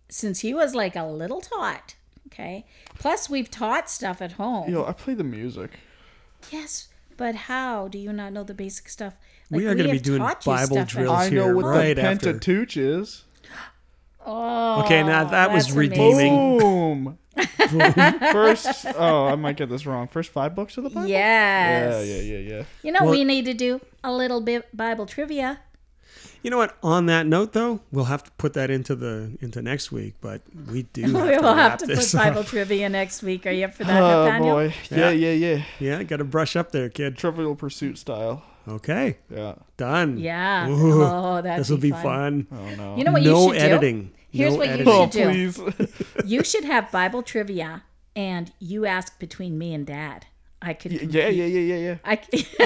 [SPEAKER 1] since he was like a little tot. Okay. Plus, we've taught stuff at home.
[SPEAKER 3] Yo, I play the music.
[SPEAKER 1] Yes, but how do you not know the basic stuff?
[SPEAKER 2] we are going to be
[SPEAKER 1] have
[SPEAKER 2] doing
[SPEAKER 1] taught you
[SPEAKER 2] Bible
[SPEAKER 1] stuff at-
[SPEAKER 2] drills
[SPEAKER 3] I know
[SPEAKER 2] here
[SPEAKER 3] what
[SPEAKER 2] right
[SPEAKER 3] the
[SPEAKER 2] after.
[SPEAKER 3] Pentateuch is.
[SPEAKER 1] Oh,
[SPEAKER 2] Okay, now that was
[SPEAKER 1] that's
[SPEAKER 2] redeeming.
[SPEAKER 1] amazing.
[SPEAKER 3] Boom. First, oh, I might get this wrong. First five books of the Bible.
[SPEAKER 1] Yes.
[SPEAKER 3] Yeah, yeah, yeah, yeah.
[SPEAKER 1] You know,
[SPEAKER 2] Well-
[SPEAKER 1] we need to do a little bit Bible trivia.
[SPEAKER 2] You know what? On that note, though, we'll have to put that into the into next week. But we do. Have
[SPEAKER 1] We
[SPEAKER 2] to
[SPEAKER 1] will have
[SPEAKER 2] wrap
[SPEAKER 1] to put
[SPEAKER 2] this up.
[SPEAKER 1] Bible trivia next week. Are you up for that,
[SPEAKER 3] Oh
[SPEAKER 1] Nathaniel?
[SPEAKER 3] boy. Yeah, yeah, yeah.
[SPEAKER 2] Yeah, got to brush up there, kid.
[SPEAKER 3] Trivial Pursuit style.
[SPEAKER 2] Okay,
[SPEAKER 3] Yeah.
[SPEAKER 2] done.
[SPEAKER 1] Yeah.
[SPEAKER 2] Ooh,
[SPEAKER 1] oh, that
[SPEAKER 2] this will be fun.
[SPEAKER 3] Oh no.
[SPEAKER 1] You know what
[SPEAKER 2] no
[SPEAKER 1] you should
[SPEAKER 2] editing.
[SPEAKER 1] do? Here's
[SPEAKER 2] No
[SPEAKER 1] what
[SPEAKER 2] editing.
[SPEAKER 1] you
[SPEAKER 3] oh
[SPEAKER 1] should do.
[SPEAKER 3] please.
[SPEAKER 1] You should have Bible trivia, and you ask between me and Dad. I could.
[SPEAKER 3] yeah, yeah, yeah, yeah, yeah.
[SPEAKER 1] I, c-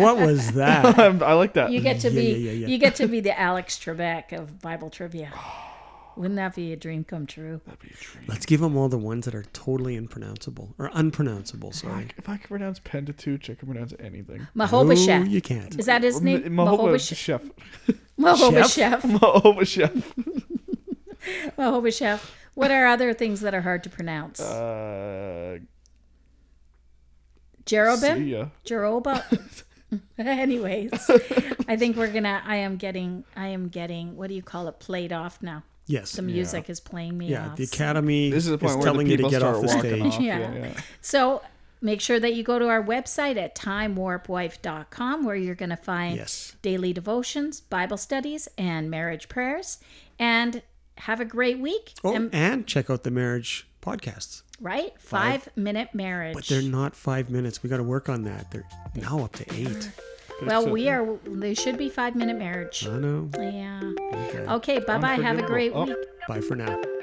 [SPEAKER 2] What was that?
[SPEAKER 3] Um, I like that.
[SPEAKER 1] you get to be.
[SPEAKER 2] yeah, yeah, yeah.
[SPEAKER 1] You get to be the Alex Trebek of Bible trivia. Wouldn't that be a dream come true?
[SPEAKER 2] Let's give them all the ones that are totally unpronounceable or unpronounceable. Sorry.
[SPEAKER 3] If I could pronounce Pentateuch, I could pronounce anything.
[SPEAKER 2] Oh,
[SPEAKER 1] Mahobasheth.
[SPEAKER 2] you can't.
[SPEAKER 1] Is that his name?
[SPEAKER 3] M- Mahova
[SPEAKER 1] Mahobasheth.
[SPEAKER 3] Chef.
[SPEAKER 1] Mahobasheth.
[SPEAKER 3] Mahova Chef.
[SPEAKER 1] Mahobasheth. What are other things that are hard to pronounce?
[SPEAKER 3] Uh,
[SPEAKER 1] Jerobim?
[SPEAKER 3] see ya.
[SPEAKER 1] Jeroba. Anyways, I think we're gonna. I am getting. I am getting. What do you call it? Played off now.
[SPEAKER 2] Yes.
[SPEAKER 1] The music is playing me
[SPEAKER 2] yeah.
[SPEAKER 1] off.
[SPEAKER 2] The academy
[SPEAKER 3] This is the point
[SPEAKER 2] is
[SPEAKER 3] where
[SPEAKER 2] telling
[SPEAKER 3] the
[SPEAKER 2] you to
[SPEAKER 3] people
[SPEAKER 2] get
[SPEAKER 3] start
[SPEAKER 2] off the
[SPEAKER 3] walking
[SPEAKER 2] stage.
[SPEAKER 3] off.
[SPEAKER 1] Yeah.
[SPEAKER 3] Yeah. yeah.
[SPEAKER 1] So make sure that you go to our website at timewarpwife.com where you're going to find
[SPEAKER 2] Yes.
[SPEAKER 1] daily devotions, Bible studies, and marriage prayers. And have a great week.
[SPEAKER 2] Oh,
[SPEAKER 1] And-
[SPEAKER 2] and check out the marriage podcasts.
[SPEAKER 1] right? Five, minute marriage.
[SPEAKER 2] But they're not five minutes. We got to work on that. They're now up to eight.
[SPEAKER 1] well, we are, they should be five minute marriage.
[SPEAKER 2] I know.
[SPEAKER 1] Yeah. Okay, bye bye. Have a
[SPEAKER 3] Unforgivable.
[SPEAKER 1] great
[SPEAKER 3] Oh.
[SPEAKER 1] week.
[SPEAKER 2] Bye for now.